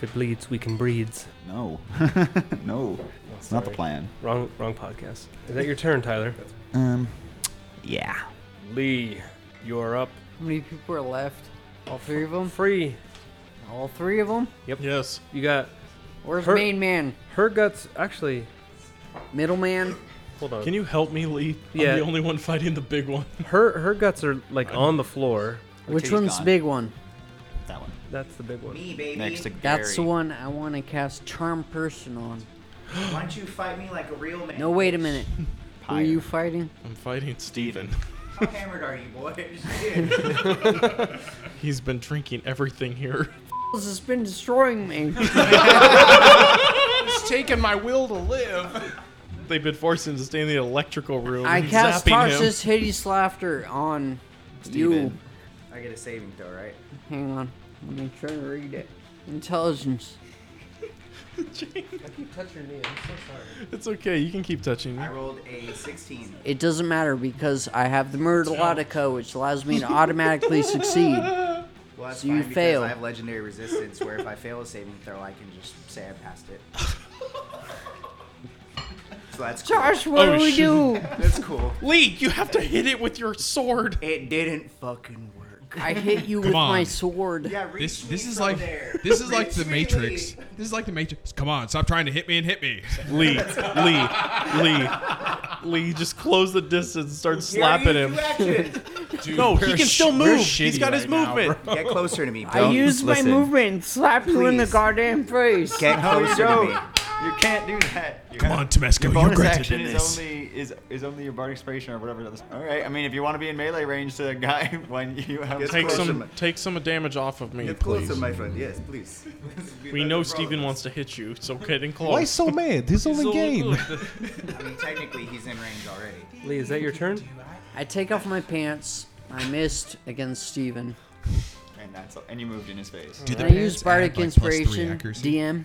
F: If it bleeds, we can breeds.
E: No. (laughs) no. It's not the plan.
F: Oh, Wrong, wrong podcast. Is that your turn, Tyler?
E: Um. Yeah.
F: Lee, you're up.
A: How many people are left? All three of them?
F: Free.
A: All three of them?
F: Yep.
D: Yes.
F: You got.
A: Where's
F: Her-
A: main man?
F: Her guts, actually.
A: Middleman?
F: Hold on.
D: Can you help me, Lee?
F: Yeah.
D: I'm the (laughs) only one fighting the big one.
F: (laughs) Her her guts are like on the floor.
A: Which one's the big one?
E: That one.
F: That's the big one.
E: Me, baby. Next to
A: That's the
E: Gary.
A: one I want to cast Charm Person on.
E: Why don't you fight me like a real man?
A: No, wait a minute.
E: (laughs)
A: Who are
E: Pyre.
A: you fighting?
D: I'm fighting
A: (laughs)
D: Steven.
E: How hammered are you, boys?
D: He's been drinking everything here.
A: This has been destroying
D: (laughs)
A: me.
D: It's taken my will to live. They've been forcing him to stay in the electrical room.
A: I
D: and
A: cast
D: zapping
A: Tarsus Hideous Laughter on you.
D: Steven.
E: I get a saving throw, right?
A: Hang on. Let me try to read it. Intelligence.
F: I keep touching me. I'm so sorry.
D: Him. It's okay. You can keep touching me.
E: I rolled a 16.
A: It doesn't matter because I have the Murdelotica, which allows me to
D: (laughs)
A: automatically succeed.
E: Well, that's
A: So you
E: fine
A: fail.
E: because I have legendary resistance, where if I fail a saving throw, I can just say I passed
D: (laughs)
E: it. so that's cool.
A: Josh, what
D: Oh,
A: do we
D: shit.
A: do?
E: That's cool.
D: Lee, you have to hit it with your sword.
E: It didn't fucking work.
A: I hit you
J: Come
A: with
J: on.
A: my sword.
E: Yeah, reach
J: This
E: me
J: this is
E: from
J: like
K: (laughs)
E: there.
J: this is like
E: Reach
J: the
E: me,
J: Matrix.
E: Lee.
J: This is like the Matrix. Come on, stop trying to hit me and hit me.
D: Lee, Lee,
E: (laughs)
D: Lee,
E: Oh,
D: Lee, just close the distance and start
E: Here,
D: slapping
E: you
D: him.
E: do action.
D: no,
J: we're
D: he can
J: sh-
D: still
J: we're
D: move. He's
J: shitty
D: got his
J: right now,
D: movement.
E: Get closer to me.
A: I
E: Don't
A: used my
E: listen.
A: movement and slapped you in the
E: Please.
A: goddamn face. Oh,
E: Get
A: How
E: closer to
A: so?
E: me. You can't do that. You
J: Come
E: have-
J: on, Tabesco,
E: Your
J: you're
E: bonus
J: greater
E: action
J: than
E: is
J: this.
E: only is is only your bardic inspiration or whatever. That All right. I mean, if you want to be in melee range to a guy (laughs) when you have
H: Yes,
D: Take
H: close
D: some,
H: him.
D: take some damage off of me,
H: Get closer,
D: please.
H: my friend. Yes, please.
D: We know Steven wants to hit you, so get in close.
B: Why so mad? This only game.
D: (laughs)
H: (laughs)
E: I mean, technically he's in range already.
F: Lee, is that your turn?
A: I take off my pants. I missed against Steven.
E: And that's and you moved in his face.
J: Do the
A: Can I
J: pants
A: use Bardic
J: add, like, plus three
A: Inspiration,
J: accuracy?
A: DM?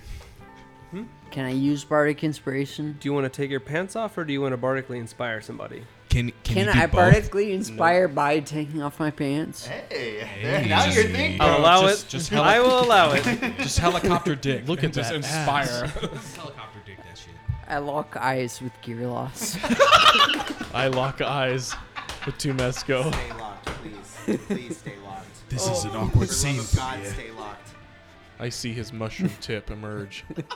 E: Hmm?
A: Can I use Bardic Inspiration?
F: Do you want to take your pants off or do you want to bardically inspire somebody?
J: Can
A: Can,
J: can, you do
A: I
J: both?
A: bardically inspire by taking off my pants?
E: Hey, there- now you're thinking.
F: I'll allow
J: just-
F: it.
J: just
F: (laughs)
J: hel-
F: I will allow it.
J: (laughs)
B: Just helicopter dick.
D: Look
B: and
D: at
B: just
D: that
B: inspire.
A: (laughs)
F: (laughs)
J: Helicopter dick that shit.
A: I lock eyes with Gearloss.
D: I lock eyes with Tumesco.
E: Stay locked, please. Please stay
D: (laughs)
E: locked. Oh,
J: This is an
E: For
J: awkward
E: the
J: scene.
E: love of God,
J: Yeah.
E: stay locked.
D: I see his mushroom tip emerge. Looks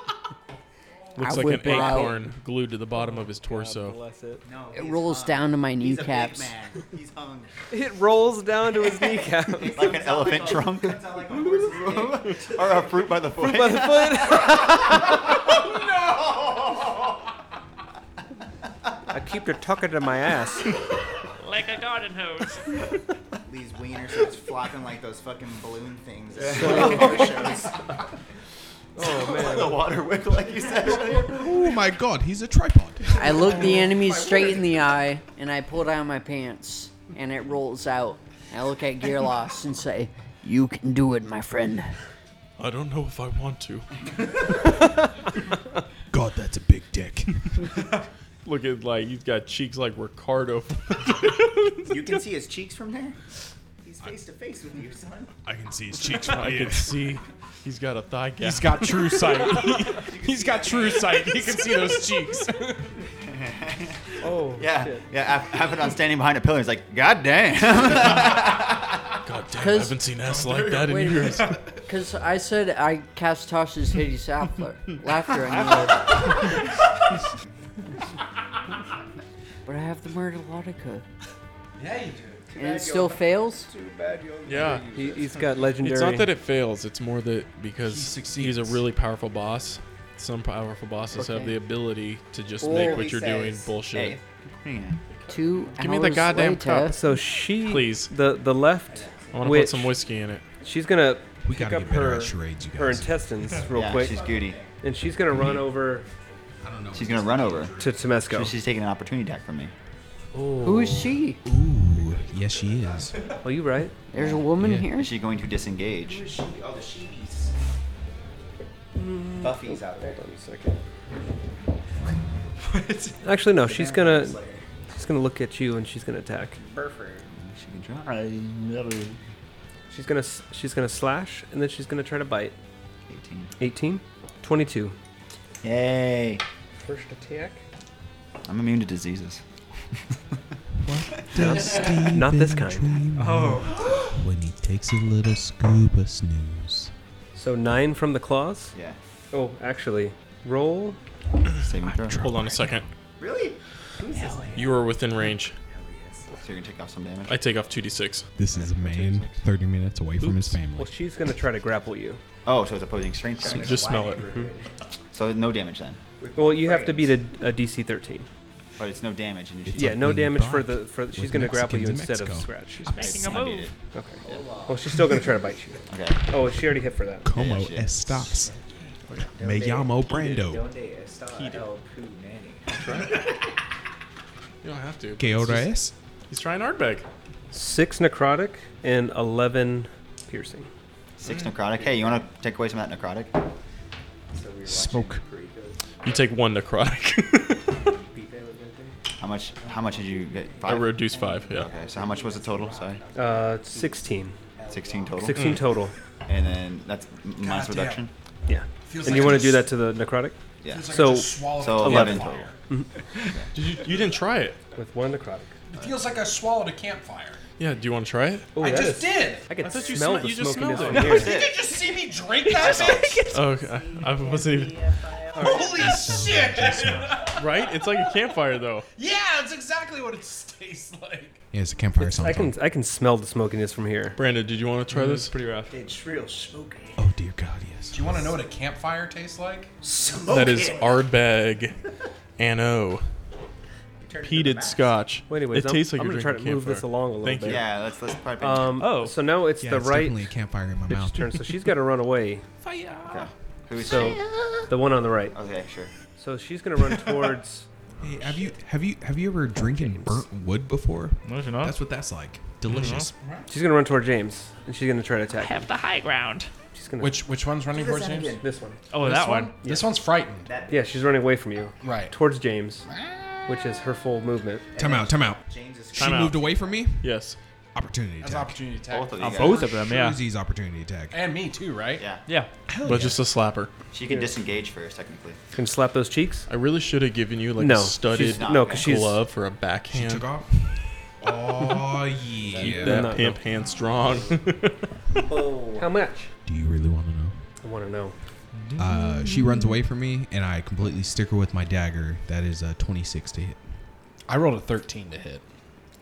A: I
D: like an
A: whip it out.
D: acorn glued to the bottom of his torso.
F: Bless it.
E: No,
A: It
E: he's
A: rolls
E: hung.
A: down to my
E: He's a big
A: kneecaps.
E: man. He's hung.
F: (laughs) It rolls down to his kneecap.
E: (laughs) like
F: (laughs)
E: an elephant trunk. (laughs) or a fruit by the foot.
F: By the
E: (laughs)
F: foot. Oh,
E: no!
G: Oh,
F: (laughs) I keep it tucking to my ass.
E: (laughs)
G: Like a garden hose.
E: These wiener starts flopping like those fucking balloon things. that
H: So-
E: water shows.
H: Oh,
E: (laughs)
H: man.
E: the water wiggle like you said.
K: Oh my god, he's a tripod.
A: I look
E: (laughs)
A: the enemy straight in the eye and I pull down my pants and it rolls out. I look at Gearloss and say, You can do it, my friend.
D: I don't know if I want to.
K: God, that's a big dick.
D: (laughs) Look at like he's got cheeks like Ricardo.
E: You can see his cheeks from there. He's face to face with you, son.
D: I can see
E: his
K: cheeks from
D: (laughs) I
K: here.
D: can see he's got a thigh gap.
B: He's got true
D: (laughs)
B: sight. He's got true sight. He can see those cheeks.
F: Oh.
E: Yeah, yeah. I have it on standing behind a pillar. He's like,
D: (laughs)
E: God (laughs) damn. (laughs)
D: God damn,
A: Cause-
D: I haven't seen ass
A: Oh,
D: like that in years. (laughs)
A: (laughs) Because I said I cast Tasha's hideous laughter, laughter
D: (laughs)
A: and But I have the Murdelotica.
H: Yeah, you do.
A: And it still fails?
H: Too bad you only
D: Yeah,
H: use
F: He-
H: it.
F: he's got legendary-
D: It's not that it fails; it's more that because he's a really powerful boss. Some powerful bosses have
A: Okay.
D: the ability to just
A: Or
D: make
A: he
D: what you're doing
A: says,
D: bullshit.
A: "Hey, Two
D: Give me the
A: hours
D: goddamn
A: later-
D: cup.
F: So she,
D: Please.
F: the the left.
D: I wanna put
F: witch,
D: some whiskey in it.
F: She's gonna
D: We
F: pick
D: gotta
F: up
D: get better
F: her
D: at charades, you
F: her
D: guys.
F: intestines real
E: Yeah,
F: quick.
E: she's goody.
F: And she's gonna
D: (laughs)
F: run over.
K: I don't know.
E: She's gonna run over
F: to Temesco.
E: She's taking an opportunity attack from me.
A: Who is she?
K: Ooh, yes, she is.
H: (laughs)
F: Oh, you right?
A: There's a woman
E: Yeah.
A: here?
E: Is she going to disengage? Oh, the sheebies. Buffy's out there. Hold on a second.
F: Actually, no. She's gonna she's gonna look at you and she's gonna attack.
E: Burford. She can try.
F: She's gonna s- she's gonna slash and then she's gonna try to bite.
E: 18.
F: 18, 22.
E: Yay.
F: First attack.
E: I'm immune to diseases.
F: Not this kind.
E: Oh.
K: (gasps) When he takes a little scuba snooze.
F: So nine from the claws.
E: Yeah.
F: Oh, actually, roll.
E: Saving throw.
D: Hold on a second.
E: Really? Who's this?
D: You are within range.
E: So you're gonna take off some damage.
D: I take off two d six.
K: This is a man 30 minutes away from his family.
F: Well, she's gonna try to grapple you.
E: Oh, so it's opposing strength.
D: So
E: check.
D: just smell it.
E: So no damage then.
F: Well, you have to beat a, a DC 13.
E: But it's no damage. And you just
F: Yeah,
E: take
F: no
E: one
F: damage
E: bite
F: for the for. She's
E: with
F: gonna grapple you
E: Mexicans
F: instead
E: in
F: of
E: Mexico.
F: scratch.
G: She's making a
E: I did
G: move.
E: it.
F: Okay. Well, she's still gonna try to bite you.
E: Okay.
F: Oh, she already hit for that.
K: Como
E: Yeah, shit.
K: estas? Me llamo Brando.
D: You don't have to.
K: Que
D: It's
K: hora
D: just-
K: es?
D: He's trying Ardbeg.
F: Six necrotic and eleven piercing.
E: Six necrotic. Hey, you want to take away some of that necrotic?
K: Smoke.
D: You take one necrotic.
E: How much? How much did you get?
D: I
E: Five.
D: reduce five. Yeah.
E: Okay. So how much was the total? Sorry.
F: Uh, sixteen.
E: Sixteen total.
F: 16
D: Mm.
F: total.
E: And then that's m- minus
K: Goddamn.
E: reduction.
F: Yeah.
K: Feels
F: and
K: like
F: you
K: I
F: want to
K: just-
F: do that to the necrotic?
E: Yeah.
K: Feels like I
F: So,
K: just swallowed
E: So
K: a
F: (laughs)
E: eleven total.
K: campfire.
D: Did you, you didn't try it.
F: with one necrotic.
B: It feels like I swallowed a campfire.
D: Yeah. Do you want to try it?
F: Oh,
B: I
F: that
B: just
F: is-
B: did.
F: I can
D: I thought you
F: smell
D: smelt-
F: the
D: you just
F: smokiness
D: smelled (laughs)
F: from
D: it.
F: here.
B: Did you just see me drink that bitch?
D: Oh, okay. I wasn't even.
B: Holy shit!
D: Right? It's like a campfire though.
B: Yeah, that's exactly what it (laughs) tastes like.
K: Yeah, it's a campfire
F: I
K: song.
F: can I can smell the smokiness from here.
D: Brandon, did you want to try this?
G: pretty rough.
H: It's real smoky.
K: Oh dear God, yes.
B: Do you want to know what a campfire tastes like?
D: That is Ardbeg Anno. Peated scotch.
F: Well, anyways,
D: it
F: I'm-
D: tastes like
F: I'm
D: you're
F: gonna try
D: drinking
F: to move
D: campfire.
F: this along a little
D: Thank
F: bit.
D: You.
E: Yeah. Let's let's probably.
F: Um. Oh. So now it's
K: Yeah,
F: the
K: it's
F: right
K: definitely a campfire in my
F: bitch's
K: mouth.
F: turn. So she's got to run away.
E: okay. Who's
F: So the one on the right.
E: Okay. Sure.
F: So she's gonna run
K: (laughs)
F: towards.
K: Hey, have you have you have you ever drinking burnt wood before?
G: No, you're not.
K: That's what that's like. Delicious.
F: She's gonna run toward James, and she's gonna try to attack. him.
G: Mm-hmm. Have the high ground.
F: She's gonna
B: Which which one's running towards James? This
F: this one.
G: Oh, that one.
B: This one's frightened.
F: Yeah, she's running away from you,
B: Right.
F: towards James, which is her full movement.
K: Time out. Time out.
E: James is.
K: She
G: Time out.
K: moved away from me.
D: Yes.
K: Opportunity
B: That's
K: attack.
B: opportunity attack.
E: Both of you guys.
G: Both of them, yeah.
K: Susie's opportunity attack.
B: And me too, right?
E: Yeah.
G: Yeah.
D: But just a slapper.
E: She can disengage first, technically.
F: Can slap those cheeks.
D: I really should have given you like
F: No,
D: a studded
F: she's not. No, 'cause she's-
D: glove or a
K: She
D: backhand.
K: took off. (laughs) Oh
E: (laughs)
K: yeah.
D: That
F: No, no.
D: pimp hand strong. (laughs)
E: Oh.
F: How much?
K: Do you really want to know?
F: I want to know.
K: Uh, she runs away from me, and I completely stick her with my dagger. That is a 26 to hit.
B: I rolled a 13 to hit.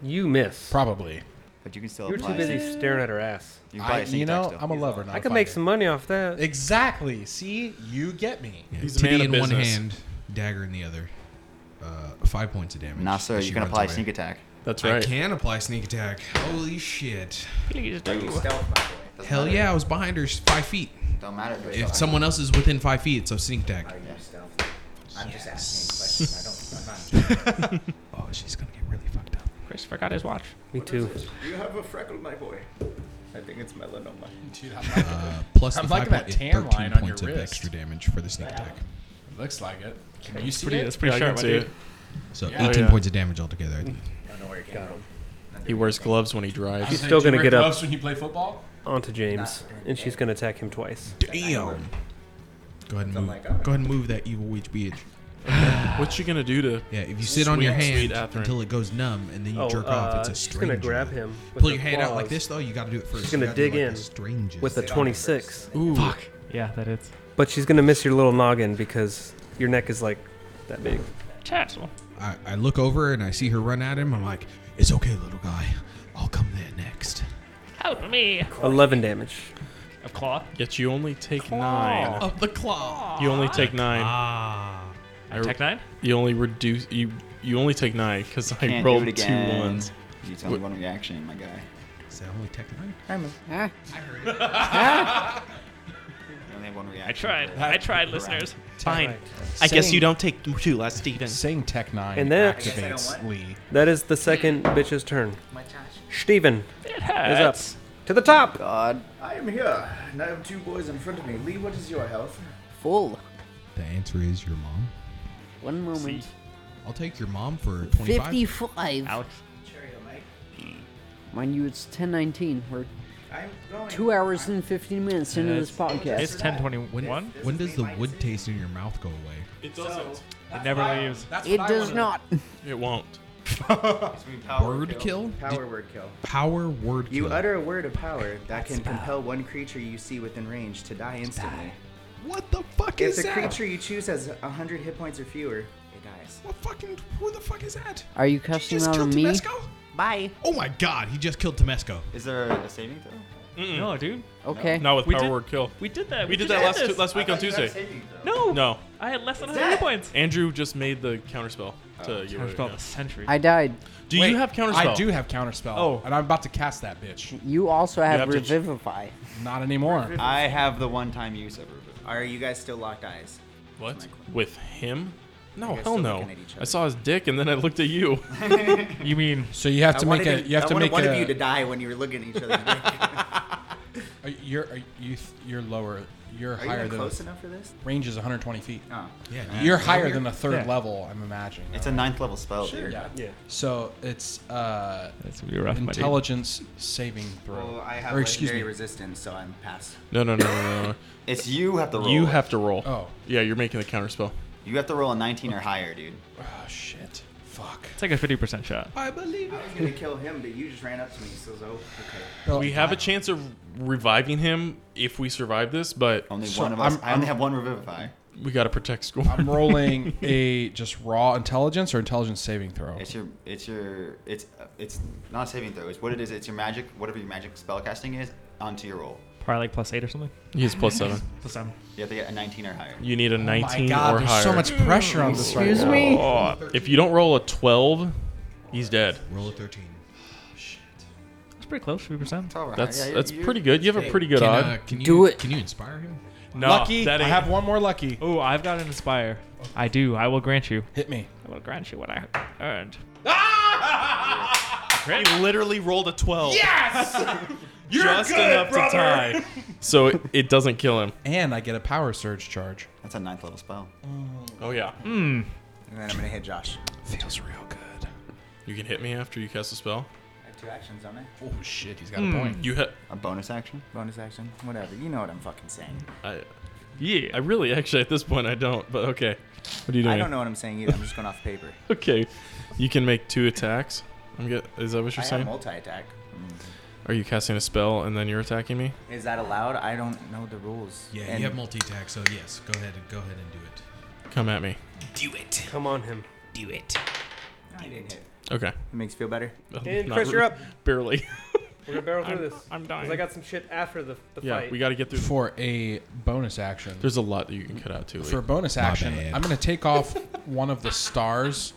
F: You miss.
B: Probably.
E: But you can still
F: You're
E: apply.
F: too busy staring at her ass.
E: You, can
B: I,
E: probably
B: you
E: sneak attack
B: know,
E: still.
B: I'm a lover. Not
F: I
B: a
F: could make
B: fighter.
F: some money off that.
B: Exactly. See, you get me.
K: Yeah,
D: He's a
K: titty
D: man of
K: in one
D: business.
K: hand, dagger in the other. Uh, five points of damage.
E: Nah, sir.
K: as
E: You
K: she
E: can
K: runs
E: apply
K: away.
E: sneak attack.
D: That's
K: I
D: right.
K: can apply sneak attack. Holy shit.
G: Please
K: do.
E: Stealth, by the way.
K: Hell yeah, I was behind her s- five feet.
E: Don't matter if it's
K: If
E: behind.
K: someone else is within five feet, it's a sneak attack.
E: Are you stealth? I'm just asking questions. I don't.
G: (laughs)
E: I'm not.
B: (laughs)
K: oh, she's gonna get really fucked up.
G: Chris forgot his watch.
F: Me too.
H: You have a freckle, my boy. I think it's melanoma.
B: (laughs) Dude, (laughs) I'm liking
K: Uh, plus
B: I'm
K: the
B: liking
K: five
B: that
K: point,
B: tan
K: 13
B: line on your
K: points of
B: wrist.
K: extra damage for the sneak attack.
B: Looks like it. Can
G: That's
B: you see
G: pretty-
B: it?
G: that's pretty Yeah, I sharp, can my see dude. it.
K: So
B: Yeah.
K: 18
D: Oh, yeah.
K: points of damage altogether. I think.
D: He wears gloves when he drives.
F: She's still going to get up
B: gloves when you play football?
F: onto James, and she's going to attack him twice.
K: Damn. Go ahead and move. Go ahead and move that evil witch bitch.
D: What's she gonna do to?
K: Yeah, if you sit on your
D: sweet,
K: hand
D: sweet Athrun?
K: until it goes numb and then you
F: Oh,
K: jerk off, it's
F: uh,
K: a
F: she's
K: strange.
F: gonna grab him with
K: Pull
F: her
K: your hand out like
F: claws.
K: this, though. You got to do it first.
F: She's
K: You
F: gonna
K: gotta do,
F: dig
K: like, the
F: in
K: strangest.
F: with a 26.
D: Ooh.
G: Fuck. Yeah, that is.
F: But she's going to miss your little noggin because your neck is like that big.
G: Tassel.
K: I, I look over and I see her run at him. I'm like, it's okay, little guy. I'll come there next.
G: Help me.
F: 11 damage.
G: A claw.
D: Yet you only take nine.
K: Of the claw.
D: You only take nine.
K: Ah.
D: I
G: Tech nine?
D: You only reduce. You you only take nine because I
E: Can't do
D: rolled
E: it
D: two
E: again.
D: ones.
E: You tell me one reaction, my guy.
K: Is that only tech nine?
A: Huh?
E: You only have one reaction.
G: I tried. I tried, listeners.
M: Fine.
F: Right.
M: I guess
B: Saying-
M: you don't take two less, Steven.
B: Saying Tech 9
F: And that- I guess I
E: don't
B: activates
E: want-
B: Lee.
F: That is the second bitch's turn.
E: My Josh.
F: Steven
G: It
F: is up.
G: hurts.
F: To the top!
A: God.
H: I am here, and I have two boys in front of me. Lee, what is your health?
A: Full.
K: The answer is your mom.
A: One moment.
K: I'll take your mom for 25.
A: 55.
G: Alex.
E: Cheerio, mate.
A: Mind you, it's 1019. We're
E: I'm going.
A: two hours and 15 minutes into this podcast.
G: It's
K: When,
G: 1021.
K: when does the wood taste in your mouth go away?
D: It doesn't.
G: It never leaves.
A: it does not.
D: (laughs) It
G: (laughs)
D: won't.
K: word kill?
H: Power word kill.
K: Power word
H: You
K: kill.
H: utter a word of power that can compel one creature you see within range to die instantly.
K: what the fuck
H: If
K: is
H: the
K: that?
H: creature you choose has 100 hit points or fewer, it dies.
K: What fucking? Who the fuck is that?
A: Are you
K: Did you
A: cussing
K: just
A: out
K: kill
A: on me?
K: Temesco?
A: Bye.
K: Oh my god, he just killed Temesco.
E: Is there a saving throw?
G: No, dude.
A: Okay.
D: Not with
G: We
D: power
G: did-
D: word kill.
G: We did that.
D: We did that last
G: this.
D: two, last week on Tuesday.
G: No.
D: No.
G: I had less than 100 hit points.
D: Andrew just made the counterspell to you.
G: I spelled the century.
A: I died.
D: Do
B: Wait,
D: you have counterspell?
B: I do have counterspell.
D: Oh.
B: And I'm about to cast that bitch.
A: You also have,
D: have to ch-
A: Revivify.
B: Not anymore.
E: I have the one-time use of Rubu.
H: Are you guys still locked eyes?
D: What? With him? No,
H: guys
D: hell
H: still
D: no.
H: looking at each
D: I saw his dick and then I looked at you.
G: You mean
B: So (laughs) you have to make a.
H: him-
B: You have
H: I
B: to
H: wanted
B: make
H: one
B: a.
H: of you to die when you were looking at each other.
B: (laughs) Are- You're are you th- you're lower. You're
H: Are you
B: higher
H: even
B: than
H: close enough for this?
B: range is 120 feet.
H: Oh.
K: Yeah,
B: you're
K: dude.
B: higher than the third
G: Yeah.
B: level. I'm imagining.
E: It's a ninth level spell.
H: Sure.
E: dude.
B: yeah.
F: Yeah.
B: So it's uh,
G: that's gonna be rough, my dude.
B: intelligence saving throw.
H: Well, I have
B: or excuse
H: legendary
B: me.
H: resistance, so I'm past.
D: No, no, no, no, no.
E: It's you have to
D: no.
E: roll.
D: you
E: it.
D: have to roll.
B: Oh.
D: Yeah, you're making the counterspell.
E: You have to roll a 19 or higher, dude.
B: (sighs) oh shit. Fuck.
G: It's like a 50% shot.
B: I believe
H: I was gonna kill him, but you just ran up to me, so oh, okay.
D: We have a chance of reviving him if we survive this, but
E: Only
B: So
E: one of us.
B: I'm-
E: i only
B: I'm-
E: have one revivify.
D: we gotta protect school. (laughs)
B: I'm rolling a just raw intelligence or intelligence saving throw.
E: It's your. It's your. It's uh, it's not a saving throw. It's what it is. It's your magic. Whatever your magic spell casting is, onto your roll.
G: Probably like plus 8 or something.
D: He has plus
B: (laughs)
D: seven.
G: Plus 7.
E: You have to get a 19 or higher.
D: You need a
B: Oh My
D: 19
B: God,
D: or
B: there's
D: higher.
B: so much pressure on this right
A: Excuse
B: now.
A: me?
D: Oh, if you don't roll a 12, he's dead.
K: Roll a 13.
G: That's pretty close, 50%.
E: It's all right.
D: That's
E: Yeah,
D: that's
E: you're-
D: pretty good. You have a pretty good
K: Can,
D: odd.
K: uh, can you,
A: Do it.
K: Can you inspire him?
D: no,
B: lucky.
D: that
B: I
D: ain't-
B: have one more lucky.
G: Oh, I've got an inspire. I do. I will grant you.
B: Hit me.
G: I will grant you what I earned.
M: He literally rolled a 12. Yes!
D: (laughs)
M: You're Just enough to
E: (laughs)
M: tie.
B: (laughs)
D: so it, it doesn't kill him.
B: And I get a power surge charge. Mm.
E: That's a ninth level spell.
D: Oh yeah.
M: Hmm.
H: And then I'm gonna hit Josh.
B: Feels real good.
D: You can hit me after you cast a spell.
H: I have two actions, don't I?
B: Oh shit, he's got
D: Hmm.
B: a point.
D: You hit.
E: A bonus action.
H: Hmm. Bonus action, whatever. You know what I'm fucking saying.
D: I,
G: Yeah.
D: I really actually at this point I don't. But okay. What are you doing?
H: I don't know what I'm saying either.
D: (laughs)
H: I'm just going off paper.
D: Okay. You can make two attacks. I'm get. Is that what
H: I
D: you're
H: have
D: saying?
H: multi attack.
D: Are you casting a spell and then you're attacking me?
H: Is that allowed? I don't know the rules.
K: Yeah,
H: And
K: you have multi attack, so yes, go ahead and go ahead and do it.
D: Come at me.
F: Come on him.
H: I didn't hit.
D: Okay. Oh,
H: It makes you feel better.
F: And
D: Not
F: Chris,
D: re-
F: you're up.
H: (laughs)
D: Barely.
F: We're going to barrel through
G: I'm-
F: this.
G: I'm
F: 'cause
G: dying.
F: I got some shit after the, the
D: yeah,
F: fight.
D: we got to get through.
B: For a bonus action.
D: There's a lot that you can cut out too. Lee.
B: for a bonus action,
K: bad.
D: (laughs)
B: I'm gonna take off one of the stars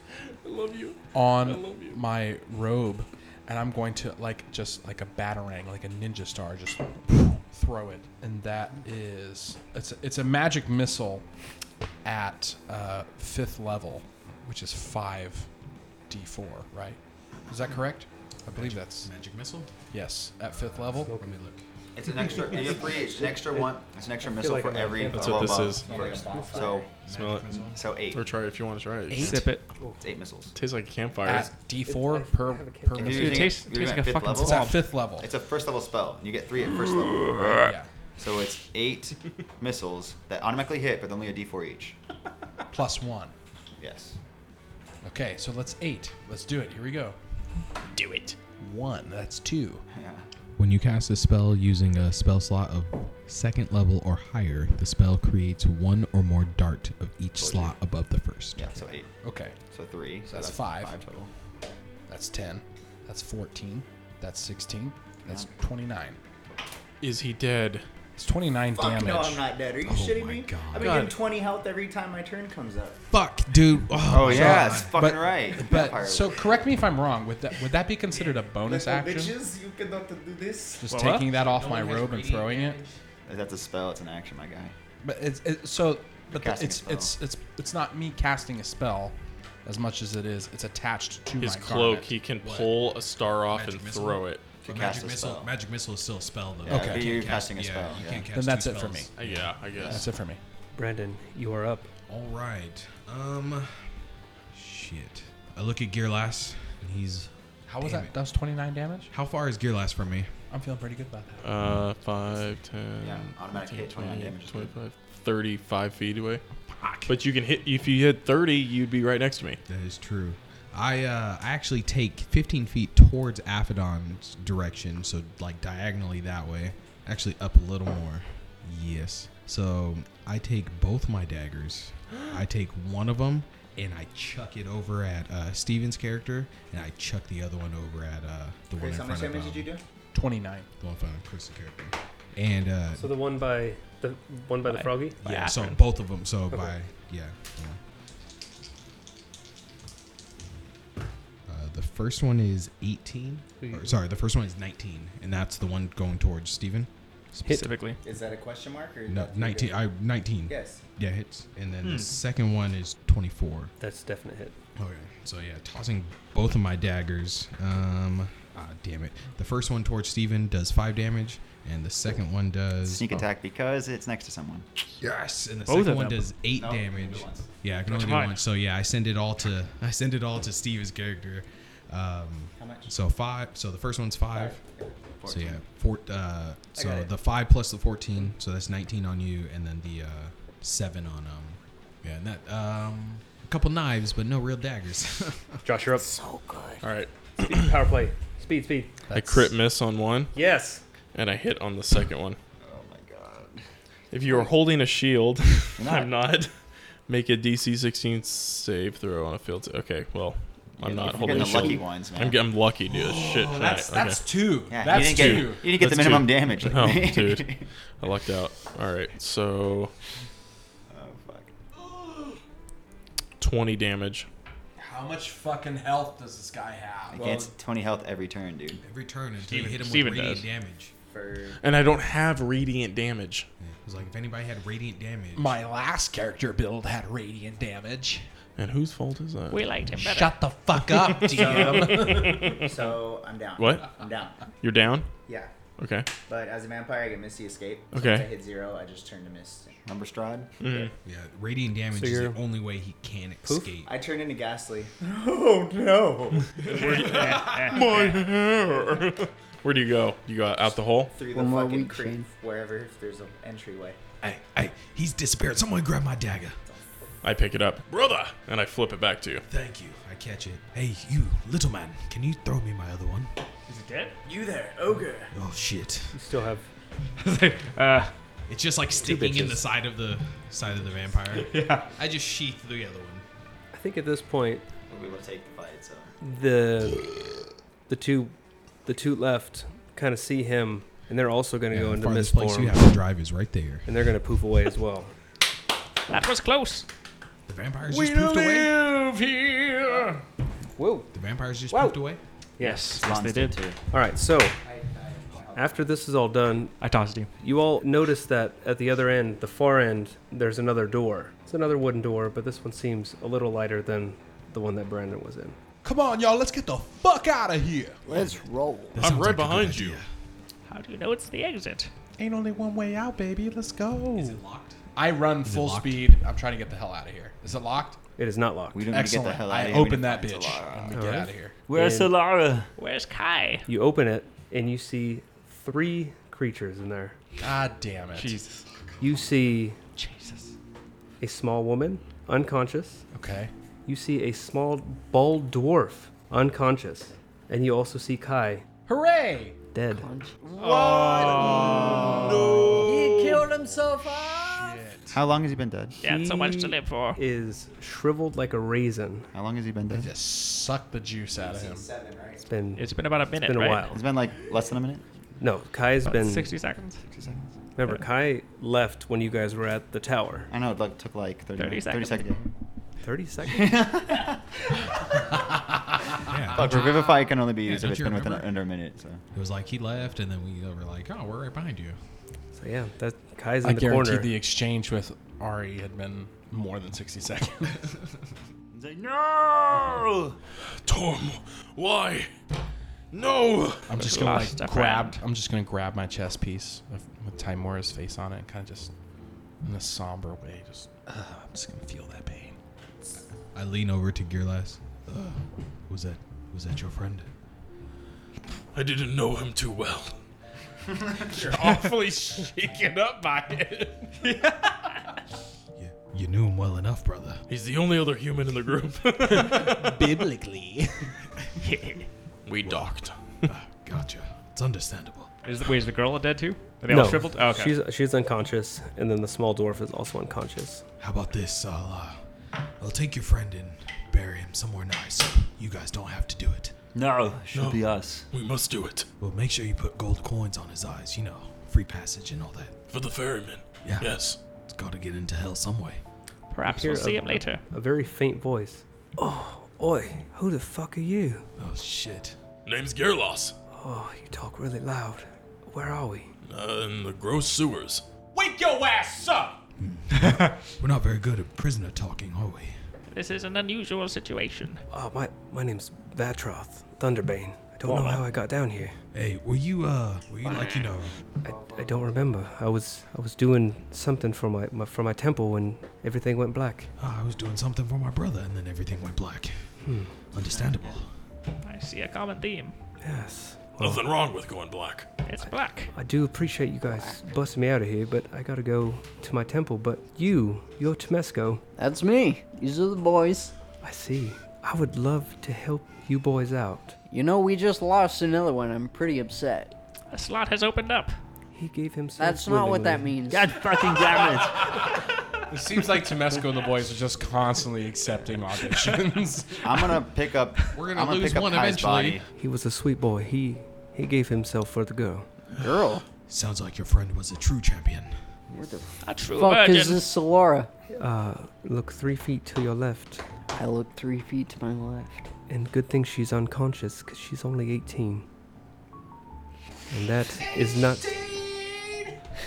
D: love you. I
B: on
D: love
B: my robe, and I'm going to like just like a batarang, like a ninja star, just throw it, and that is it's it's a magic missile at uh, fifth level, which is five d4, right? Is that correct? I believe that's
K: magic missile.
B: Yes, at fifth level. Let
K: me look.
E: It's an extra. You have three. It's an extra one. It's an extra missile for every.
D: That's
E: level
D: what this
E: above
D: is.
E: first. So
D: smell it.
E: So eight.
D: Or try it if you want to try it.
E: Eight? Sip
G: it.
E: It's eight missiles.
D: Tastes like a campfire.
B: At D4 per per
E: If you're
B: missile.
E: using you're doing at fifth level?
B: It's at fifth level.
E: It's a first level spell. You get three at first level.
B: Right. (laughs) Yeah.
E: So it's eight (laughs) missiles that automatically hit, but only a D4 each.
B: Plus one.
E: Yes.
B: Okay, so let's eight. Let's do it. Here we go. Do it. One. That's two.
K: When you cast a spell using a spell slot of second level or higher, the spell creates one or more dart of each slot above the first.
E: Yeah. So eight.
B: Okay.
E: So three.
B: So that's five.
E: total.
B: That's ten. That's fourteen. That's sixteen. That's twenty-nine.
D: Is he dead?
B: It's twenty-nine
I: Fuck
B: damage.
I: no, I'm not dead. Are you shitting me? I've been
B: Oh God.
I: getting 20 health every time my turn comes up.
B: Fuck, dude.
E: Oh,
B: my
E: yeah,
B: God.
E: it's fucking
B: But-
E: right. Vampire
B: But so correct me if I'm wrong. Would that would that be considered a bonus
I: Little
B: action?
I: Bitches, you cannot do this.
B: Just taking that off my robe and throwing it.
E: That's a spell. It's an action, my guy.
B: But it's it, so. But the,
E: Casting a
B: it's
E: spell.
B: it's it's it's not me casting a spell, as much as it is it's attached to
D: His
B: my
D: cloak,
B: garment.
D: he can pull a star off
K: Magic
D: and
K: missile?
D: throw it.
K: But
E: To cast
K: magic
E: a
K: missile.
E: spell.
K: Magic missile is still a spell though.
E: Yeah,
K: You
E: but
K: can't
E: you're
K: cast-
E: casting a
K: yeah,
E: spell,
K: You
E: yeah.
K: can't cast
B: Oh, Then that's
K: two
B: it for me.
K: spells.
D: Uh, Yeah, I guess.
B: That's it for me.
F: Brandon, you are up.
K: All right. Um, shit. I look at Gearlass, and he's.
B: How was
K: Damn
B: that? That was 29 damage.
K: it. How far is Gearlass from me?
B: I'm feeling pretty good about that.
D: Uh, 5, 10,
E: Yeah, automatic
D: 15,
E: hit, 29
D: 20,
E: damage is good.
D: 25, 35 feet away. But you can hit, if you hit 30, you'd be right next to me.
K: That is true. I uh, I actually take 15 feet towards Aphodon's direction, so like diagonally that way. Actually, up a little more. Yes. So I take both my daggers. I take one of them and I chuck it over at uh, Steven's character, and I chuck the other one over at uh, the one in
I: Chris, how
K: front
I: much
K: of
I: damage did you
K: um,
I: do?
B: 29.
K: the one in front of Chris's character. And uh,
F: So the one by the one by the froggy.
K: yeah, so both of them. So by yeah, yeah. Uh, the first one is eighteen. Or, sorry, the first one is nineteen, and that's the one going towards Steven.
G: Specifically.
I: Is that a question mark? Or is
K: No,
I: that pretty
K: nineteen.
I: good?
K: I nineteen.
I: Yes.
K: Yeah, hits, and then
I: Hmm.
K: the second one is twenty-four.
F: That's definite hit.
K: Okay, so yeah, tossing both of my daggers. Um, ah, damn it. The first one towards Steven does five damage, and the second one does
E: Sneak attack because it's next to someone.
K: Yes, and the
E: Both
K: second
E: of
K: one
E: them.
K: does eight
E: No,
K: damage.
E: only once.
K: Yeah, I can
E: That's
K: only do
E: fine.
K: one. So yeah, I send it all to (laughs) I send it all to Steve's character. Um,
I: How much?
K: So five. So the first one's five. So yeah, four. Uh,
I: I
K: so
I: got it.
K: the five plus the fourteen. So that's nineteen on you, and then the uh, seven on um. Yeah, and that um, a couple knives, but no real daggers. (laughs)
F: Josh, you're up.
I: So good.
F: All right. Speed, power play. Speed, speed.
D: I crit miss on one.
F: Yes.
D: And I hit on the second one.
E: Oh my god.
D: If you are holding a shield, (laughs)
E: You're
D: I'm not. Make a DC 16 save throw on a field. sa- okay, well, I'm
E: You're
D: not
E: getting
D: holding
E: the
D: a shield.
E: lucky ones, man.
D: I'm, I'm lucky, dude. Shit. tonight.
B: that's- that's two.
E: Yeah, you
D: that's
E: didn't
D: two.
E: get- you didn't get
D: That's
E: the minimum damage
D: (laughs)
E: like
D: No,
E: (laughs) me.
D: dude. I lucked out. All right, so.
E: Oh fuck.
D: 20 damage.
B: How much fucking health does this guy have?
E: I can't. 20 health every turn, dude.
K: Every turn until
D: Steven-
K: you hit him
D: Steven
K: with radiant
D: does.
K: damage.
I: For
D: And I don't have radiant damage.
K: It was like if anybody had radiant damage.
B: My last character build had radiant damage.
D: And whose fault is that?
G: We liked him better.
B: Shut the fuck
K: (laughs)
D: (laughs)
B: up,
I: So,
B: DM.
I: so I'm down.
D: What?
I: I'm down.
D: You're down?
I: Yeah.
D: Okay.
I: But as a vampire, I get Misty Escape. So
D: Okay.
I: Once I hit zero, I just turn to Mist.
E: Number stride.
D: Mhm.
K: Yeah, radiant damage
F: So
K: is the
F: you're-
K: only way he can escape.
I: I turn into Ghastly. (laughs) Oh
D: (laughs)
I: no!
D: My hair. Where do you go? You go out the hole?
I: Through the
A: One more
I: fucking
A: week,
I: creek,
A: Shane.
I: wherever if there's an entryway.
K: Hey, hey, he's disappeared. Someone grab my dagger.
D: I pick it up. Brother! And I flip it back to you.
K: Thank you. I catch it. Hey, you, little man, can you throw me my other one?
G: Is it dead?
I: You there, ogre?
K: Oh shit!
F: You still have.
G: (laughs) uh,
K: It's just like sticking in
G: bitches.
K: the side of the side of the vampire.
G: Yeah.
K: I just sheath the other one.
F: I think at this point,
E: We will take the fight, so.
F: the the two the two left kind of see him, and they're also going to go
K: the
F: into mist
K: farthest
F: form,
K: place you have to drive is right there.
F: and they're going to poof away as well.
G: that was close.
K: The vampires
B: we
K: just poofed away.
B: live here.
F: Whoa.
J: The vampires just
F: Whoa.
J: pooped away?
F: Yes,
J: Yes, they did.
F: All right, so after this is all done,
G: I tossed you.
F: You all notice that at the other end, the far end, there's another door. It's another wooden door, but this one seems a little lighter than the one that Brandon was in.
B: Come on, y'all. Let's get the fuck out of here.
A: Let's roll.
N: I'm right behind you.
G: How do you know it's the exit?
B: Ain't only one way out, baby. Let's go. Is it
J: locked?
B: I run
J: Is it
B: full
J: locked?
B: speed. I'm trying to get the hell out of here. Is it locked?
F: It is not locked. We
J: don't need to get the
B: Excellent.
J: hell
B: I
J: outta here. We
B: open
J: need
B: that
J: to
B: bitch
J: find Solara.
B: and we
F: All
B: get
F: right.
B: out of here.
F: And
G: Solara? Where's Kai?
F: You open it, and you see three creatures in there.
B: God damn it.
G: Jesus.
F: You see
G: Jesus.
F: a small woman, unconscious.
B: Okay.
F: You see a small bald dwarf, unconscious. And you also see Kai,
B: Hooray!
F: dead.
D: Oh,
A: He killed himself off.
F: How long has he been dead?
G: Yeah, so much to live for.
F: Is shriveled like a raisin.
K: How long has he been dead?
B: Just suck the juice out of him.
F: It's been.
G: It's been about a
F: It's
G: minute,
F: been a
G: right?
F: while.
K: It's been like less than a minute.
F: No, Kai's
G: About
F: been
G: 60 seconds.
K: 60 seconds.
F: Remember, Kai left when you guys were at the tower.
K: I know it like, took like 30,
F: 30
K: minutes- 30
F: seconds.
K: seconds.
F: 30
K: (laughs)
F: seconds?
K: Fuck, Revivify can only be used
J: don't
K: if it's
J: you
K: been within
J: remember?
K: under a minute. So.
J: It was like he left, and then we were like, oh, we're right behind you.
F: so yeah, that Kai's in
B: I
F: the
B: guarantee
F: corner.
B: the exchange with Ari had been more than 60 seconds. (laughs)
D: No! Tom, why? No!
B: I'm just gonna like grab. I'm just gonna grab my chess piece of, with Timora's face on it, and kind of just in a somber way, just uh, I'm just gonna feel that pain.
J: I lean over to Gearlass. Uh, was that was that your friend?
D: I didn't know him too well.
B: You're awfully shaken up by it.
J: You knew him well enough, brother.
N: He's the only other human in the group.
D: (laughs)
B: Biblically. (laughs)
N: we docked.
J: Gotcha. It's understandable.
G: Is the, wait, is the girl dead too? Are they
F: no,
G: all shriveled? Oh, okay.
F: she's, she's unconscious, and then the small dwarf is also unconscious.
J: How about this? I'll uh, I'll take your friend and bury him somewhere nice. You guys don't have to do it.
L: No, should
J: No.
L: be us.
J: We must do it. Well, make sure you put gold coins on his eyes. You know, free passage and all that.
D: For the ferryman.
J: Yeah.
D: Yes.
J: It's got to get into hell some way.
G: Perhaps
F: You
G: we'll
F: hear
G: see
F: a-
G: him later.
F: A very faint voice. Oh, oi, who the fuck are you?
J: Oh shit.
D: Name's Gerlos.
F: Oh, you talk really loud. Where are we?
D: Uh, in the gross sewers.
B: Wake your ass up!
J: We're not very good at prisoner talking, are we?
G: This is an unusual situation.
F: Oh, my, my name's Vatroth, Thunderbane. I don't
G: Well,
F: know
G: I-
F: how I got down here.
J: Hey, were you uh, were you like you know?
F: I, I don't remember. I was I was doing something for my, my for my temple when everything went black.
J: Oh, I was doing something for my brother, and then everything went black.
F: Hmm.
J: Understandable.
G: I see a common theme.
F: Yes.
D: Nothing wrong with going black.
G: It's black.
F: I do appreciate you guys busting me out of here, but I gotta go to my temple. But you, you're Temesco.
A: That's me. These are the boys.
F: I see. I would love to help you boys out.
A: You know, we just lost another one. I'm pretty upset.
G: A slot has opened up.
F: He gave himself.
A: That's not what that
F: willingly.
A: means.
F: God
A: fucking damn it.
B: It seems like Tomesco and the boys are just constantly accepting (laughs) auditions.
K: I'm gonna pick up.
J: We're
K: I'm gonna pick up Kai's body.
F: He was a sweet boy. He he gave himself for the girl.
A: Girl.
J: Sounds like your friend was a true champion.
A: What the
G: A true
A: fuck
G: virgin.
A: is this Solara?
F: Uh, look three feet to your left,
A: I look three feet to my left.
F: and good thing she's unconscious, 'cause she's only 18. And that is not.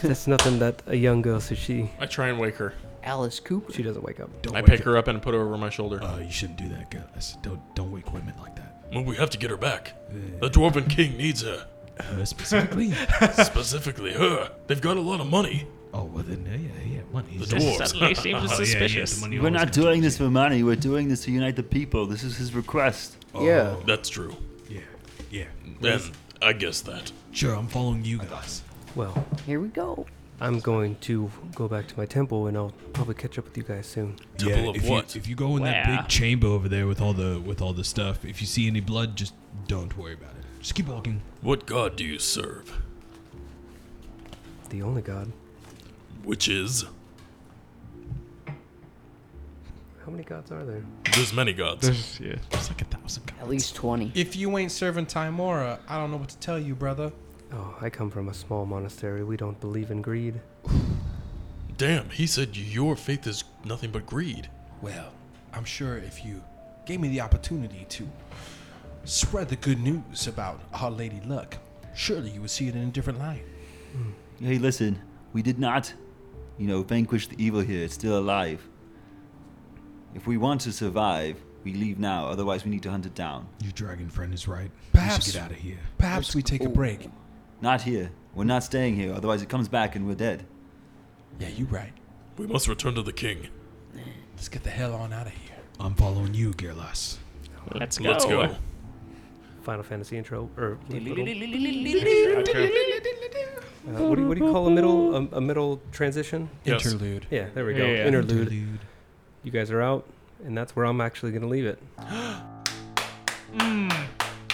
F: That's nothing that a young girl, so she
N: I try and wake her.
A: Alice Cooper.
F: she doesn't wake up.
J: Don't
N: I
J: wake
N: pick her up and put her over my shoulder.
J: Uh, you shouldn't do that, guys. Don't don't wake women like that.
D: Well, we have to get her back. The Dwarven King needs her.
J: Her specifically.
D: (laughs) Specifically her. They've got a lot of money.
J: oh well, then yeah, yeah, yeah, money.
D: The dwarves. Oh,
G: suddenly
D: (laughs)
G: seems suspicious.
L: We're not doing this for money. We're doing this to unite the people. This is his request.
D: Oh.
A: Yeah.
D: That's true.
J: Oh. Yeah, yeah.
D: Then I guess that.
J: Sure, I'm following you guys.
F: Well,
A: Here we go.
F: I'm going to go back to my temple, and I'll probably catch up with you guys soon.
D: Temple of
J: if
D: what?
J: You, if you go in that
G: Where?
J: big chamber over there with all the with all the stuff, if you see any blood, just don't worry about it. Just keep walking.
D: What god do you serve?
F: The only god.
D: Which is?
F: How many gods are there?
D: There's many gods.
G: yeah.
J: There's like a thousand.
A: At least 20.
B: if you ain't serving Timora, I don't know what to tell you, brother.
F: Oh, I come from a small monastery. We don't believe in greed.
D: Damn, he said your faith is nothing but greed.
B: Well, I'm sure if you gave me the opportunity to spread the good news about Our Lady Luck. Surely you would see it in a different light.
L: Hey, listen, we did not, you know, vanquish the evil here. It's still alive. If we want to survive, we leave now. Otherwise, we need to hunt it down.
K: Your dragon friend is right.
B: Perhaps
K: we should get out of here.
B: Perhaps we take a break.
L: Not here. We're not staying here. Otherwise, it comes back and we're dead.
B: Yeah, you're right.
D: We must return to the king.
B: Let's get the hell on out of here.
K: I'm following you, Gerlas.
G: Let's
D: Let's go. go.
F: Final Fantasy intro or little-
G: Uh,
F: uh, what, do you, what do you call a middle a, a middle transition?
D: Yes. Interlude.
F: Yeah, there we go.
D: Yeah, yeah.
F: Interlude.
D: Interlude.
F: You guys are out, and that's where I'm actually going to leave it.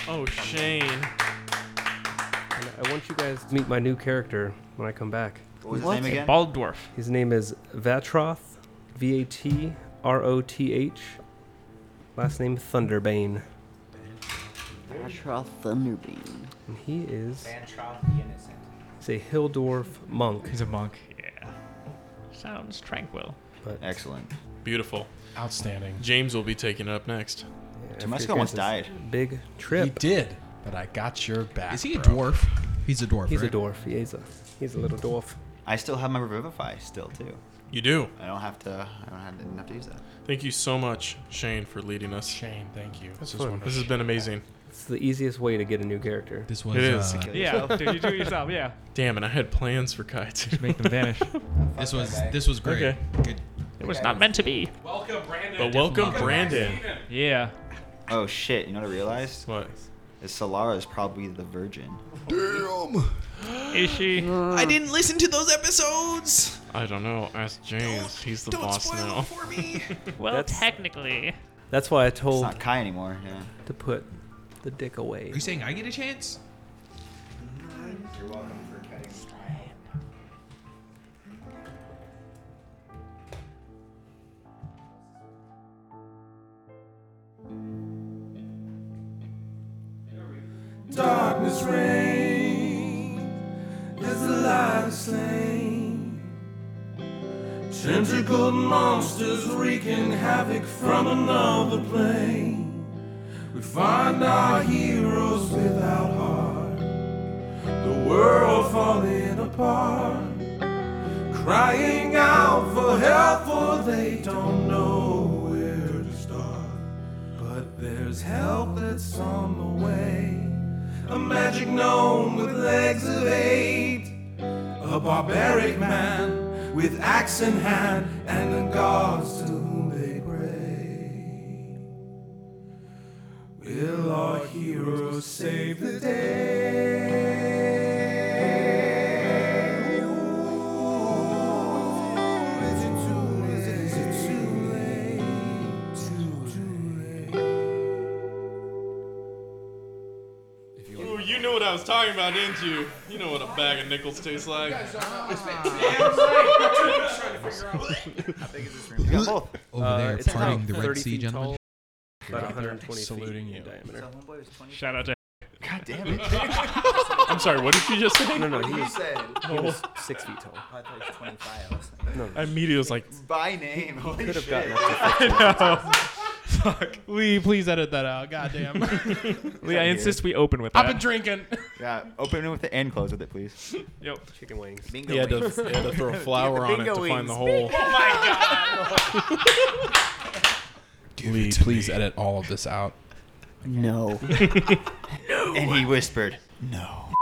D: Oh, Shane.
F: And I want you guys to meet my new character when I come back.
E: What was his What? name again?
G: Bald dwarf.
F: His name is Vatroth, V A T R O T H. Last name Thunderbane.
A: Vatroth Thunderbane.
F: And he is
E: Bantroth the Innocent.
F: he's a hill dwarf monk.
G: He's a monk. Yeah. Sounds tranquil.
F: But
E: Excellent.
D: Beautiful.
B: Outstanding.
D: James will be taking it up next.
E: Tomesco almost died.
F: Big trip.
B: He did, but I got your back.
K: Is he a
B: bro.
K: dwarf? He's a dwarf.
F: He's a
K: right?
F: dwarf. Yeah, he's a he's a little dwarf.
E: I still have my Revivify still too.
D: You do.
E: I don't have to. I don't have, didn't have to use that.
D: Thank you so much, Shane, for leading us.
B: Shane, thank you.
D: This,
F: That's
D: is
F: fun.
D: wonderful. this has been amazing.
F: It's the easiest way to get a new character.
K: This
D: It
G: uh,
D: is.
G: Yeah, dude, you do it yourself. Oh, Yeah.
D: Damn, and I had plans for Kai to
G: make them
D: (laughs)
G: vanish.
K: This was this was great.
D: Okay.
K: Good.
G: It was not meant to be.
B: Welcome, Brandon.
D: But welcome, Brandon.
G: Yeah.
E: Oh shit! You know what I realized?
D: What?
E: Is Solara is probably the Virgin.
K: (gasps)
G: Is she?
M: I didn't listen to those episodes.
D: I don't know. Ask James. He's the
M: Don't
D: boss
M: spoil
D: now.
M: it for me.
G: (laughs) (laughs) Well, technically.
F: That's why I
E: It's
F: told
E: not Kai anymore. Yeah.
F: to put the dick away.
K: Are you saying I get a chance?
E: You're welcome for cutting.
C: Darkness reigns as the light is slain. Tentacled monsters wreaking havoc from another plane. We find our heroes without heart. The world falling apart. Crying out for help, for they don't know where to start. But there's help that's on the way. A magic gnome with legs of eight. A barbaric man with axe in hand and the gods to whom they pray. Will our heroes save the day? Ooh, is it too late? Is it too late? Too, too late.
D: Ooh, you knew what I was talking about, didn't you? You know what a bag of nickels tastes like.
B: (laughs)
K: Over
F: Uh,
K: there,
F: it's
K: parting
F: about
K: the Red
F: 30
K: Sea,
F: feet
K: gentlemen.
F: tall, About
B: Out there
F: 120
B: saluting
F: feet in
B: you.
F: diameter.
G: Shout out to.
E: God
D: (laughs)
E: damn it!
D: I'm sorry. What did you just say?
F: No, no, he was,
E: said.
F: he was
G: Oh.
F: six feet tall.
E: I thought it was 25. I was like,
F: No,
D: I immediately was like,
E: By name. Holy
F: could have
E: shit.
F: gotten up to
E: (laughs)
F: (laughs)
D: "Fuck,
M: Lee, please edit that out. Goddamn.
G: Lee, I insist we open with that.
B: I've been drinking.
E: Yeah, open it with the end, close with it, please.
G: Yep.
F: chicken wings.
E: Bingo.
D: He had, to,
E: wings.
D: he had to throw a flower on it to
H: Bingo
D: find the hole.
H: wings.
B: Lee, please edit all of this out.
A: No.
E: and he whispered, "No."